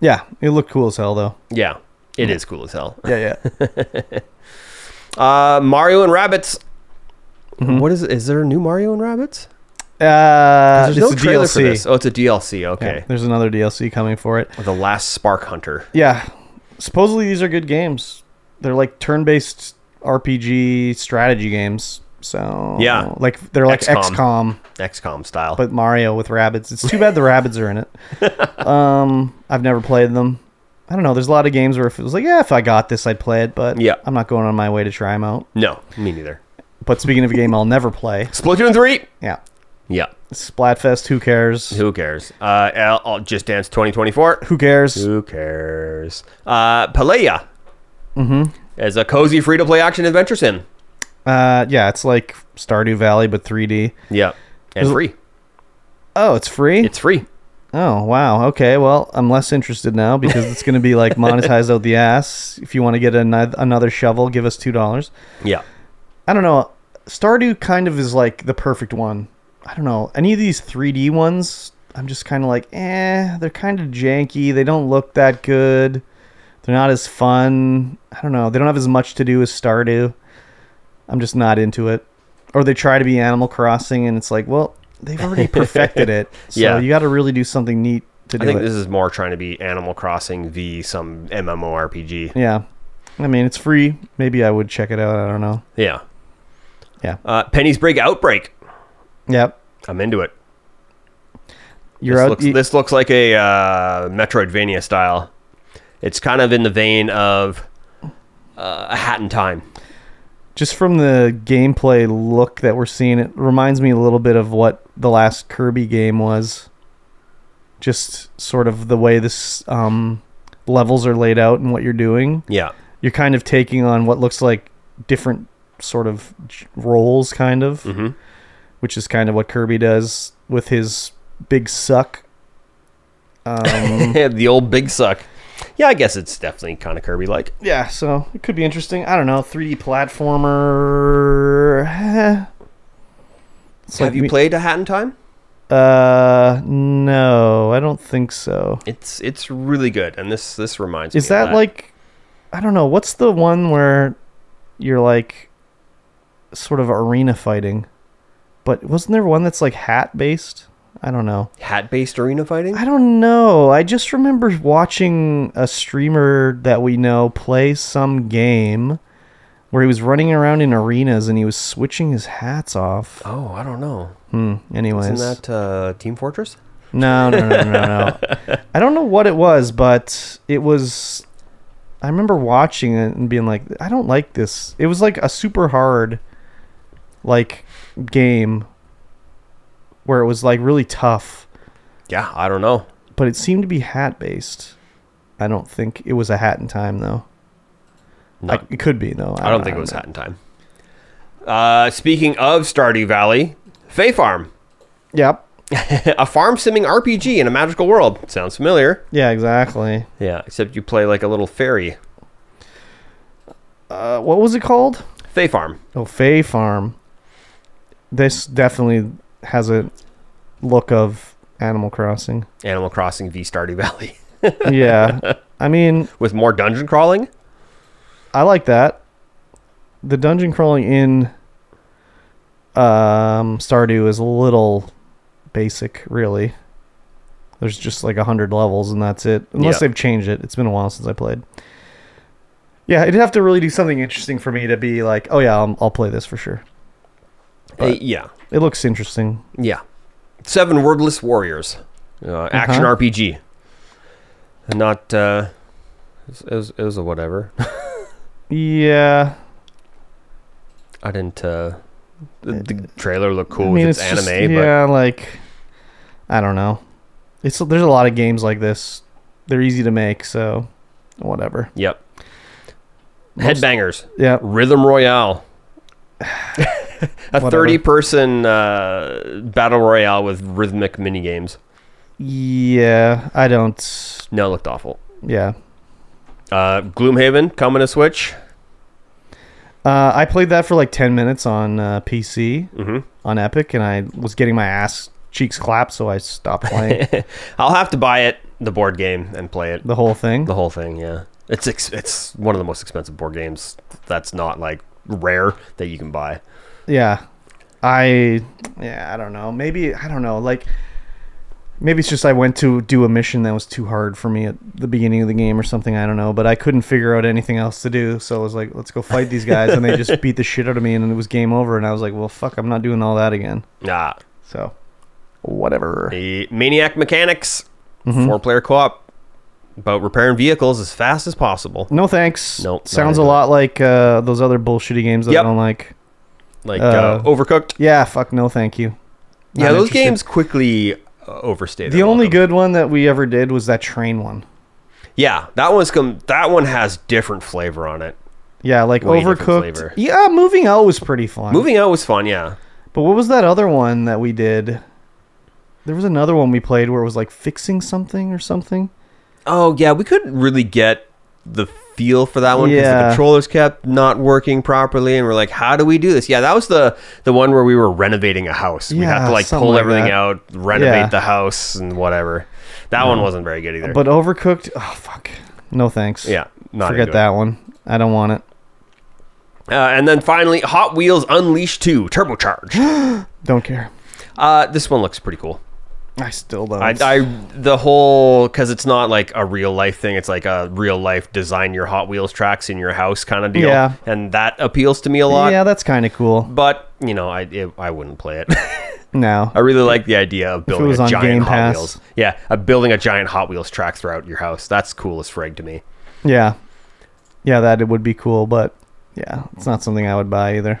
Speaker 3: Yeah, it looked cool as hell though.
Speaker 4: Yeah,
Speaker 3: Mm-hmm.
Speaker 4: it is cool as hell.
Speaker 3: Yeah, yeah.
Speaker 4: Uh, Mario and Rabbits.
Speaker 3: Mm-hmm.
Speaker 4: What is? Is there a new Mario and Rabbits?
Speaker 3: Uh,
Speaker 4: There's
Speaker 3: it's
Speaker 4: no
Speaker 3: a
Speaker 4: trailer for
Speaker 3: DLC.
Speaker 4: this. Oh, it's a DLC. Okay.
Speaker 3: Yeah, there's another DLC coming for it.
Speaker 4: The Last Spark Hunter.
Speaker 3: Yeah, supposedly these are good games. They're like turn-based RPG strategy games. So
Speaker 4: Yeah.
Speaker 3: like they're like
Speaker 4: XCOM.
Speaker 3: XCOM
Speaker 4: XCOM style.
Speaker 3: but Mario with rabbits. It's too bad the rabbits are in it.
Speaker 4: [LAUGHS]
Speaker 3: Um, I've never played them. I don't know. There's a lot of games where if it was like, yeah, if I got this, I'd play it, but
Speaker 4: Yeah.
Speaker 3: I'm not going on my way to try them out.
Speaker 4: no, me neither.
Speaker 3: But speaking of a game I'll never play,
Speaker 4: Splatoon 3?
Speaker 3: yeah,
Speaker 4: Yeah.
Speaker 3: Splatfest. Who cares?
Speaker 4: Who cares? Uh, I'll, I'll just dance 2024.
Speaker 3: Who cares?
Speaker 4: Who cares? Uh, Palea. Mm-hmm. As a cozy free to play action adventure sim.
Speaker 3: Uh, yeah, it's like Stardew Valley but 3D.
Speaker 4: Yeah. And free.
Speaker 3: Oh, it's free.
Speaker 4: It's free.
Speaker 3: oh, wow. Okay. Well, I'm less interested now because it's going to be like monetized out the ass. If you want to get anoth- another shovel, give us two dollars.
Speaker 4: Yeah.
Speaker 3: I don't know. Stardew kind of is like the perfect one. I don't know. Any of these 3D ones, I'm just kind of like, eh, they're kind of janky. They don't look that good. They're not as fun. I don't know. They don't have as much to do as Stardew. I'm just not into it. Or they try to be Animal Crossing, and it's like, well,
Speaker 4: [LAUGHS]
Speaker 3: they've already perfected it. So
Speaker 4: Yeah.
Speaker 3: you got to really do something neat to
Speaker 4: I
Speaker 3: do
Speaker 4: think
Speaker 3: it.
Speaker 4: this is more trying to be Animal Crossing v some MMORPG.
Speaker 3: yeah. I mean, it's free. Maybe I would check it out. I don't know.
Speaker 4: Yeah.
Speaker 3: Yeah.
Speaker 4: Uh, Penny's Brig Outbreak.
Speaker 3: Yep.
Speaker 4: I'm into it.
Speaker 3: You're
Speaker 4: this,
Speaker 3: out.
Speaker 4: looks,
Speaker 3: you-
Speaker 4: this looks like a uh, Metroidvania style. It's kind of in the vein of uh, a Hat in Time.
Speaker 3: just from the gameplay look that we're seeing, it reminds me a little bit of what the last Kirby game was. Just sort of the way this um, levels are laid out and what you're doing.
Speaker 4: Yeah,
Speaker 3: You're kind of taking on what looks like different sort of j- roles, kind of,
Speaker 4: Mhm.
Speaker 3: which is kind of what Kirby does with his big suck. Um,
Speaker 4: [LAUGHS] the old Big Suck. Yeah, I guess it's definitely kind of Kirby like.
Speaker 3: yeah, so it could be interesting. I don't know, 3D platformer. eh. It's
Speaker 4: Have you
Speaker 3: me-
Speaker 4: played a Hat in Time?
Speaker 3: Uh, no, I don't think so.
Speaker 4: It's it's really good, and this this reminds me.
Speaker 3: Is
Speaker 4: of
Speaker 3: that like, I don't know, what's the one where you're like sort of arena fighting? But wasn't there one that's like hat based? I don't know.
Speaker 4: hat based arena fighting?
Speaker 3: I don't know. I just remember watching a streamer that we know play some game where he was running around in arenas and he was switching his hats off.
Speaker 4: Oh, I don't know.
Speaker 3: Hmm. Anyways,
Speaker 4: Isn't that uh, Team Fortress?
Speaker 3: No, no, no,
Speaker 4: [LAUGHS]
Speaker 3: no, no. no. I don't know what it was, but it was. I remember watching it and being like, I don't like this. It was like a super hard, like, game where it was like really tough,
Speaker 4: Yeah, I don't know.
Speaker 3: but it seemed to be hat based. I don't think it was a hat in time though.
Speaker 4: No,
Speaker 3: I, it could be though.
Speaker 4: I, don't think it was Hat in Time. Uh, speaking of Stardew Valley, Fay Farm, [LAUGHS]
Speaker 3: Yep.
Speaker 4: a farm simming RPG in a magical world. Sounds familiar.
Speaker 3: Yeah. Exactly.
Speaker 4: Yeah, except you play like a little fairy.
Speaker 3: Uh, what was it called?
Speaker 4: Fay Farm.
Speaker 3: Oh, Fay Farm. This definitely has a look of Animal Crossing.
Speaker 4: Animal Crossing v Stardew Valley. [LAUGHS]
Speaker 3: Yeah. I mean,
Speaker 4: With more dungeon crawling?
Speaker 3: I like that. The dungeon crawling in um, Stardew is a little basic, really. There's just like 100 levels and that's it. Unless
Speaker 4: Yeah.
Speaker 3: they've changed it. It's been a while since I played. Yeah, it'd have to really do something interesting for me to be like, oh yeah, I'll, I'll play this for sure.
Speaker 4: Uh, yeah.
Speaker 3: It looks interesting.
Speaker 4: Yeah. Seven Wordless Warriors. Uh, action
Speaker 3: Uh-huh.
Speaker 4: RPG. Not, uh, it was, it was, it was a whatever.
Speaker 3: Yeah.
Speaker 4: I didn't, uh, the, the trailer looked cool
Speaker 3: Uh, I mean,
Speaker 4: with its,
Speaker 3: just-
Speaker 4: anime,
Speaker 3: yeah, like I don't know. It's there's a lot of games like this. They're easy to make, so whatever.
Speaker 4: but yep.
Speaker 3: Most-
Speaker 4: Headbangers.
Speaker 3: Yeah,
Speaker 4: Rhythm
Speaker 3: [SIGHS]
Speaker 4: Royale. a
Speaker 3: Whatever.
Speaker 4: 30 person uh, battle royale with rhythmic mini games.
Speaker 3: yeah. I don't.
Speaker 4: No, it looked awful.
Speaker 3: Yeah,
Speaker 4: Uh, Gloomhaven coming to Switch.
Speaker 3: uh, I played that for like ten minutes on uh, PC
Speaker 4: hmm
Speaker 3: on Epic, and I was getting my ass cheeks clapped, so I
Speaker 4: [LAUGHS]
Speaker 3: stopped playing
Speaker 4: [LAUGHS] I'll have to buy it, the board game, and play it.
Speaker 3: the whole thing.
Speaker 4: The whole thing, yeah. It's ex- it's one of the most expensive board games that's not like rare that you can buy.
Speaker 3: Yeah, I yeah. I don't know. Maybe I don't know. Like maybe it's just I went to do a mission that was too hard for me at the beginning of the game or something. I don't know, but I couldn't figure out anything else to do, so I was like, let's go fight these guys, and
Speaker 4: [LAUGHS]
Speaker 3: they just beat the shit out of me, and it was game over. And I was like, well, fuck, I'm not doing all that again.
Speaker 4: Nah,
Speaker 3: So whatever.
Speaker 4: the Maniac Mechanics,
Speaker 3: Mm-hmm.
Speaker 4: four player co op, about repairing vehicles as fast as possible.
Speaker 3: No thanks.
Speaker 4: Nope, not
Speaker 3: Sounds a
Speaker 4: into
Speaker 3: lot like uh, those other bullshitty games that
Speaker 4: Yep.
Speaker 3: I don't like.
Speaker 4: Like uh,
Speaker 3: Uh,
Speaker 4: Overcooked.
Speaker 3: Yeah, fuck no, thank you.
Speaker 4: Yeah, those
Speaker 3: Not interested.
Speaker 4: games quickly uh, overstay.
Speaker 3: The
Speaker 4: their
Speaker 3: only
Speaker 4: welcome.
Speaker 3: good one that we ever did was that train one.
Speaker 4: Yeah, that one's come. That one has different flavor on it.
Speaker 3: Yeah, like
Speaker 4: Way different flavor.
Speaker 3: overcooked. Yeah, moving out was pretty fun.
Speaker 4: Moving out was fun. Yeah,
Speaker 3: But what was that other one that we did? There was another one we played where it was like fixing something or something.
Speaker 4: Oh yeah, we couldn't really get the feel for that one because the
Speaker 3: Yeah.
Speaker 4: controllers kept not working properly, and we're like, "How do we do this?" Yeah, that was the the one where we were renovating a house. we had
Speaker 3: Yeah,
Speaker 4: to like
Speaker 3: something
Speaker 4: pull
Speaker 3: like
Speaker 4: everything
Speaker 3: that.
Speaker 4: out, renovate
Speaker 3: Yeah. Mm.
Speaker 4: the house, and whatever. That one wasn't very good either.
Speaker 3: But overcooked, oh fuck, no thanks.
Speaker 4: yeah, not
Speaker 3: forget
Speaker 4: into it.
Speaker 3: that one. I don't want it.
Speaker 4: Uh, and then finally, Hot Wheels Unleashed Two
Speaker 3: [GASPS]
Speaker 4: Turbocharged.
Speaker 3: Don't care.
Speaker 4: uh, this one looks pretty cool.
Speaker 3: I still don't.
Speaker 4: I, I the whole because it's not like a real life thing. It's like a real life design your Hot Wheels tracks in your house kind of deal.
Speaker 3: Yeah.
Speaker 4: and that appeals to me a lot.
Speaker 3: yeah, that's kind of cool.
Speaker 4: but you know, I it, I wouldn't play it. [LAUGHS]
Speaker 3: No,
Speaker 4: I really like the idea of building
Speaker 3: was
Speaker 4: a
Speaker 3: on
Speaker 4: giant
Speaker 3: Game
Speaker 4: Hot
Speaker 3: Pass.
Speaker 4: Wheels. Yeah, of building a giant Hot Wheels track throughout your house. That's cool as frig to me.
Speaker 3: yeah, yeah, that it would be cool, but yeah, it's not something I would buy either.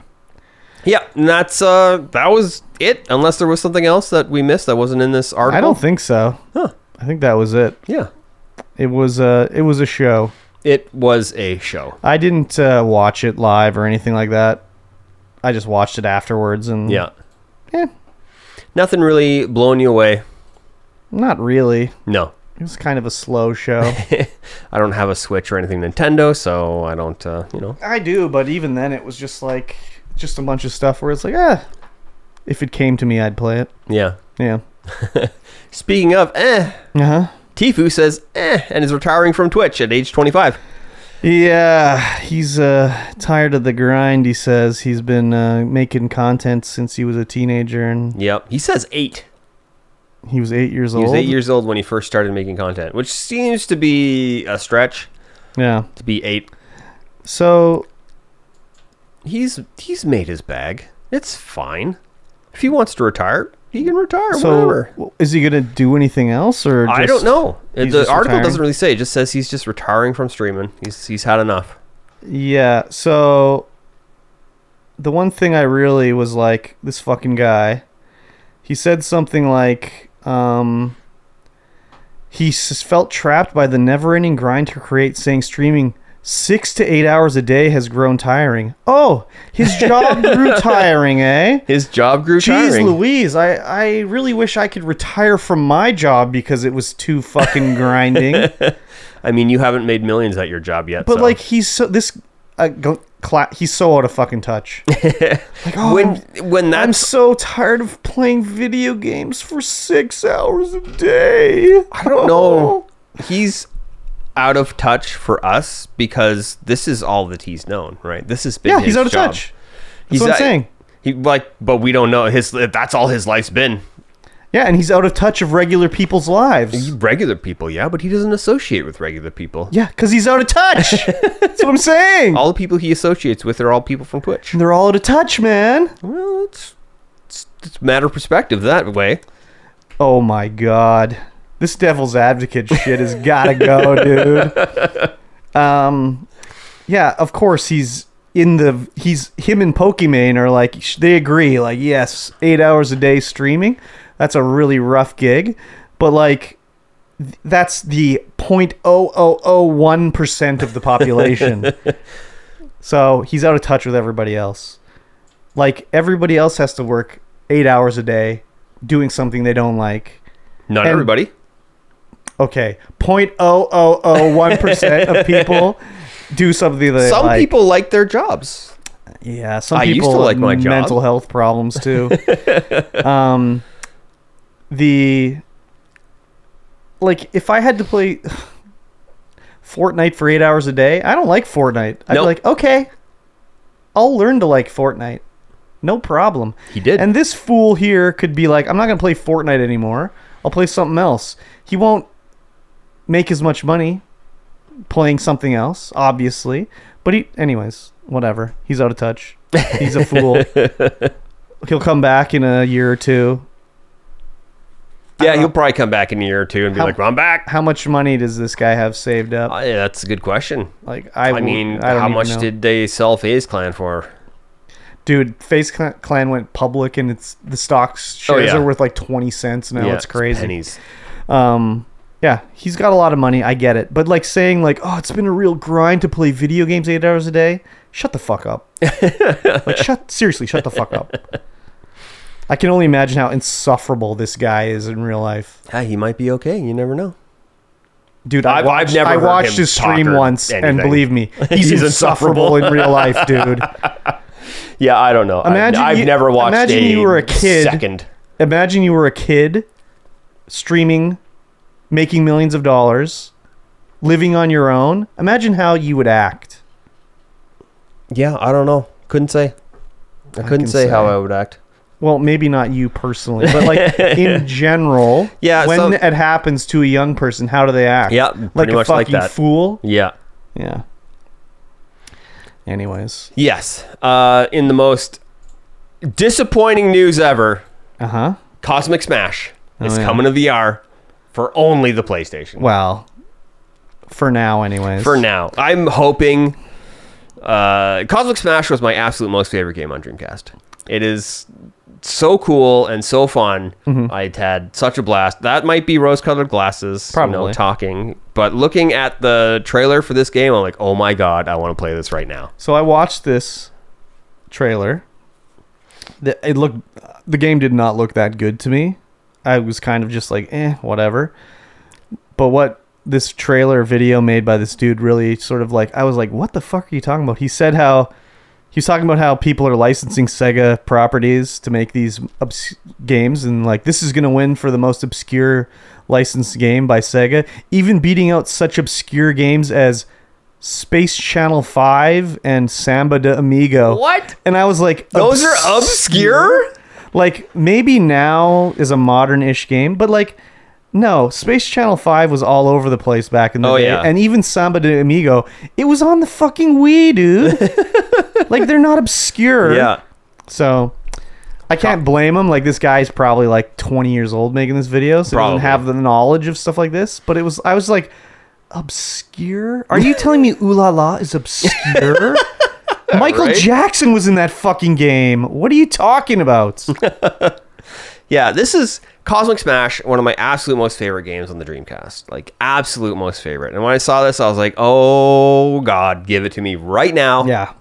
Speaker 4: Yeah, and that's uh that was it. Unless there was something else that we missed that wasn't in this article.
Speaker 3: I don't think so.
Speaker 4: Huh.
Speaker 3: I think that was it.
Speaker 4: Yeah,
Speaker 3: It was a it was a show.
Speaker 4: it was a show.
Speaker 3: I didn't uh, watch it live or anything like that. I just watched it afterwards and
Speaker 4: Yeah,
Speaker 3: Eh,
Speaker 4: nothing really blowing you away.
Speaker 3: not really.
Speaker 4: No,
Speaker 3: It was kind of a slow show.
Speaker 4: [LAUGHS] I don't have a Switch or anything Nintendo, so I don't. Uh, you know.
Speaker 3: I do, but even then, it was just like just a bunch of stuff where it's like, ah, if it came to me, I'd play it.
Speaker 4: Yeah.
Speaker 3: Yeah.
Speaker 4: Speaking of, eh,
Speaker 3: Uh huh.
Speaker 4: Tifu says eh, and is retiring from Twitch at age twenty five.
Speaker 3: Yeah, he's uh, tired of the grind. He says he's been uh, making content since he was a teenager, and
Speaker 4: Yep, he says eight.
Speaker 3: he was eight years
Speaker 4: He
Speaker 3: old.
Speaker 4: was eight years old when he first started making content, which seems to be a stretch
Speaker 3: Yeah.
Speaker 4: to be eight.
Speaker 3: So
Speaker 4: He's he's made his bag. It's fine. If he wants to retire, he can retire.
Speaker 3: so
Speaker 4: whatever.
Speaker 3: w- is he gonna do anything else or? Just,
Speaker 4: I don't know.
Speaker 3: he's
Speaker 4: The
Speaker 3: just
Speaker 4: article
Speaker 3: retiring?
Speaker 4: doesn't really say. It just says he's just retiring from streaming. He's he's had enough.
Speaker 3: Yeah, so the one thing I really was like, this fucking guy, he said something like, um, he s- felt trapped by the never ending grind to create, saying streaming six to eight hours a day has grown tiring. Oh,
Speaker 4: [LAUGHS]
Speaker 3: his job grew tiring, eh?
Speaker 4: His job grew
Speaker 3: Jeez
Speaker 4: tiring.
Speaker 3: Louise, I, I really wish I could retire from my job because it was too
Speaker 4: [LAUGHS]
Speaker 3: fucking grinding.
Speaker 4: I mean, you haven't made millions at your job yet.
Speaker 3: But
Speaker 4: so.
Speaker 3: like he's so this uh, gl- cla- he's so out of
Speaker 4: [LAUGHS]
Speaker 3: fucking touch. like oh,
Speaker 4: when when
Speaker 3: I'm
Speaker 4: that's
Speaker 3: so tired of playing video games for six hours a day.
Speaker 4: I don't know. He's out of touch for us because this is all that he's known, right? This has been
Speaker 3: [LAUGHS] Yeah,
Speaker 4: his
Speaker 3: he's out of
Speaker 4: job.
Speaker 3: touch. That's what I'm
Speaker 4: uh,
Speaker 3: saying.
Speaker 4: He like, but we don't know his. That's all his life's been.
Speaker 3: Yeah, and he's out of touch of regular people's lives.
Speaker 4: Regular people, yeah, but he doesn't associate with regular people.
Speaker 3: Yeah, because he's out
Speaker 4: [LAUGHS]
Speaker 3: of touch. That's what I'm saying.
Speaker 4: All the people he associates with are all people from Twitch.
Speaker 3: They're all out of touch, man.
Speaker 4: Well, it's, it's, it's a matter of perspective that way.
Speaker 3: Oh my god. This devil's advocate shit has gotta go, dude. Um yeah, of course he's in the he's him and Pokimane are like sh- they agree, like, yes, eight hours a day streaming. That's a really rough gig. But like th- that's the 0.0001% of the population. so he's out of touch with everybody else. Like everybody else has to work eight hours a day doing something they don't like
Speaker 4: Not
Speaker 3: And-
Speaker 4: everybody.
Speaker 3: okay, 0.0001% of people do something they
Speaker 4: Some
Speaker 3: like.
Speaker 4: people like their jobs.
Speaker 3: yeah, some
Speaker 4: I used
Speaker 3: people
Speaker 4: to like my job.
Speaker 3: mental health problems
Speaker 4: [LAUGHS]
Speaker 3: too. um, the like if I had to play Fortnite for eight hours a day, I don't like Fortnite. I'd
Speaker 4: Nope.
Speaker 3: be like, okay, I'll learn to like Fortnite, no problem.
Speaker 4: He did.
Speaker 3: And this fool here could be like, I'm not going to play Fortnite anymore. I'll play something else. He won't make as much money playing something else, obviously. But he, anyways, whatever. He's out of touch. He's
Speaker 4: [LAUGHS]
Speaker 3: a fool. He'll come back in a year or two.
Speaker 4: yeah, he'll probably come back in a year or two and be
Speaker 3: uh, How-
Speaker 4: like, "Well, "I'm back."
Speaker 3: How much money does this guy have saved up?
Speaker 4: Uh, yeah, that's a good question.
Speaker 3: Like I,
Speaker 4: I
Speaker 3: w-
Speaker 4: mean,
Speaker 3: I don't
Speaker 4: how
Speaker 3: even
Speaker 4: much
Speaker 3: know. Oh,
Speaker 4: did they sell Phase Clan for?
Speaker 3: dude Face Clan- Clan went public and it's the stocks
Speaker 4: Oh,
Speaker 3: shares
Speaker 4: yeah.
Speaker 3: are worth like twenty cents now. it's
Speaker 4: it's
Speaker 3: crazy.
Speaker 4: Pennies.
Speaker 3: Um, yeah, he's got a lot of money. I get it, but like saying like, "Oh, it's been a real grind to play video games eight hours a day." Shut the
Speaker 4: [LAUGHS]
Speaker 3: fuck up. like, shut seriously, shut the fuck up. I can only imagine how insufferable this guy is in real life,
Speaker 4: Yeah, he might be okay. You never know.
Speaker 3: dude. I
Speaker 4: I've- I've
Speaker 3: watched,
Speaker 4: never
Speaker 3: I
Speaker 4: heard
Speaker 3: watched
Speaker 4: him
Speaker 3: his
Speaker 4: talk
Speaker 3: stream
Speaker 4: or
Speaker 3: once, and
Speaker 4: anything. [LAUGHS]
Speaker 3: believe me, he's,
Speaker 4: He's
Speaker 3: insufferable in
Speaker 4: [LAUGHS]
Speaker 3: real life, dude.
Speaker 4: Yeah, I don't know. I-
Speaker 3: Imagine
Speaker 4: I've,
Speaker 3: you-
Speaker 4: never watched.
Speaker 3: imagine
Speaker 4: a
Speaker 3: you were a kid.
Speaker 4: Second.
Speaker 3: imagine you were a kid streaming making millions of dollars living on your own imagine how you would act
Speaker 4: Yeah, I don't know. Couldn't say. I couldn't
Speaker 3: can
Speaker 4: say,
Speaker 3: say.
Speaker 4: how I would act.
Speaker 3: well maybe not you personally but like
Speaker 4: [LAUGHS]
Speaker 3: in general
Speaker 4: Yeah,
Speaker 3: when
Speaker 4: so-
Speaker 3: it happens to a young person how do they act
Speaker 4: Yeah,
Speaker 3: like
Speaker 4: pretty
Speaker 3: a
Speaker 4: much like
Speaker 3: fucking
Speaker 4: that.
Speaker 3: fool
Speaker 4: Yeah.
Speaker 3: yeah anyways
Speaker 4: Yes. Uh, in the most disappointing news ever,
Speaker 3: uh-huh
Speaker 4: Cosmic Smash is
Speaker 3: Oh, yeah.
Speaker 4: coming to VR for only the PlayStation.
Speaker 3: well for now anyways
Speaker 4: For now, I'm hoping. Uh, Cosmic Smash was my absolute most favorite game on Dreamcast. It is so cool and so fun.
Speaker 3: Mm-hmm.
Speaker 4: I had such a blast. That might be rose-colored glasses, you know,
Speaker 3: Probably.
Speaker 4: talking. But looking at the trailer for this game, I'm like, oh my god, I want to play this right now.
Speaker 3: So I watched this trailer. The, it looked the game did not look that good to me. I was kind of just like, eh, whatever. But what this trailer video made by this dude really sort of like, I was like, what the fuck are you talking about? He said how he was talking about how people are licensing Sega properties to make these obs- games, and like this is gonna win for the most obscure licensed game by Sega, even beating out such obscure games as Space Channel Five and Samba de Amigo.
Speaker 4: What?
Speaker 3: And I was like,
Speaker 4: Those are obscure?
Speaker 3: Like maybe now is a modern-ish game, but like. No, Space Channel 5 was all over the place back in the
Speaker 4: Oh,
Speaker 3: day.
Speaker 4: yeah.
Speaker 3: And even Samba de Amigo, it was on the fucking Wii, dude.
Speaker 4: [LAUGHS]
Speaker 3: like they're not obscure.
Speaker 4: Yeah.
Speaker 3: So I can't blame him. Like this guy's probably like 20 years old making this video, so
Speaker 4: Probably.
Speaker 3: he doesn't have the knowledge of stuff like this. But it was I was like, obscure?
Speaker 4: [LAUGHS]
Speaker 3: Are you telling me Ooh La La is obscure? Michael
Speaker 4: Right?
Speaker 3: Jackson was in that fucking game. What are you
Speaker 4: [LAUGHS]
Speaker 3: talking about?
Speaker 4: Yeah, this is Cosmic Smash, one of my absolute most favorite games on the Dreamcast. Like, absolute most favorite. And when I saw this, I was like, oh, God, give it to me right now.
Speaker 3: yeah.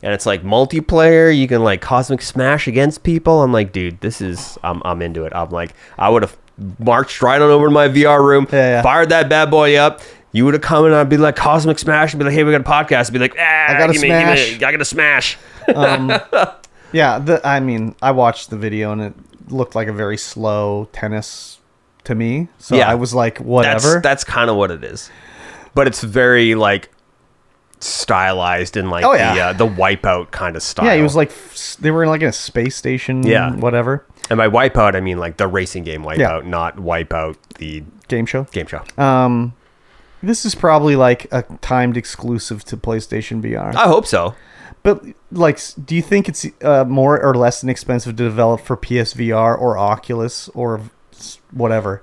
Speaker 4: And it's like multiplayer. You can, like, Cosmic Smash against people. I'm like, dude, this is, I'm, I'm into it. I'm like, I would have marched right on over to my VR room,
Speaker 3: Yeah, yeah.
Speaker 4: fired that bad boy up. You would have come and I'd be like, Cosmic Smash, and be like, hey, we got a podcast. And be like, ah,
Speaker 3: gotta
Speaker 4: give me- give me-
Speaker 3: smash.
Speaker 4: I got to smash.
Speaker 3: Yeah, the, I mean, I watched the video and it looked like a very slow tennis to me. So
Speaker 4: Yeah.
Speaker 3: I was like, whatever.
Speaker 4: That's that's kind of what it is, but it's very like stylized and like
Speaker 3: Oh,
Speaker 4: the
Speaker 3: yeah.
Speaker 4: uh, the wipeout kind of style.
Speaker 3: Yeah, he was like f- they were like in a space station.
Speaker 4: Yeah.
Speaker 3: whatever.
Speaker 4: And by wipeout, I mean like the racing game wipeout,
Speaker 3: Yeah.
Speaker 4: not wipeout the
Speaker 3: game show.
Speaker 4: game show.
Speaker 3: Um, this is probably like a timed exclusive to PlayStation VR.
Speaker 4: I hope so.
Speaker 3: But like, s- do you think it's uh, more or less expensive to develop for PSVR or Oculus or s- whatever?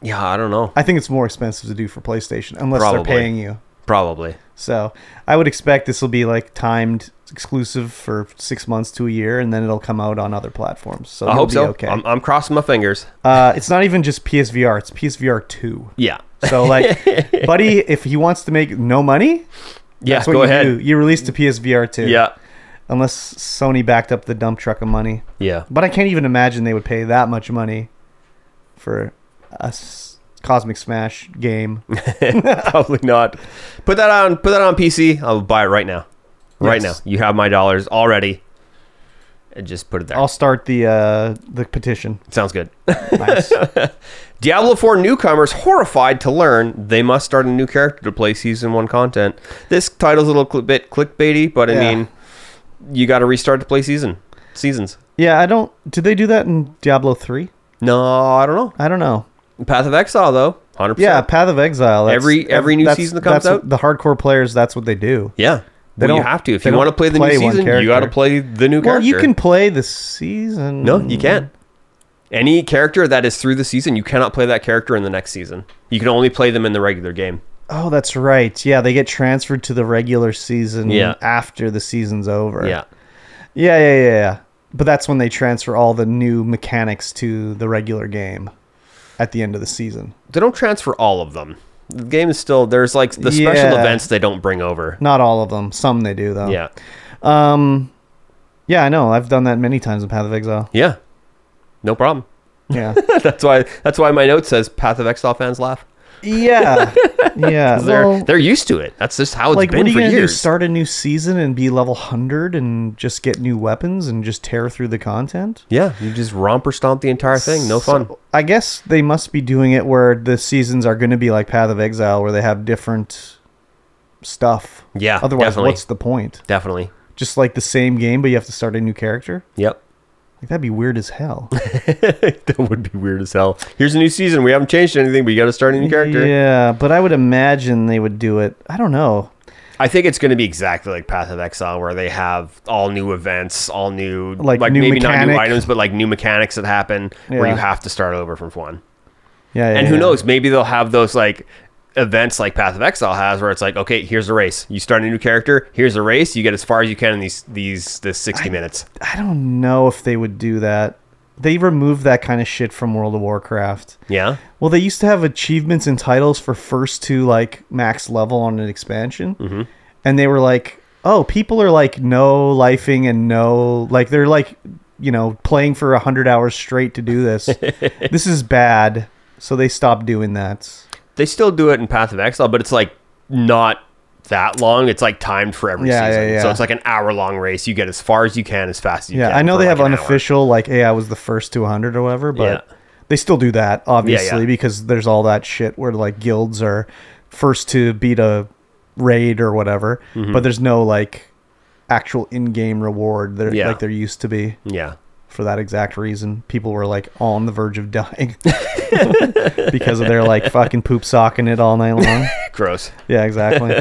Speaker 4: Yeah, I don't know.
Speaker 3: I think it's more expensive to do for PlayStation unless
Speaker 4: Probably.
Speaker 3: they're paying you.
Speaker 4: Probably.
Speaker 3: So I would expect this will be like timed exclusive for six months to a year, and then it'll come out on other platforms. So
Speaker 4: I
Speaker 3: it'll
Speaker 4: hope
Speaker 3: be
Speaker 4: so.
Speaker 3: Okay.
Speaker 4: I'm, I'm crossing my fingers.
Speaker 3: uh, it's not even just PSVR; it's PSVR two.
Speaker 4: Yeah. [LAUGHS]
Speaker 3: So like, buddy, if he wants to make no money,
Speaker 4: Yeah,
Speaker 3: that's what
Speaker 4: go
Speaker 3: you
Speaker 4: ahead.
Speaker 3: do. You release the PSVR two.
Speaker 4: Yeah.
Speaker 3: Unless Sony backed up the dump truck of money.
Speaker 4: Yeah.
Speaker 3: But I can't even imagine they would pay that much money for a s- Cosmic Smash
Speaker 4: [LAUGHS]
Speaker 3: game.
Speaker 4: [LAUGHS] Probably not. Put that on put that on PC. I'll buy it right now. Right now.
Speaker 3: Yes.
Speaker 4: You have my dollars already. And just put it there.
Speaker 3: I'll start the uh, the petition.
Speaker 4: Sounds good. [LAUGHS]
Speaker 3: Nice.
Speaker 4: Diablo 4 newcomers horrified to learn they must start a new character to play season 1 content. This title's a little cl- bit clickbaity, but I
Speaker 3: Yeah.
Speaker 4: mean you got to restart to play season seasons.
Speaker 3: yeah, I don't. Did they do that in Diablo three?
Speaker 4: No, I don't know.
Speaker 3: I don't know.
Speaker 4: Path of Exile though. 100%.
Speaker 3: Yeah, Path of Exile. that's-
Speaker 4: Every- every new
Speaker 3: that's-
Speaker 4: season that comes
Speaker 3: that's what-
Speaker 4: out?
Speaker 3: The hardcore players, that's what they do.
Speaker 4: Yeah.
Speaker 3: They
Speaker 4: They well, you
Speaker 3: don't-
Speaker 4: have to. If
Speaker 3: they
Speaker 4: you want to
Speaker 3: don't
Speaker 4: play the
Speaker 3: play
Speaker 4: new
Speaker 3: one
Speaker 4: season, you
Speaker 3: character.
Speaker 4: got to play the new
Speaker 3: Well,
Speaker 4: character.
Speaker 3: you can play the season.
Speaker 4: No, you can't. Any character that is through the season, you cannot play that character in the next season. You can only play them in the regular game.
Speaker 3: Oh, that's right. Yeah, they get transferred to the regular season
Speaker 4: Yeah.
Speaker 3: after the season's over.
Speaker 4: Yeah.
Speaker 3: Yeah, yeah, yeah, yeah. But that's when they transfer all the new mechanics to the regular game at the end of the season.
Speaker 4: They don't transfer all of them. The game is still there's like the special
Speaker 3: Yeah.
Speaker 4: events they don't bring over.
Speaker 3: Not all of them. Some they do though.
Speaker 4: Yeah.
Speaker 3: Um Yeah, I know. I've done that many times in Path of Exile.
Speaker 4: Yeah. No problem. [LAUGHS]
Speaker 3: Yeah. [LAUGHS]
Speaker 4: That's why that's why my note says Path of Exile fans laugh.
Speaker 3: yeah.
Speaker 4: [LAUGHS]
Speaker 3: Yeah.
Speaker 4: They're
Speaker 3: well,
Speaker 4: they're used to it. That's just how it's
Speaker 3: like
Speaker 4: been
Speaker 3: what are you
Speaker 4: for
Speaker 3: gonna do?
Speaker 4: years.
Speaker 3: Start a new season and be level hundred and just get new weapons and just tear through the content?
Speaker 4: yeah, you just romper stomp the entire thing. No fun.
Speaker 3: So, I guess they must be doing it where the seasons are going to be like Path of Exile, where they have different stuff.
Speaker 4: Yeah,
Speaker 3: Otherwise,
Speaker 4: definitely.
Speaker 3: what's the point?
Speaker 4: Definitely.
Speaker 3: Just like the same game, but you have to start a new character.
Speaker 4: Yep.
Speaker 3: Like that'd be weird as hell.
Speaker 4: that would be weird as hell. Here's a new season. We haven't changed anything, but you got to start a [LAUGHS] new character.
Speaker 3: yeah, but I would imagine they would do it. I don't know.
Speaker 4: I think it's going to be exactly like Path of Exile, where they have all new events, all new
Speaker 3: Like new
Speaker 4: maybe not
Speaker 3: mechanic.
Speaker 4: new items, but like new mechanics that happen where
Speaker 3: Yeah.
Speaker 4: you have to start over from one.
Speaker 3: Yeah, yeah
Speaker 4: And who
Speaker 3: yeah.
Speaker 4: knows? Maybe they'll have those like events like Path of Exile has, where it's like, okay, here's a race. You start a new character. Here's a race. You get as far as you can in these these this sixty minutes.
Speaker 3: I don't know if they would do that. They removed that kind of shit from World of Warcraft.
Speaker 4: Yeah,
Speaker 3: Well, they used to have achievements and titles for first to like max level on an expansion, mm-hmm. and they were like, "Oh, people are like no lifing and no like they're like, you know, playing for a hundred hours straight to do
Speaker 4: [LAUGHS]
Speaker 3: this. this is bad." So they stopped doing that.
Speaker 4: they still do it in Path of Exile, but it's like not that long. It's like timed for every
Speaker 3: Yeah,
Speaker 4: season,
Speaker 3: yeah, yeah.
Speaker 4: so it's like an hour long race. You get as far as you can, as fast as you
Speaker 3: Yeah,
Speaker 4: can.
Speaker 3: I know
Speaker 4: for, like,
Speaker 3: they have
Speaker 4: an hour.
Speaker 3: unofficial like, "Hey, I was the first to hundred or whatever," but
Speaker 4: Yeah.
Speaker 3: they still do that obviously because there's all that shit where like guilds are first to beat a raid or whatever,
Speaker 4: Mm-hmm.
Speaker 3: but there's no like actual in-game reward that
Speaker 4: Yeah.
Speaker 3: like there used to be
Speaker 4: Yeah.
Speaker 3: for that exact reason. People were like on the verge
Speaker 4: [LAUGHS]
Speaker 3: of dying because of their like fucking poop socking it all
Speaker 4: [LAUGHS]
Speaker 3: night long.
Speaker 4: Gross.
Speaker 3: yeah, exactly.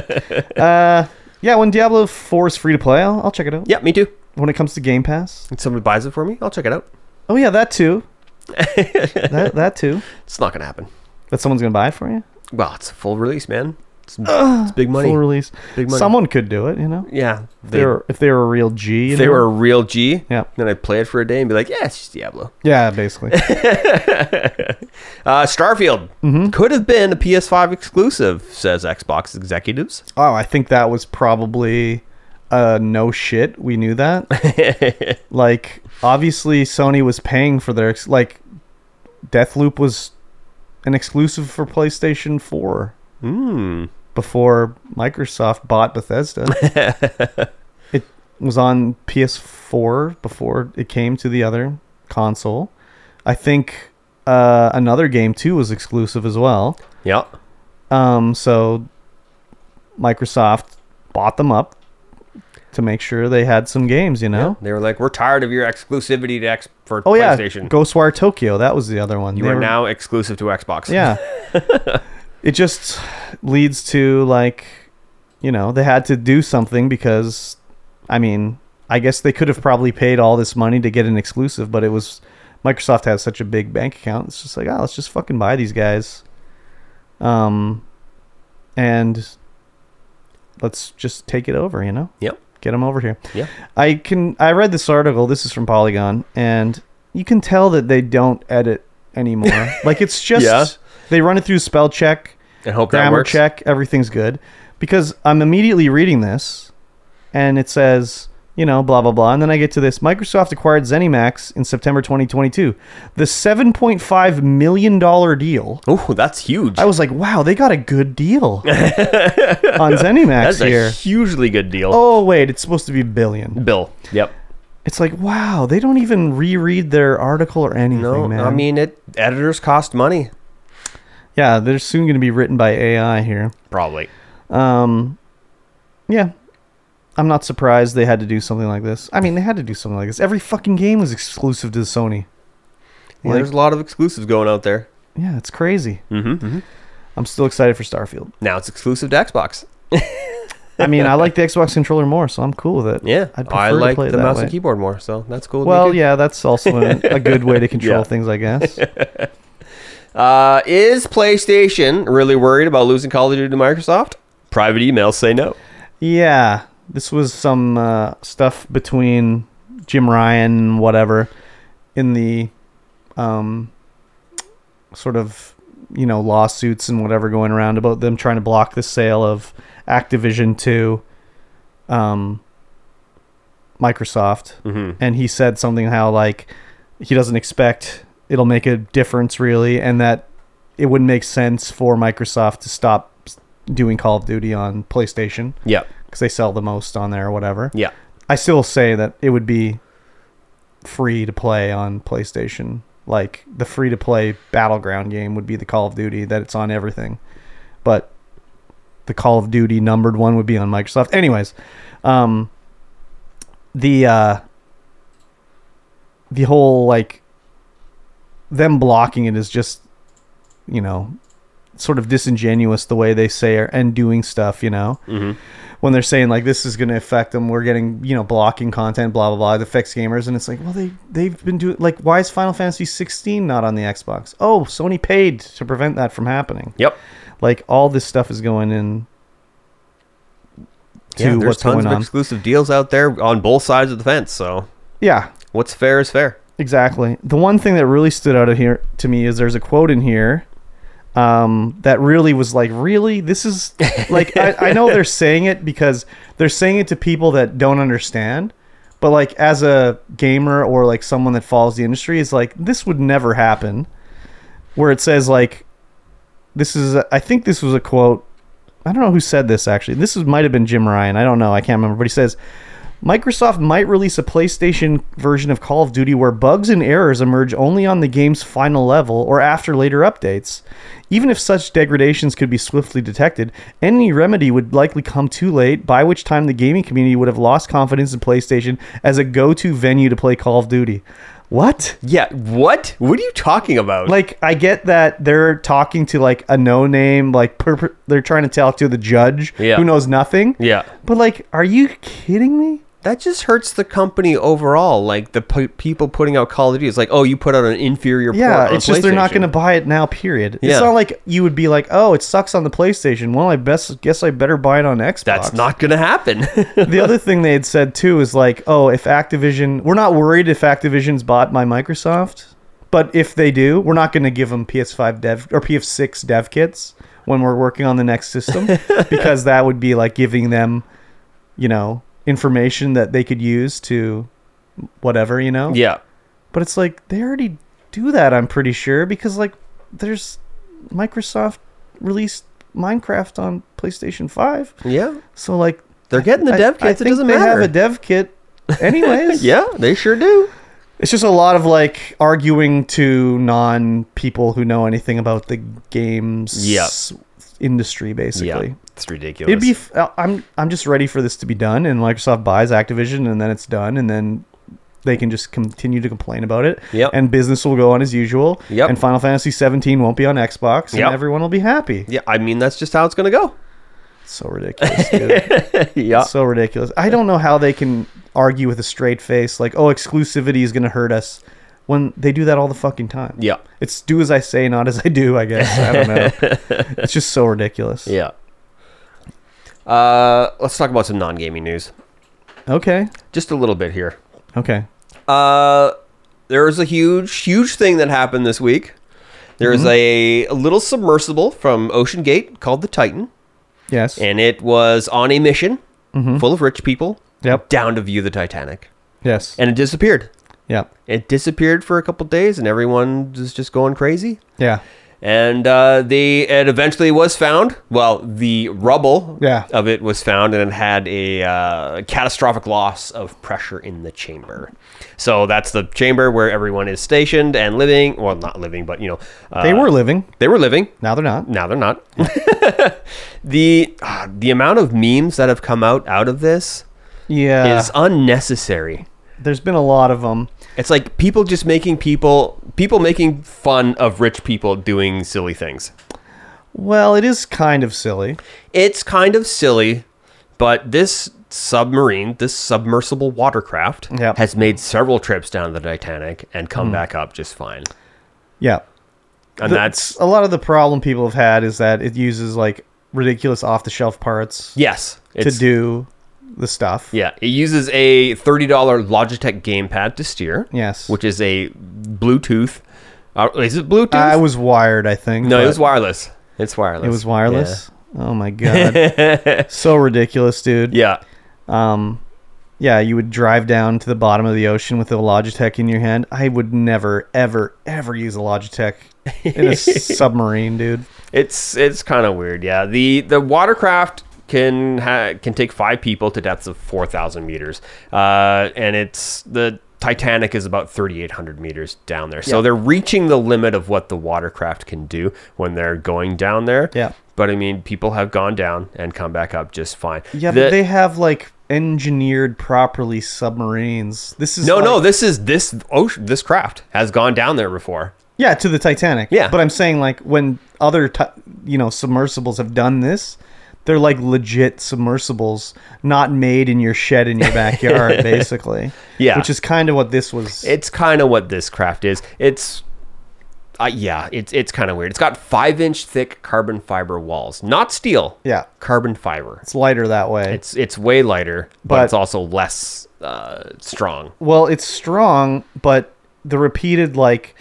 Speaker 3: Uh, yeah, when Diablo Four is free to play, I'll, I'll check it out.
Speaker 4: Yeah, me too.
Speaker 3: When it comes to Game Pass,
Speaker 4: If somebody buys it for me, I'll check it out.
Speaker 3: oh yeah, that too.
Speaker 4: [LAUGHS]
Speaker 3: that that too.
Speaker 4: It's not gonna happen.
Speaker 3: That someone's gonna buy it for you.
Speaker 4: Well, it's a full release, man.
Speaker 3: [SIGHS]
Speaker 4: It's, it's big money.
Speaker 3: Full release.
Speaker 4: Big money.
Speaker 3: Someone could do it, you know.
Speaker 4: yeah,
Speaker 3: If
Speaker 4: they,
Speaker 3: they were if they were a real G. you
Speaker 4: if they
Speaker 3: know?
Speaker 4: were a real G.
Speaker 3: Yeah.
Speaker 4: Then I'd play it for a day and be like, yeah, it's just Diablo.
Speaker 3: Yeah, basically.
Speaker 4: [LAUGHS] Uh, Starfield
Speaker 3: Mm-hmm.
Speaker 4: could have been a PS5 exclusive, says Xbox executives.
Speaker 3: oh, I think that was probably uh no shit. We knew that.
Speaker 4: [LAUGHS]
Speaker 3: like obviously Sony was paying for their ex- like Deathloop was an exclusive for PlayStation 4
Speaker 4: Hmm.
Speaker 3: before Microsoft
Speaker 4: [LAUGHS]
Speaker 3: bought Bethesda. it was on PS4 before it came to the other console. I think uh, another game too was exclusive as well.
Speaker 4: Yeah.
Speaker 3: Um, so Microsoft bought them up, to make sure they had some games, you know?
Speaker 4: They were like, "We're tired of your exclusivity to X for
Speaker 3: Oh, yeah.
Speaker 4: PlayStation.
Speaker 3: Ghostwire Tokyo. That was the other one.
Speaker 4: you
Speaker 3: They
Speaker 4: are
Speaker 3: were-
Speaker 4: now exclusive to Xbox." [LAUGHS]
Speaker 3: Yeah. it just leads to like you know, they had to do something because I mean, I guess they could have probably paid all this money to get an exclusive, but it was Microsoft has such a big bank account. It's just like, "Oh, let's just fucking buy these guys." Um and let's just take it over, you know?
Speaker 4: Yep.
Speaker 3: Get them over here.
Speaker 4: Yeah.
Speaker 3: I can I read this article. This is from Polygon and you can tell that they don't edit
Speaker 4: [LAUGHS]
Speaker 3: anymore. like it's just
Speaker 4: Yeah.
Speaker 3: they run it through spell check,
Speaker 4: And hope that
Speaker 3: grammar
Speaker 4: works.
Speaker 3: check, everything's good. Because I'm immediately reading this and it says, you know, blah blah blah and then I get to this Microsoft acquired ZeniMax in September 2022. The 7.5 million dollar deal.
Speaker 4: Oh, that's huge.
Speaker 3: I was like, "Wow, they got a
Speaker 4: [LAUGHS]
Speaker 3: good deal on ZeniMax
Speaker 4: that's a
Speaker 3: here."
Speaker 4: hugely good deal.
Speaker 3: Oh wait, it's supposed to be billion.
Speaker 4: Bill. Yep.
Speaker 3: It's like wow, they don't even reread their article or anything,
Speaker 4: No,
Speaker 3: man.
Speaker 4: I mean it. Editors cost money,
Speaker 3: yeah, they're soon going to be written by AI here.
Speaker 4: probably.
Speaker 3: Um, yeah, I'm not surprised they had to do something like this. I mean, they had to do something like this. Every fucking game was exclusive to Sony.
Speaker 4: Yeah,
Speaker 3: Like-
Speaker 4: there's a lot of exclusives going out there.
Speaker 3: Yeah, it's crazy.
Speaker 4: Mm-hmm.
Speaker 3: I'm still excited for Starfield.
Speaker 4: Now it's exclusive to Xbox.
Speaker 3: I mean, I like the Xbox controller more, so I'm cool with it.
Speaker 4: Yeah,
Speaker 3: I'd prefer
Speaker 4: I
Speaker 3: to
Speaker 4: like
Speaker 3: play it
Speaker 4: the
Speaker 3: that
Speaker 4: mouse
Speaker 3: way.
Speaker 4: and keyboard more, so that's cool.
Speaker 3: Well, yeah, that's also a, a good way to control
Speaker 4: Yeah.
Speaker 3: things, I guess.
Speaker 4: Uh, is PlayStation really worried about losing Call of Duty to Microsoft? Private emails say no.
Speaker 3: Yeah, this was some uh, stuff between Jim Ryan, whatever, in the um, sort of you know lawsuits and whatever going around about them trying to block the sale of Activision to um, Microsoft,
Speaker 4: Mm-hmm.
Speaker 3: and he said something how like he doesn't expect it'll make a difference really, and that it wouldn't make sense for Microsoft to stop doing Call of Duty on PlayStation
Speaker 4: Yeah,
Speaker 3: because they sell the most on there or whatever.
Speaker 4: yeah.
Speaker 3: I still say that it would be free to play on PlayStation. Like the free to play battleground game would be the Call of Duty that it's on everything, but the Call of Duty numbered one would be on Microsoft. Anyways, um, the uh, the whole like them blocking it is just you know sort of disingenuous the way they say or- and doing stuff. You know,
Speaker 4: Mm-hmm.
Speaker 3: when they're saying like this is going to affect them we're getting you know blocking content blah blah blah it affects gamers and it's like well they they've been doing like why is final fantasy 16 not on the xbox oh sony paid to prevent that from happening
Speaker 4: Yep.
Speaker 3: like all this stuff is going in to
Speaker 4: yeah, there's
Speaker 3: what's
Speaker 4: tons
Speaker 3: going
Speaker 4: of
Speaker 3: on
Speaker 4: exclusive deals out there on both sides of the fence. So
Speaker 3: yeah
Speaker 4: what's fair is fair.
Speaker 3: Exactly. The one thing that really stood out of here to me is there's a quote in here um, that really was like, really, this is like I, I know they're saying it because they're saying it to people that don't understand, but like as a gamer or like someone that follows the industry, is like this would never happen. Where it says like, this is I think this was a quote. I don't know who said this actually. This is, might have been Jim Ryan. I don't know. I can't remember. But he says, Microsoft might release a PlayStation version of Call of Duty where bugs and errors emerge only on the game's final level or after later updates. Even if such degradations could be swiftly detected, any remedy would likely come too late, by which time the gaming community would have lost confidence in PlayStation as a go to venue to play Call of Duty. What?
Speaker 4: Yeah. What? What are you talking about?
Speaker 3: Like, I get that they're talking to like a no name, like, perp- they're trying to talk to the judge
Speaker 4: Yeah.
Speaker 3: who knows nothing.
Speaker 4: yeah.
Speaker 3: But, like, are you kidding me?
Speaker 4: That just hurts the company overall. Like the p- people putting out Call of Duty is like, oh, you put out an inferior.
Speaker 3: Yeah,
Speaker 4: port on
Speaker 3: it's just they're not
Speaker 4: PlayStation."
Speaker 3: going to buy it now. Period.
Speaker 4: Yeah.
Speaker 3: It's not like you would be like, "Oh, it sucks on the PlayStation. Well, I best guess I better buy it on Xbox."
Speaker 4: That's not going to happen.
Speaker 3: [LAUGHS] the other thing they had said too is like, "Oh, if Activision, we're not worried if Activision's bought by Microsoft, but if they do, we're not going to give them PS5 dev or PS6 dev kits when we're working on the
Speaker 4: [LAUGHS]
Speaker 3: next system because that would be like giving them, you know, information that they could use to whatever, you know."
Speaker 4: yeah.
Speaker 3: But it's like they already do that, I'm pretty sure, because like there's Microsoft released Minecraft on PlayStation 5.
Speaker 4: Yeah.
Speaker 3: So like
Speaker 4: They're getting the
Speaker 3: I-
Speaker 4: dev
Speaker 3: I
Speaker 4: kits. It
Speaker 3: think
Speaker 4: doesn't
Speaker 3: they
Speaker 4: matter.
Speaker 3: have a dev kit
Speaker 4: [LAUGHS]
Speaker 3: anyways.
Speaker 4: yeah, they sure do.
Speaker 3: It's just a lot of like arguing to non people who know anything about the games
Speaker 4: Yep.
Speaker 3: industry basically.
Speaker 4: Yeah, it's ridiculous.
Speaker 3: It'd be. F- uh, I'm. I'm just ready for this to be done, and Microsoft buys Activision, and then it's done, and then they can just continue to complain about it.
Speaker 4: Yep.
Speaker 3: And business will go on as usual.
Speaker 4: Yep.
Speaker 3: And Final Fantasy 17 won't be on Xbox, and
Speaker 4: Yep.
Speaker 3: everyone will be happy.
Speaker 4: yeah, I mean that's just how it's gonna
Speaker 3: [LAUGHS]
Speaker 4: go.
Speaker 3: It's so ridiculous, dude.
Speaker 4: [LAUGHS] Yeah,
Speaker 3: so ridiculous. I don't know how they can argue with a straight face like, "Oh, exclusivity is going to hurt us." When they do that all the fucking time.
Speaker 4: Yeah.
Speaker 3: It's do as I say, not as I do, I guess. I
Speaker 4: [LAUGHS]
Speaker 3: don't know. it's just so ridiculous.
Speaker 4: yeah. Uh, let's talk about some non-gaming news,
Speaker 3: Okay.
Speaker 4: just a little bit here.
Speaker 3: Okay.
Speaker 4: Uh, there was a huge, huge thing that happened this week. There was a, a little submersible from Ocean Gate called the Titan,
Speaker 3: Yes.
Speaker 4: and it was on a mission full of rich people
Speaker 3: Yep.
Speaker 4: down to view the Titanic,
Speaker 3: yes.
Speaker 4: and it disappeared.
Speaker 3: yep.
Speaker 4: It disappeared for a couple days, and everyone was just going crazy.
Speaker 3: Yeah.
Speaker 4: And uh, they it eventually was found. Well, the rubble
Speaker 3: Yeah.
Speaker 4: of it was found, and it had a uh, catastrophic loss of pressure in the chamber. So that's the chamber where everyone is stationed and living. Well, not living, but you know, uh,
Speaker 3: They were living.
Speaker 4: they were living.
Speaker 3: Now they're not.
Speaker 4: Now they're not. [LAUGHS] the ah, the amount of memes that have come out out of this
Speaker 3: Yeah.
Speaker 4: is uh, unnecessary.
Speaker 3: There's been a lot of them.
Speaker 4: It's like people just making people people making fun of rich people doing silly things.
Speaker 3: Well, it is kind of silly.
Speaker 4: It's kind of silly, but this submarine, this submersible watercraft,
Speaker 3: Yep.
Speaker 4: has made several trips down the Titanic and come back up just fine.
Speaker 3: Yeah.
Speaker 4: And
Speaker 3: Hmm. The-
Speaker 4: that's
Speaker 3: a lot of the problem people have had is that it uses like ridiculous off the shelf parts
Speaker 4: yes,
Speaker 3: to
Speaker 4: it's,
Speaker 3: do the stuff.
Speaker 4: Yeah, it uses a thirty dollar Logitech gamepad to steer.
Speaker 3: Yes.
Speaker 4: which is a Bluetooth. Uh, is it Bluetooth?
Speaker 3: I was wired, I think.
Speaker 4: no, it
Speaker 3: but
Speaker 4: was wireless. It's wireless.
Speaker 3: It was wireless. Oh my god.
Speaker 4: [LAUGHS]
Speaker 3: so ridiculous, dude.
Speaker 4: Yeah.
Speaker 3: Um yeah, you would drive down to the bottom of the ocean with a Logitech in your hand. I would never, ever, ever use a Logitech in
Speaker 4: [LAUGHS]
Speaker 3: a s- submarine, dude.
Speaker 4: It's it's kind of weird, yeah. The the watercraft can ha- can take five people to depths of four thousand meters, uh, and it's the Titanic is about thirty eight hundred meters down there. So they're reaching the limit of what the watercraft can do when they're going down there.
Speaker 3: Yeah.
Speaker 4: But I mean, people have gone down and come back up just fine.
Speaker 3: Yeah,
Speaker 4: The-
Speaker 3: but they have like engineered properly submarines. This is
Speaker 4: no, no.
Speaker 3: like-
Speaker 4: This is this ocean. This craft has gone down there before.
Speaker 3: Yeah, to the Titanic.
Speaker 4: Yeah.
Speaker 3: but I'm saying like when other ti- you know submersibles have done this, they're like legit submersibles, not made in your
Speaker 4: [LAUGHS]
Speaker 3: shed in your backyard, basically.
Speaker 4: Yeah.
Speaker 3: which is kind of what this was.
Speaker 4: It's kind of what this craft is. It's, uh, yeah, it's it's kind of weird. It's got five inch thick carbon fiber walls, not steel.
Speaker 3: Yeah.
Speaker 4: carbon fiber.
Speaker 3: it's lighter that way.
Speaker 4: It's it's way lighter, but,
Speaker 3: But-
Speaker 4: it's also less uh, strong.
Speaker 3: well, it's strong, but the repeated like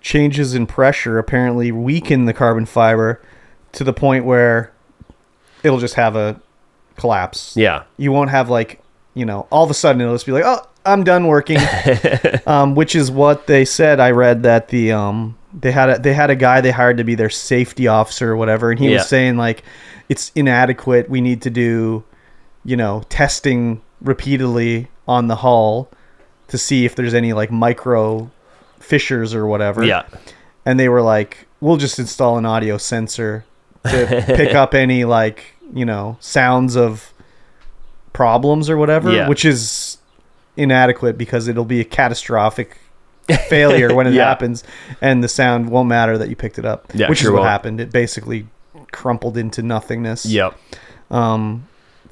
Speaker 3: changes in pressure apparently weaken the carbon fiber to the point where it'll just have a collapse.
Speaker 4: Yeah,
Speaker 3: you won't have like you know all of a sudden it'll just be like oh i'm done working
Speaker 4: [LAUGHS]
Speaker 3: um, which is what they said i read that the um, they had a they had a guy they hired to be their safety officer or whatever and he
Speaker 4: Yeah.
Speaker 3: was saying like it's inadequate we need to do you know testing repeatedly on the hull to see if there's any like micro fissures or whatever
Speaker 4: yeah,
Speaker 3: and they were like, "We'll just install an audio sensor to
Speaker 4: [LAUGHS]
Speaker 3: pick up any like you know sounds of problems or whatever,"
Speaker 4: Yeah.
Speaker 3: which is inadequate because it'll be a catastrophic
Speaker 4: [LAUGHS]
Speaker 3: failure when it
Speaker 4: Yeah.
Speaker 3: happens, and the sound won't matter that you picked it up,
Speaker 4: Yeah,
Speaker 3: which
Speaker 4: sure
Speaker 3: is what
Speaker 4: won't.
Speaker 3: happened. It basically crumpled into nothingness.
Speaker 4: yep,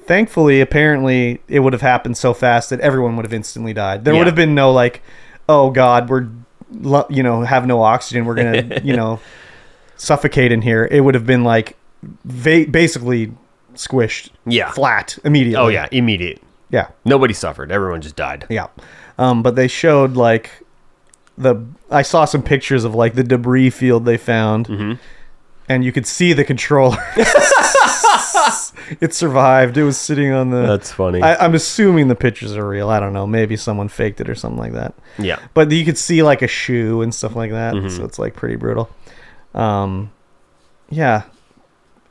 Speaker 3: Thankfully, apparently, it would have happened so fast that everyone would have instantly died. There
Speaker 4: Yeah.
Speaker 3: would have been no like, "Oh God, we're lo- you know have no oxygen. We're gonna
Speaker 4: [LAUGHS]
Speaker 3: you know suffocate in here." It would have been like va- basically squished,
Speaker 4: yeah.
Speaker 3: flat immediately.
Speaker 4: Oh yeah, immediate.
Speaker 3: yeah,
Speaker 4: Nobody suffered. Everyone just died.
Speaker 3: yeah. Um, but they showed like the I saw some pictures of like the debris field they found,
Speaker 4: Mm-hmm.
Speaker 3: and you could see the controller. [LAUGHS] it survived. It was sitting on the.
Speaker 4: That's funny.
Speaker 3: I, I'm assuming the pictures are real. I don't know. Maybe someone faked it or something like that.
Speaker 4: yeah,
Speaker 3: But you could see like a shoe and stuff like that.
Speaker 4: Mm-hmm.
Speaker 3: So it's like pretty brutal. Um, yeah.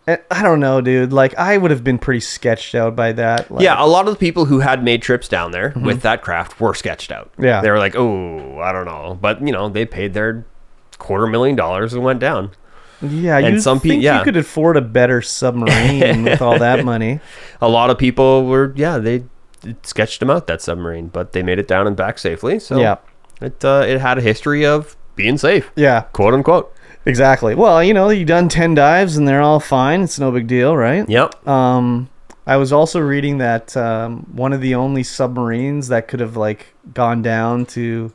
Speaker 3: I I don't know, dude. Like, I would have been pretty sketched out by that. Like,
Speaker 4: yeah. A lot of the people who had made trips down there with that craft were sketched out.
Speaker 3: Yeah.
Speaker 4: they were like, oh, I don't know, but you know, they paid their quarter million dollars and went down.
Speaker 3: Yeah,
Speaker 4: And
Speaker 3: you
Speaker 4: some pe-
Speaker 3: think
Speaker 4: yeah.
Speaker 3: you could afford a better submarine with all
Speaker 4: [LAUGHS]
Speaker 3: that money.
Speaker 4: a lot of people were yeah they it sketched them out that submarine but they made it down and back safely so
Speaker 3: Yeah.
Speaker 4: it uh, it had a history of being safe
Speaker 3: Yeah,
Speaker 4: quote unquote
Speaker 3: exactly. Well, you know, you done ten dives and they're all fine. It's no big deal, right?
Speaker 4: yep
Speaker 3: Um, I was also reading that um, one of the only submarines that could have like gone down to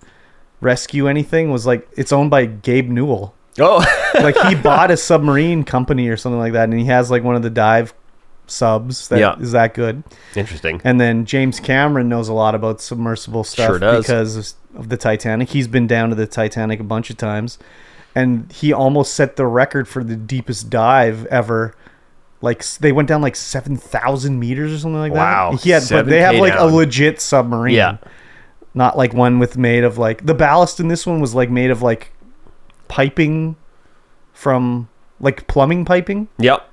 Speaker 3: rescue anything was like it's owned by Gabe Newell.
Speaker 4: oh [LAUGHS]
Speaker 3: Like he bought a submarine company or something like that, and he has like one of the dive subs that is
Speaker 4: Yeah.
Speaker 3: that good.
Speaker 4: interesting
Speaker 3: And then James Cameron knows a lot about submersible stuff
Speaker 4: Sure does.
Speaker 3: because of the Titanic. He's been down to the Titanic a bunch of times, and he almost set the record for the deepest dive ever. Like s- they went down like seven thousand meters or something like
Speaker 4: Wow,
Speaker 3: that. He had, but they
Speaker 4: 7K
Speaker 3: have like
Speaker 4: down.
Speaker 3: a legit submarine.
Speaker 4: Yeah.
Speaker 3: Not like one with made of like the ballast in this one was like made of like piping from like plumbing piping
Speaker 4: yep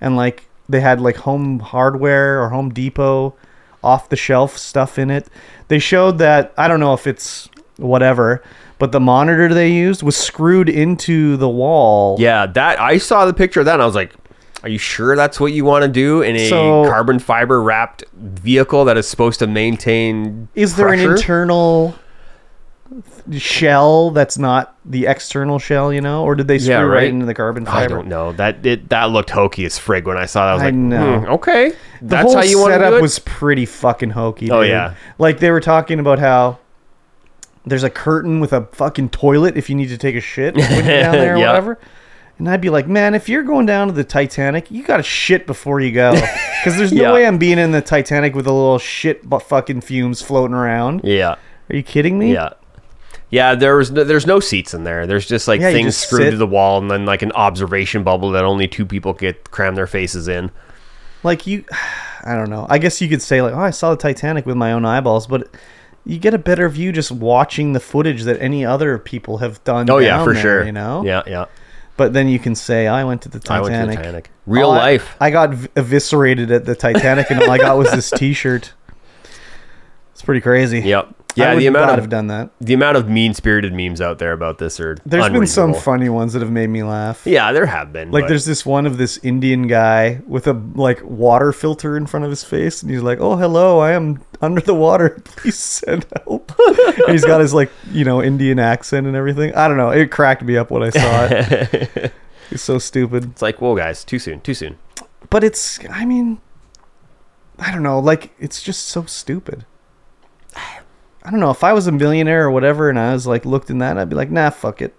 Speaker 3: and like they had like home hardware or home depot off the shelf stuff in it they showed that i don't know if it's whatever but the monitor they used was screwed into the wall
Speaker 4: yeah that i saw the picture of that and i was like are you sure that's what you want to do in a
Speaker 3: So-
Speaker 4: carbon fiber wrapped vehicle that is supposed to maintain
Speaker 3: is there
Speaker 4: pressure?
Speaker 3: an internal shell that's not the external shell you know or did they screw
Speaker 4: Yeah,
Speaker 3: right.
Speaker 4: right.
Speaker 3: into the carbon fiber
Speaker 4: I don't know that it that looked hokey as frig when I saw that. I was
Speaker 3: I
Speaker 4: like,
Speaker 3: know.
Speaker 4: "Hmm, okay,
Speaker 3: the
Speaker 4: that's
Speaker 3: whole
Speaker 4: how you want to
Speaker 3: setup
Speaker 4: do it.
Speaker 3: was pretty fucking hokey.
Speaker 4: Oh,
Speaker 3: dude.
Speaker 4: yeah.
Speaker 3: like they were talking about how there's a curtain with a fucking toilet if you need to take a shit when
Speaker 4: [LAUGHS]
Speaker 3: you're down there or
Speaker 4: Yeah.
Speaker 3: whatever. And I'd be like, man, if you're going down to the Titanic, you gotta shit before
Speaker 4: [LAUGHS]
Speaker 3: you go, because there's no
Speaker 4: Yeah.
Speaker 3: way I'm being in the Titanic with a little shit bu- fucking fumes floating around.
Speaker 4: yeah,
Speaker 3: Are you kidding me?
Speaker 4: Yeah. Yeah, there was no, there's no seats in there. There's just like
Speaker 3: Yeah, you
Speaker 4: things
Speaker 3: just
Speaker 4: screwed
Speaker 3: sit.
Speaker 4: to the wall and then like an observation bubble that only two people get cram their faces in.
Speaker 3: Like you, [SIGHS] I don't know. I guess you could say like, oh, I saw the Titanic with my own eyeballs, but you get a better view just watching the footage that any other people have done.
Speaker 4: Oh yeah,
Speaker 3: down
Speaker 4: for
Speaker 3: there,
Speaker 4: sure.
Speaker 3: You know,
Speaker 4: Yeah, yeah.
Speaker 3: But then you can say, I went to the
Speaker 4: I
Speaker 3: Titanic.
Speaker 4: went to the Titanic. Real
Speaker 3: All I-
Speaker 4: life.
Speaker 3: I, got v- eviscerated at the Titanic, and all I got was
Speaker 4: [LAUGHS]
Speaker 3: this t shirt. It's pretty crazy.
Speaker 4: Yep.
Speaker 3: I
Speaker 4: Yeah,
Speaker 3: would
Speaker 4: the amount
Speaker 3: not
Speaker 4: of
Speaker 3: have done that.
Speaker 4: the amount of mean spirited memes out there about this are
Speaker 3: There's been some
Speaker 4: unreasonable.
Speaker 3: funny ones that have made me laugh.
Speaker 4: Yeah, there have been.
Speaker 3: Like
Speaker 4: but-
Speaker 3: there's this one of this Indian guy with a like water filter in front of his face, and he's like, "Oh, hello, I am under the water. [LAUGHS] Please send help." and he's got his like you know Indian accent and everything. I don't know. It cracked me up when I saw it. it's so stupid.
Speaker 4: it's like, whoa guys, too soon, too soon.
Speaker 3: but it's i mean i don't know like it's just so stupid i don't know if i was a millionaire or whatever and i was like looked in that i'd be like nah fuck it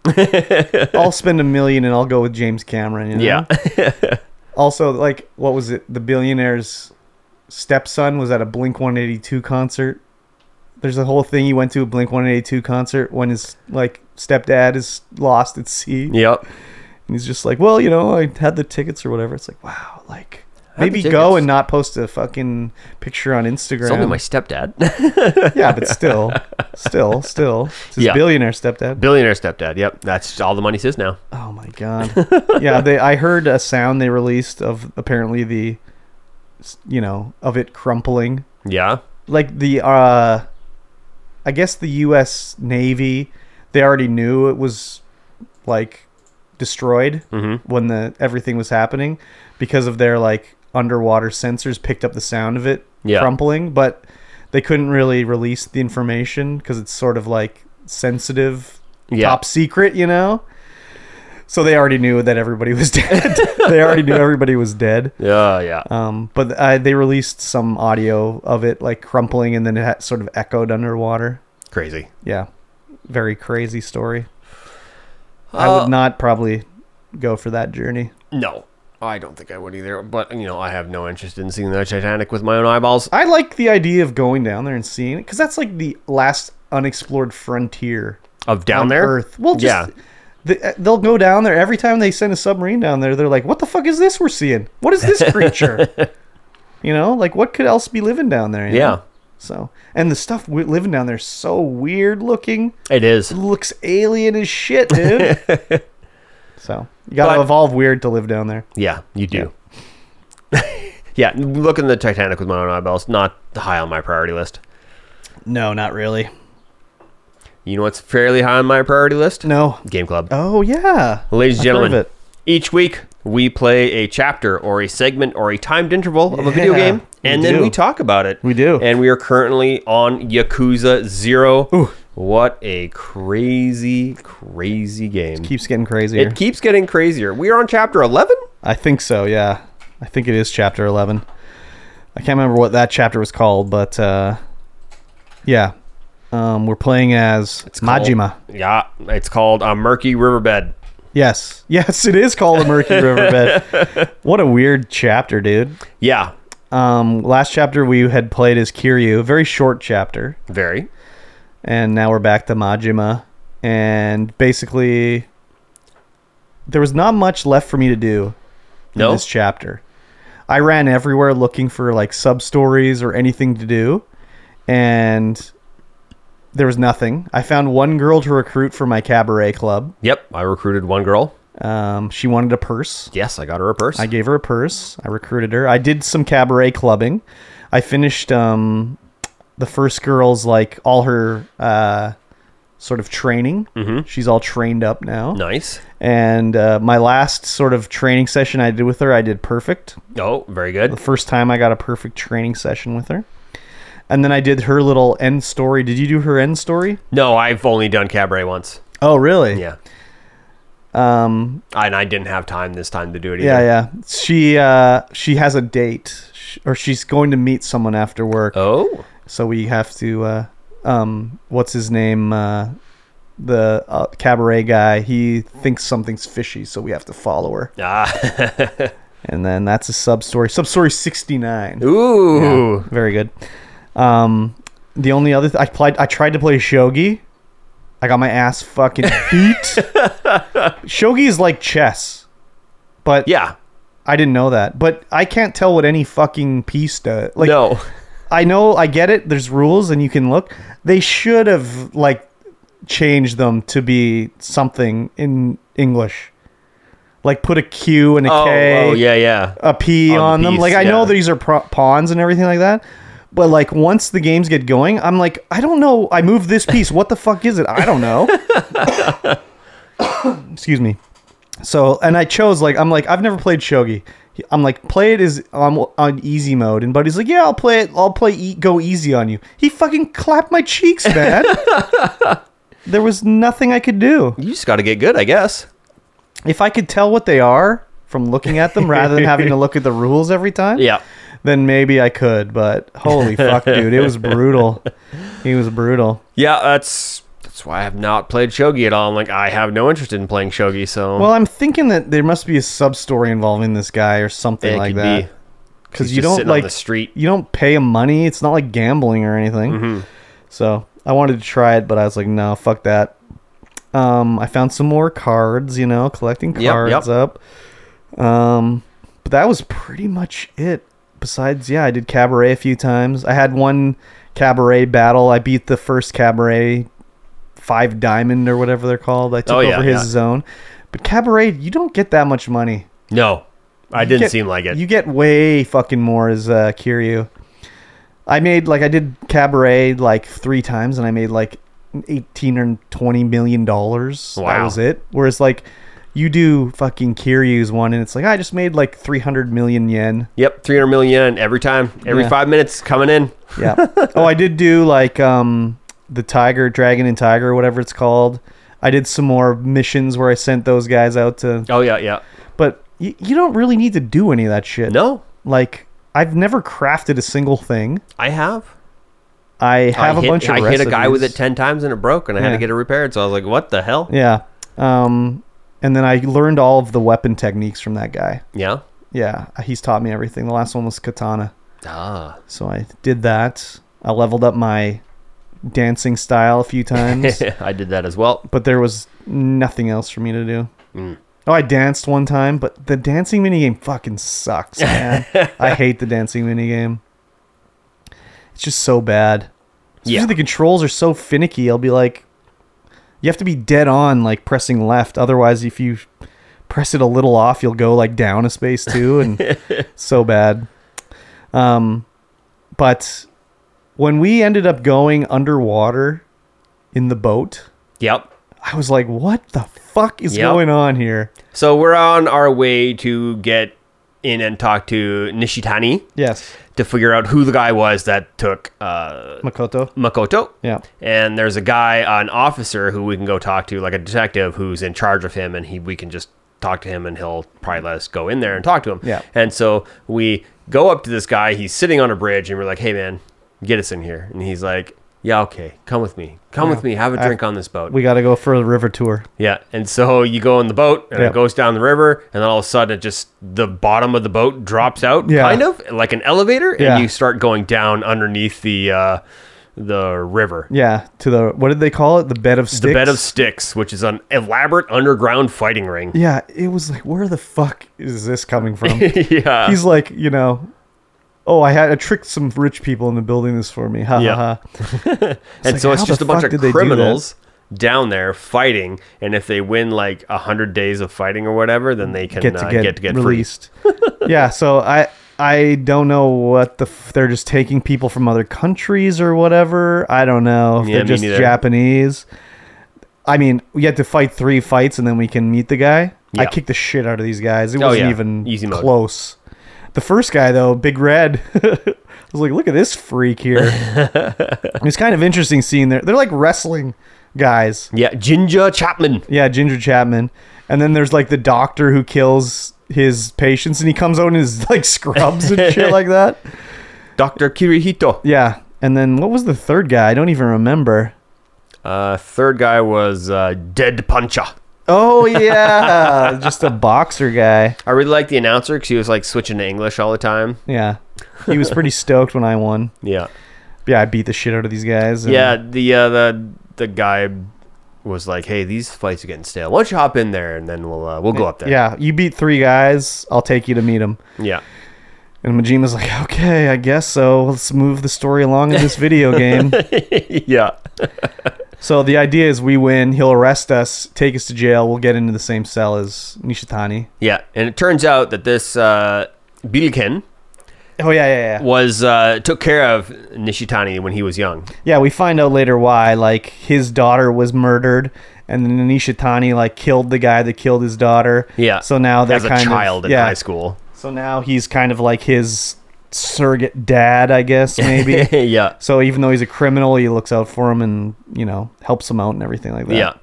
Speaker 3: i'll spend a million and i'll go with james cameron you know?
Speaker 4: Yeah.
Speaker 3: also like what was it the billionaire's stepson was at a blink 182 concert there's a whole thing he went to a blink 182 concert when his like stepdad is lost at sea
Speaker 4: yep.
Speaker 3: and he's just like, well, you know, I had the tickets or whatever. It's like, wow, like
Speaker 4: the
Speaker 3: maybe
Speaker 4: tickets.
Speaker 3: go and not post a fucking picture on
Speaker 4: It's only my
Speaker 3: Instagram.
Speaker 4: stepdad.
Speaker 3: [LAUGHS] yeah, but still, still, still, it's his
Speaker 4: Yeah.
Speaker 3: billionaire
Speaker 4: [LAUGHS]
Speaker 3: stepdad.
Speaker 4: Billionaire stepdad, yep. That's all the money's his now.
Speaker 3: Oh my
Speaker 4: [LAUGHS]
Speaker 3: god. yeah, they. I heard a sound they released of apparently the, s- you know, of it crumpling.
Speaker 4: Yeah.
Speaker 3: like the uh i guess the us navy they already knew it was like destroyed
Speaker 4: Mm-hmm.
Speaker 3: when the everything was happening because of their like underwater sensors picked up the sound of it
Speaker 4: Yeah.
Speaker 3: crumpling but they couldn't really release the information because it's sort of like sensitive
Speaker 4: Yeah.
Speaker 3: top secret you know so they already knew that everybody was [LAUGHS] dead they already knew everybody was dead
Speaker 4: Yeah, yeah.
Speaker 3: um, but uh, they released some audio of it like crumpling and then it had sort of echoed underwater.
Speaker 4: Crazy.
Speaker 3: Yeah. Very crazy story. I
Speaker 4: Uh,
Speaker 3: would not probably go for that journey.
Speaker 4: No, I don't think I would either. But you know, I have no interest in seeing the Titanic with my own eyeballs.
Speaker 3: I like the idea of going down there and seeing it because that's like the last unexplored frontier
Speaker 4: Of down
Speaker 3: on
Speaker 4: there,
Speaker 3: Earth. Well, just,
Speaker 4: Yeah.
Speaker 3: the- uh, they'll go down there every time they send a submarine down there. They're like, "What the fuck is this we're seeing? What is
Speaker 4: [LAUGHS]
Speaker 3: this creature?" you know, like what could else be living down there? you
Speaker 4: Yeah.
Speaker 3: know? So, and the stuff we living down there is so weird looking.
Speaker 4: it is.
Speaker 3: It looks alien as shit,
Speaker 4: [LAUGHS]
Speaker 3: dude. so you gotta
Speaker 4: But-
Speaker 3: evolve weird to live down there.
Speaker 4: Yeah, you do. [LAUGHS] Yeah. looking at the Titanic with my own eyeballs not high on my priority list.
Speaker 3: No, not really.
Speaker 4: You know what's fairly high on my priority list?
Speaker 3: No.
Speaker 4: Game Club.
Speaker 3: Oh yeah.
Speaker 4: Ladies and
Speaker 3: I've heard of
Speaker 4: gentlemen,
Speaker 3: it.
Speaker 4: Each week, we play a chapter or a segment or a timed interval of a video
Speaker 3: Yeah,
Speaker 4: game, and
Speaker 3: we
Speaker 4: then
Speaker 3: do.
Speaker 4: we talk about it.
Speaker 3: We do.
Speaker 4: And we are currently on Yakuza Zero. What a crazy, crazy game.
Speaker 3: Keeps getting crazier.
Speaker 4: It keeps getting crazier. We are on chapter 11?
Speaker 3: I think so. Yeah, I think it is chapter eleven. I can't remember what that chapter was called, but uh, yeah, um, we're playing as Majima.
Speaker 4: Yeah, it's called A Murky Riverbed.
Speaker 3: Yes, yes, it is called the
Speaker 4: [LAUGHS]
Speaker 3: Murky Riverbed. What a weird chapter, dude.
Speaker 4: Yeah,
Speaker 3: Um, last chapter we had played as Kiryu, a very short chapter,
Speaker 4: very.
Speaker 3: and now we're back to Majima, and basically there was not much left for me to do in
Speaker 4: No?
Speaker 3: this chapter. I ran everywhere looking for like sub stories or anything to do, and there was nothing. I found one girl to recruit for my cabaret club.
Speaker 4: Yep, I recruited one girl.
Speaker 3: Um, she wanted a purse.
Speaker 4: Yes, I got her a purse.
Speaker 3: I gave her a purse. I recruited her. I did some cabaret clubbing. I finished um, the first girl's like all her uh, sort of training. Mm-hmm. She's all trained up now.
Speaker 4: nice.
Speaker 3: And uh, my last sort of training session I did with her, I did perfect.
Speaker 4: Oh, very good.
Speaker 3: The first time I got a perfect training session with her. And then I did her little end story. Did you do her end story?
Speaker 4: No, I've only done cabaret once.
Speaker 3: Oh, really?
Speaker 4: Yeah.
Speaker 3: Um,
Speaker 4: And I didn't have time this time to do it either.
Speaker 3: Yeah, yeah. She uh, she has a date, sh- or she's going to meet someone after work.
Speaker 4: Oh,
Speaker 3: So we have to, uh, um, what's his name? Uh, the uh, cabaret guy. He thinks something's fishy, so we have to follow her. [LAUGHS]
Speaker 4: ah,
Speaker 3: And then that's a sub story. Sub story sixty nine.
Speaker 4: ooh,
Speaker 3: Very good. Um, the only other th- I played, I tried to play shogi. I got my
Speaker 4: [LAUGHS]
Speaker 3: ass fucking beat. shogi is like chess, but
Speaker 4: yeah,
Speaker 3: I didn't know that, but I can't tell what any fucking piece does. Like, [LAUGHS]
Speaker 4: no,
Speaker 3: I know, I get it. There's rules, and you can look. They should have like changed them to be something in English, like put a Q and a K,
Speaker 4: oh, oh, yeah, yeah,
Speaker 3: a P on,
Speaker 4: On the
Speaker 3: them.
Speaker 4: piece,
Speaker 3: like, I know
Speaker 4: yeah.
Speaker 3: these are pro- pawns and everything like that. But like once the games get going, I'm like, I don't know. I moved this piece. What the fuck is it? I don't
Speaker 4: [LAUGHS]
Speaker 3: know. Excuse me. So and I chose like I'm like I've never played shogi. He- I'm like play it is on on easy mode, and Buddy's like, yeah, I'll play it. I'll play e- go easy on you. He fucking clapped my cheeks,
Speaker 4: [LAUGHS]
Speaker 3: man. there was nothing I could do.
Speaker 4: you just got to get good, I guess.
Speaker 3: If I could tell what they are from looking at them rather than having to look at the rules every time,
Speaker 4: [LAUGHS] Yeah,
Speaker 3: then maybe I could. But
Speaker 4: [LAUGHS]
Speaker 3: holy fuck, dude, it was brutal. He was brutal.
Speaker 4: yeah, that's that's why I have not played shogi at all. I'm like, I have no interest in playing shogi, so
Speaker 3: Well, I'm thinking that there must be a sub story involving this guy or something
Speaker 4: it
Speaker 3: like
Speaker 4: could
Speaker 3: that.
Speaker 4: be.
Speaker 3: Because
Speaker 4: He's
Speaker 3: you
Speaker 4: just
Speaker 3: don't
Speaker 4: sitting on
Speaker 3: like
Speaker 4: the street.
Speaker 3: You don't pay him money. It's not like gambling or anything.
Speaker 4: Mm-hmm.
Speaker 3: So I wanted to try it, but I was like, no, fuck that. Um, I found some more cards. You know, collecting
Speaker 4: Yep,
Speaker 3: cards up. Um, but that was pretty much it. Besides, yeah, I did cabaret a few times. I had one cabaret battle. I beat the first cabaret five diamond or whatever they're called. I took
Speaker 4: Oh, yeah,
Speaker 3: over his
Speaker 4: yeah.
Speaker 3: zone. But cabaret, you don't get that much money.
Speaker 4: No, I
Speaker 3: You
Speaker 4: didn't
Speaker 3: get-
Speaker 4: seem like it.
Speaker 3: You get way fucking more as uh, Kiryu. I made like I did cabaret like three times, and I made like eighteen or twenty million dollars. That
Speaker 4: Wow.
Speaker 3: was it. Whereas like you do fucking Kiryu's one, and it's like I just made like three hundred million yen.
Speaker 4: Yep, 300 million yen every time, every
Speaker 3: Yeah.
Speaker 4: five minutes coming in. [LAUGHS]
Speaker 3: Yeah. oh, I did do like um the tiger, dragon, and tiger, whatever it's called. I did some more missions where I sent those guys out to,
Speaker 4: Oh yeah, yeah.
Speaker 3: but y- you don't really need to do any of that shit.
Speaker 4: No,
Speaker 3: Like I've never crafted a single thing.
Speaker 4: I have.
Speaker 3: I have
Speaker 4: I
Speaker 3: a
Speaker 4: hit,
Speaker 3: bunch of
Speaker 4: I hit a guy with it
Speaker 3: recipes.
Speaker 4: ten times and it broke, and I had
Speaker 3: Yeah.
Speaker 4: to get it repaired. So I was like, "What the hell?"
Speaker 3: Yeah. Um, and then I learned all of the weapon techniques from that guy.
Speaker 4: Yeah.
Speaker 3: Yeah, he's taught me everything. The last one was katana,
Speaker 4: Ah.
Speaker 3: so I did that. I leveled up my dancing style
Speaker 4: [LAUGHS]
Speaker 3: a few times,
Speaker 4: [LAUGHS] I did that as well.
Speaker 3: but there was nothing else for me to do. Oh, I danced one time, but the dancing minigame fucking sucks, man. I hate the dancing minigame. It's just so bad.
Speaker 4: Yeah.
Speaker 3: Especially the controls are so finicky. I'll be like, you have to be dead on, like pressing left. Otherwise, if you press it a little off, you'll go like down a space too, and so bad. Um, but when we ended up going underwater in the boat,
Speaker 4: Yep.
Speaker 3: I was like, what the fuck is
Speaker 4: Yep.
Speaker 3: going on here?
Speaker 4: So we're on our way to get in and talk to Nishitani
Speaker 3: Yes,
Speaker 4: to figure out who the guy was that took uh,
Speaker 3: Makoto.
Speaker 4: Makoto.
Speaker 3: Yeah.
Speaker 4: And there's a guy, an officer, who we can go talk to, like a detective, who's in charge of him, and he we can just talk to him, and he'll probably let us go in there and talk to him.
Speaker 3: Yeah.
Speaker 4: And so we go up to this guy. He's sitting on a bridge, and we're like, "Hey, man, get us in here." And he's like, "Yeah, okay, come with me. Come with me. Have a drink on this boat."
Speaker 3: We got to go for a river tour.
Speaker 4: Yeah, and so you go in the boat, and
Speaker 3: Yeah.
Speaker 4: it goes down the river, and then all of a sudden, it just the bottom of the boat drops out,
Speaker 3: Yeah.
Speaker 4: kind of like an elevator,
Speaker 3: Yeah.
Speaker 4: and you start going down underneath the uh, the river,
Speaker 3: Yeah, to the what did they call it? The bed of sticks.
Speaker 4: the bed of sticks, which is an elaborate underground fighting
Speaker 3: [LAUGHS]
Speaker 4: ring.
Speaker 3: Yeah, it was like, where the fuck is this coming
Speaker 4: [LAUGHS]
Speaker 3: from?
Speaker 4: yeah,
Speaker 3: He's like, you know, oh, I had I tricked some rich people into building this for me. Ha
Speaker 4: Yeah.
Speaker 3: ha ha.
Speaker 4: and
Speaker 3: like,
Speaker 4: so it's
Speaker 3: how
Speaker 4: just
Speaker 3: the
Speaker 4: a bunch
Speaker 3: fuck
Speaker 4: of
Speaker 3: did they do that?
Speaker 4: criminals down there fighting, and if they win like a hundred days of fighting or whatever, then they can
Speaker 3: Get to
Speaker 4: uh,
Speaker 3: get,
Speaker 4: get to get free. [LAUGHS]
Speaker 3: released. yeah, so I I don't know what the f- they're just taking people from other countries or whatever. I don't know. If
Speaker 4: Yeah,
Speaker 3: they're
Speaker 4: me
Speaker 3: just
Speaker 4: neither.
Speaker 3: Japanese. I mean, we had to fight three fights and then we can meet the guy. I
Speaker 4: Yeah.
Speaker 3: kicked the shit out of these guys. It
Speaker 4: Oh,
Speaker 3: wasn't
Speaker 4: yeah.
Speaker 3: even
Speaker 4: Easy mode.
Speaker 3: close. The first guy though, Big Red, [LAUGHS] I was like, look at this
Speaker 4: [LAUGHS]
Speaker 3: freak here. it's kind of interesting seeing there. They're like wrestling guys.
Speaker 4: Yeah, Jinja Chapman.
Speaker 3: Yeah, Ginger Chapman. And then there's like the doctor who kills his patients and he comes out in his like scrubs and
Speaker 4: [LAUGHS]
Speaker 3: shit like that.
Speaker 4: Dr. Kirihito.
Speaker 3: Yeah. And then what was the third guy? I don't even remember.
Speaker 4: Uh, third guy was uh, Dead Puncha.
Speaker 3: Oh yeah, [LAUGHS] just a boxer guy.
Speaker 4: I really liked the announcer because he was like switching to English all the time.
Speaker 3: Yeah. He was pretty stoked when I won.
Speaker 4: Yeah,
Speaker 3: Yeah, I beat the shit out of these guys. and-
Speaker 4: yeah. The uh, the the guy was like, "Hey, these fights are getting stale. Why don't you hop in there and then we'll uh, we'll go up there."
Speaker 3: Yeah, you beat three guys. I'll take you to meet him.
Speaker 4: yeah. [LAUGHS]
Speaker 3: And Majima's like, okay, I guess so. Let's move the story along in this
Speaker 4: [LAUGHS]
Speaker 3: video game.
Speaker 4: yeah.
Speaker 3: So the idea is we win, he'll arrest us, take us to jail, we'll get into the same cell as Nishitani.
Speaker 4: Yeah, and it turns out that this uh, Bilken
Speaker 3: Oh yeah, yeah, yeah.
Speaker 4: was uh, took care of Nishitani when he was young.
Speaker 3: Yeah, we find out later why like his daughter was murdered and then Nishitani like killed the guy that killed his daughter.
Speaker 4: Yeah,
Speaker 3: So now that
Speaker 4: as a
Speaker 3: kind of-
Speaker 4: child in
Speaker 3: yeah.
Speaker 4: high school.
Speaker 3: So now he's kind of like his surrogate dad,
Speaker 4: [LAUGHS]
Speaker 3: I guess, maybe.
Speaker 4: yeah,
Speaker 3: so even though he's a criminal, he looks out for him and, you know, helps him out and everything like that.
Speaker 4: yeah,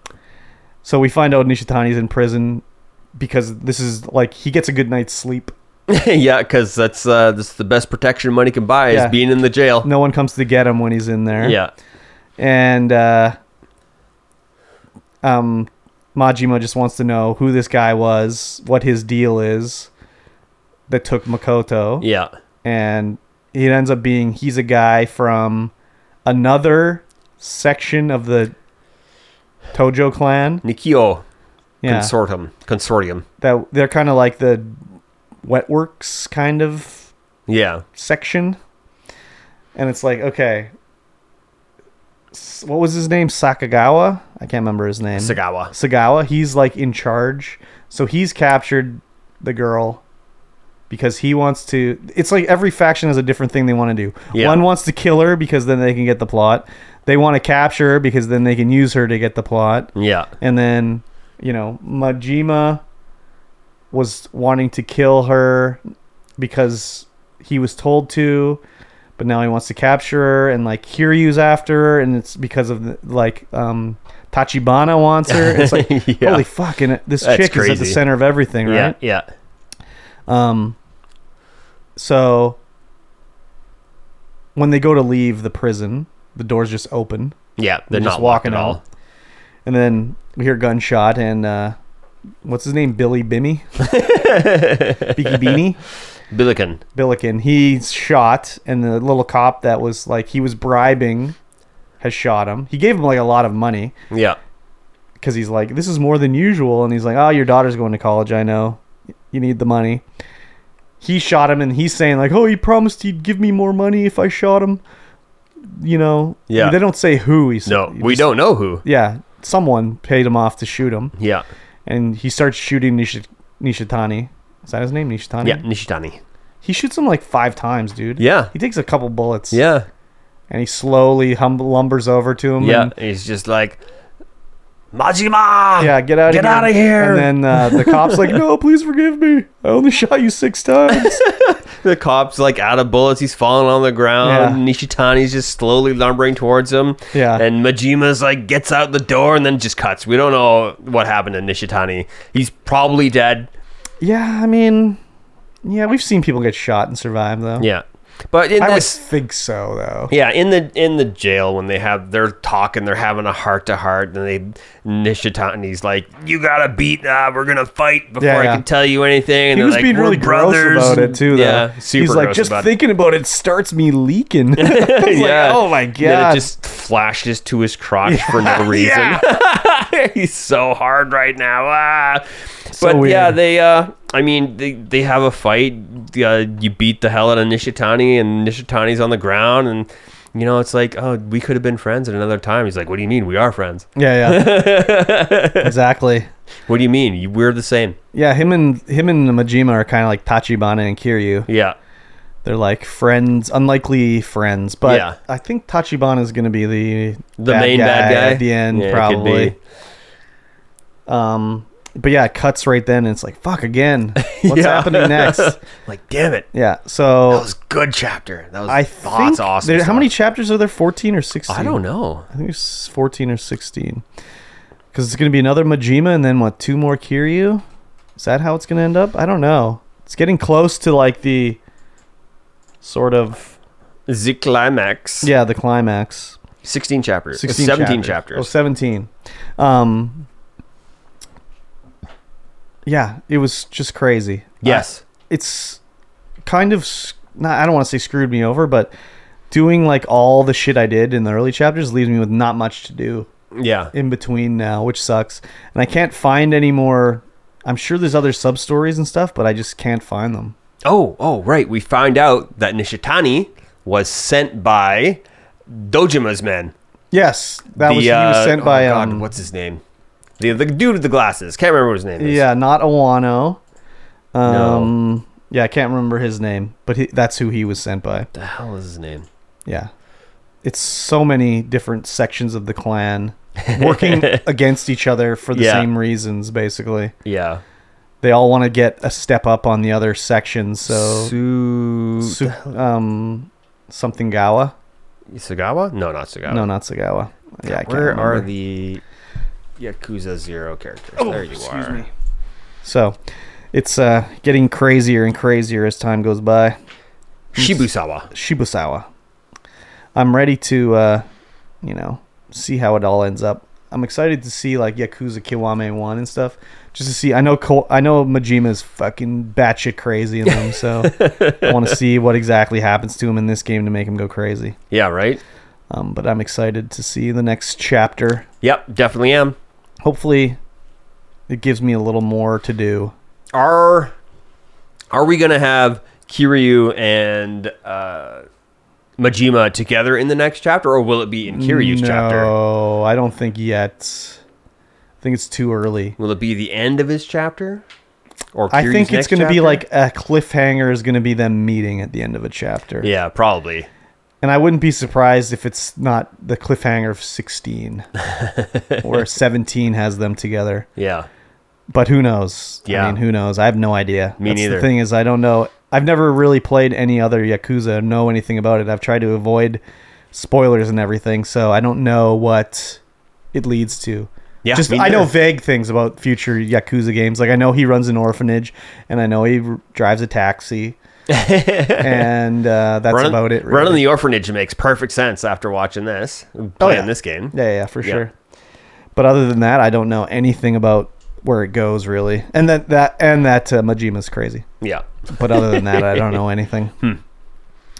Speaker 3: So we find out Nishitani's in prison because this is like he gets a good night's sleep.
Speaker 4: yeah. [LAUGHS] Because that's uh, that's the best protection money can buy is
Speaker 3: Yeah.
Speaker 4: being in the jail.
Speaker 3: No one comes to get him when he's in there.
Speaker 4: Yeah.
Speaker 3: And uh, um, Majima just wants to know who this guy was, what his deal is that took Makoto.
Speaker 4: Yeah.
Speaker 3: And it ends up being he's a guy from another section of the Tojo clan.
Speaker 4: Nikio
Speaker 3: Yeah.
Speaker 4: consortium. Consortium.
Speaker 3: that they're kind of like the wet works kind of
Speaker 4: Yeah.
Speaker 3: section. And it's like, okay. S- What was his name? Sakagawa? I can't remember his name.
Speaker 4: Sagawa.
Speaker 3: Sagawa. He's like in charge. So he's captured the girl because he wants to. It's like every faction has a different thing they want to do.
Speaker 4: Yeah.
Speaker 3: One wants to kill her because then they can get the plot. They want to capture her because then they can use her to get the plot.
Speaker 4: Yeah.
Speaker 3: And then, you know, Majima was wanting to kill her because he was told to, but now he wants to capture her and like Kiryu's after her and it's because of the, like um Tachibana wants her.
Speaker 4: [LAUGHS]
Speaker 3: It's like
Speaker 4: Yeah.
Speaker 3: holy fuck and it- this
Speaker 4: That's
Speaker 3: chick is at the
Speaker 4: crazy.
Speaker 3: center of everything,
Speaker 4: Yeah.
Speaker 3: right?
Speaker 4: Yeah.
Speaker 3: Um so when they go to leave the prison, the doors just open.
Speaker 4: Yeah. They're
Speaker 3: just
Speaker 4: not walking
Speaker 3: walking
Speaker 4: at all.
Speaker 3: out. And then we hear a gunshot and uh, what's his name?
Speaker 4: [LAUGHS]
Speaker 3: Billy Bimmy? Beaky Beanie?
Speaker 4: Billiken.
Speaker 3: Billiken. He's shot and the little cop that was like he was bribing has shot him. He gave him like a lot of money
Speaker 4: Yeah.
Speaker 3: because he's like, This is more than usual and he's like, Oh, your daughter's going to college, I know. You need the money. He shot him and he's saying like, Oh, he promised he'd give me more money if I shot him. You know?
Speaker 4: Yeah.
Speaker 3: They don't say who he's
Speaker 4: No, we don't know who.
Speaker 3: Yeah. Someone paid him off to shoot him.
Speaker 4: Yeah.
Speaker 3: and he starts shooting Nishi- Nishitani. Is that his name? Nishitani?
Speaker 4: Yeah. Nishitani.
Speaker 3: He shoots him like five times, dude.
Speaker 4: Yeah.
Speaker 3: He takes a couple bullets.
Speaker 4: Yeah.
Speaker 3: And he slowly hum- lumbers over to him.
Speaker 4: Yeah.
Speaker 3: And
Speaker 4: He's just like, Majima.
Speaker 3: Yeah, get out of
Speaker 4: Get
Speaker 3: here.
Speaker 4: outta here.
Speaker 3: And then
Speaker 4: [LAUGHS]
Speaker 3: uh, the cop's like, no, please forgive me. I only shot you
Speaker 4: [LAUGHS]
Speaker 3: six times.
Speaker 4: The cop's like out of bullets. He's falling on the ground.
Speaker 3: Yeah.
Speaker 4: Nishitani's just slowly lumbering towards him.
Speaker 3: Yeah.
Speaker 4: And Majima's like gets out the door and then just cuts. We don't know what happened to Nishitani. He's probably dead.
Speaker 3: yeah, I mean, yeah, we've seen people get shot and survive, though.
Speaker 4: Yeah. But in
Speaker 3: I would
Speaker 4: this
Speaker 3: think so, though.
Speaker 4: Yeah, in the in the jail when they have they're talking, they're having a heart to heart, and they Nishitani's like, "You gotta beat. Uh, we're gonna fight before
Speaker 3: Yeah, yeah.
Speaker 4: I can tell you anything." And
Speaker 3: He
Speaker 4: they're
Speaker 3: was
Speaker 4: like,
Speaker 3: being
Speaker 4: "We're
Speaker 3: really
Speaker 4: brothers."
Speaker 3: gross about it too, though.
Speaker 4: Yeah, super
Speaker 3: He's like,
Speaker 4: gross
Speaker 3: just
Speaker 4: about it.
Speaker 3: thinking about it starts me leaking. [LAUGHS] I was
Speaker 4: Yeah.
Speaker 3: like, oh my
Speaker 4: Then
Speaker 3: god!
Speaker 4: it just flashes to his crotch
Speaker 3: [LAUGHS]
Speaker 4: for no reason. [LAUGHS] He's so hard right now. Ah. but yeah,
Speaker 3: weird.
Speaker 4: they. Uh, I mean, they, they have a fight. Uh, you beat the hell out of Nishitani, and Nishitani's on the ground, and you know it's like, oh, we could have been friends at another time. He's like, what do you mean? We are friends.
Speaker 3: yeah,
Speaker 4: [LAUGHS]
Speaker 3: yeah, exactly.
Speaker 4: What do you mean? You- We're the same.
Speaker 3: Yeah, him and him and Majima are kind of like Tachibana and Kiryu.
Speaker 4: Yeah.
Speaker 3: They're like friends, unlikely friends, but
Speaker 4: Yeah.
Speaker 3: I think Tachibana is going to be the
Speaker 4: The main bad guy
Speaker 3: at the end,
Speaker 4: Yeah, it could
Speaker 3: probably.
Speaker 4: be.
Speaker 3: Um, but yeah, it cuts right then, and it's like,
Speaker 4: [LAUGHS]
Speaker 3: fuck again. What's
Speaker 4: Yeah.
Speaker 3: happening next?
Speaker 4: Like, damn it.
Speaker 3: Yeah, so
Speaker 4: That was a good chapter. That was
Speaker 3: I
Speaker 4: thoughts
Speaker 3: think
Speaker 4: awesome.
Speaker 3: there- how
Speaker 4: stuff.
Speaker 3: many chapters are there? Fourteen or sixteen?
Speaker 4: I don't know.
Speaker 3: I think it's fourteen or sixteen. Because it's going to be another Majima, and then what? Two more Kiryu? Is that how it's going to end up? I don't know. It's getting close to like the sort of
Speaker 4: The climax.
Speaker 3: yeah the climax.
Speaker 4: 16 chapters.
Speaker 3: 16
Speaker 4: 17 chapters.
Speaker 3: Oh, 17. Um, yeah, it was just crazy.
Speaker 4: Yes.
Speaker 3: it's kind of s- not I don't want to say screwed me over, but doing like all the shit I did in the early chapters leaves me with not much to do
Speaker 4: yeah.
Speaker 3: in between now, which sucks. And I can't find any more I'm sure there's other sub stories and stuff, but I just can't find them.
Speaker 4: Oh, oh, right. We find out that Nishitani was sent by Dojima's men.
Speaker 3: Yes, that was he
Speaker 4: uh,
Speaker 3: was sent by
Speaker 4: oh God,
Speaker 3: um,
Speaker 4: what's his name? The, the dude with the glasses. Can't remember what his name is.
Speaker 3: yeah, not Awano. Um yeah, I can't remember his name, but he, that's who he was sent by.
Speaker 4: The hell is his name?
Speaker 3: Yeah. It's so many different sections of the [LAUGHS] clan working against each other for the
Speaker 4: Yeah.
Speaker 3: same reasons, basically.
Speaker 4: Yeah.
Speaker 3: They all want to get a step up on the other sections, so
Speaker 4: Su-
Speaker 3: Su- um something Gawa.
Speaker 4: Sagawa? No, not Sagawa.
Speaker 3: No, not Sagawa. Yeah, I can't
Speaker 4: Where are
Speaker 3: remember.
Speaker 4: the Yakuza Zero characters?
Speaker 3: Oh,
Speaker 4: there you are.
Speaker 3: So it's uh, getting crazier and crazier as time goes by.
Speaker 4: Shibusawa.
Speaker 3: Shibusawa. I'm ready to, uh, you know, see how it all ends up. I'm excited to see like Yakuza Kiwame One and stuff, just to see. I know Ko- I know Majima's fucking batshit crazy in them, so I want to see what exactly happens to him in this game to make him go crazy.
Speaker 4: Yeah, right?
Speaker 3: Um, but I'm excited to see the next chapter.
Speaker 4: Yep, definitely am.
Speaker 3: Hopefully, it gives me a little more to do.
Speaker 4: Are are we gonna have Kiryu and uh, Majima together in the next chapter, or will it be in Kiryu's
Speaker 3: no,
Speaker 4: chapter?
Speaker 3: I don't think yet. I think it's too early.
Speaker 4: Will it be the end of his chapter? Or
Speaker 3: I
Speaker 4: Kiryu's
Speaker 3: think it's
Speaker 4: next
Speaker 3: going to be
Speaker 4: chapter?
Speaker 3: like a cliffhanger is going to be them meeting at the end of a chapter.
Speaker 4: yeah, probably.
Speaker 3: And I wouldn't be surprised if it's not the cliffhanger
Speaker 4: [LAUGHS]
Speaker 3: of 16 or 17 has them together.
Speaker 4: Yeah,
Speaker 3: But who knows?
Speaker 4: Yeah.
Speaker 3: I mean, who knows? I have no idea.
Speaker 4: Me
Speaker 3: That's
Speaker 4: neither.
Speaker 3: The thing is, I don't know. I've never really played any other Yakuza, know anything about it. I've tried to avoid spoilers and everything, so I don't know what it leads to.
Speaker 4: Yeah,
Speaker 3: Just
Speaker 4: me
Speaker 3: I know
Speaker 4: neither.
Speaker 3: vague things about future Yakuza games. Like I know he runs an orphanage, and I know he r- drives
Speaker 4: [LAUGHS]
Speaker 3: a taxi, and uh, that's
Speaker 4: running,
Speaker 3: about it.
Speaker 4: running
Speaker 3: really. Oh,
Speaker 4: the orphanage makes perfect sense after watching this, playing this game.
Speaker 3: Yeah, yeah, for sure. But other than that, I don't know anything about where it goes really, and that that and that uh, Majima's crazy.
Speaker 4: Yeah,
Speaker 3: but other than that, I
Speaker 4: [LAUGHS]
Speaker 3: don't know anything.
Speaker 4: Hmm.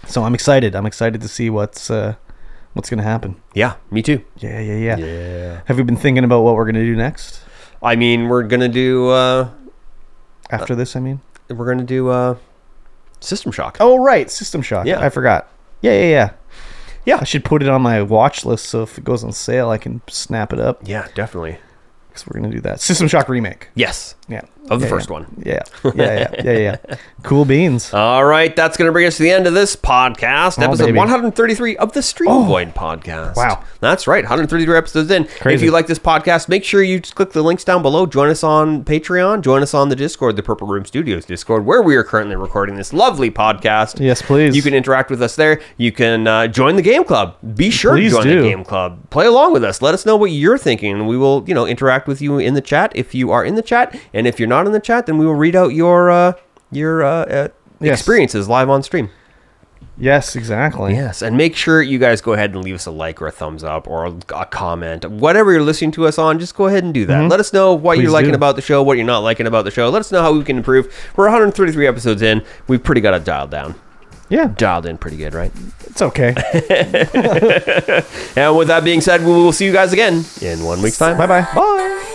Speaker 3: So I'm excited. I'm excited to see what's uh, what's gonna happen.
Speaker 4: yeah, me too.
Speaker 3: Yeah, yeah, yeah. Yeah. Have you been thinking about what we're gonna do next
Speaker 4: I mean, we're gonna do uh,
Speaker 3: after this? I mean,
Speaker 4: we're gonna do uh, System Shock.
Speaker 3: oh right, System Shock.
Speaker 4: Yeah.
Speaker 3: I forgot. Yeah, yeah, yeah.
Speaker 4: Yeah.
Speaker 3: I should put it on my watch list so if it goes on sale, I can snap it up
Speaker 4: yeah, definitely.
Speaker 3: because we're gonna do that. System Shock remake.
Speaker 4: Yes,
Speaker 3: Yeah.
Speaker 4: Of the
Speaker 3: Yeah,
Speaker 4: first
Speaker 3: yeah.
Speaker 4: one. Uh,
Speaker 3: Yeah. Yeah. Yeah. Yeah. Yeah. yeah.
Speaker 4: [LAUGHS]
Speaker 3: cool beans.
Speaker 4: All right, that's going to bring us to the end of this podcast, episode
Speaker 3: Oh, baby. Oh.
Speaker 4: 133 of the Stream Void podcast.
Speaker 3: Wow.
Speaker 4: That's right, 133 episodes in. If
Speaker 3: Crazy.
Speaker 4: you like this podcast, make sure you just click the links down below. Join us on Patreon. Join us on the Discord, the Purple Room Studios Discord, where we are currently recording this lovely podcast.
Speaker 3: Yes, please.
Speaker 4: You can interact with us there. You can uh, join the game club. Be sure
Speaker 3: Please
Speaker 4: to join
Speaker 3: do.
Speaker 4: the game club. Play along with us. Let us know what you're thinking, and we will, you know, interact with you in the chat if you are in the chat, and if you're not in the chat, then we will read out your uh, your uh, uh,
Speaker 3: Yes.
Speaker 4: experiences live on stream.
Speaker 3: Yes. Exactly.
Speaker 4: Yes, and make sure you guys go ahead and leave us a like or a thumbs up or a comment, whatever you're listening to us on. Just go ahead and do that. Let us know what you're
Speaker 3: Mm-hmm. Please
Speaker 4: liking
Speaker 3: do.
Speaker 4: about the show, what you're not liking about the show. Let us know how we can improve. We're 133 episodes in. We've pretty got it dialed down.
Speaker 3: Yeah.
Speaker 4: Dialed in pretty good, right?
Speaker 3: It's
Speaker 4: [LAUGHS]
Speaker 3: okay.
Speaker 4: And with that being said, we will see you guys again in one week's time.
Speaker 3: Bye-bye.
Speaker 4: [LAUGHS] Bye.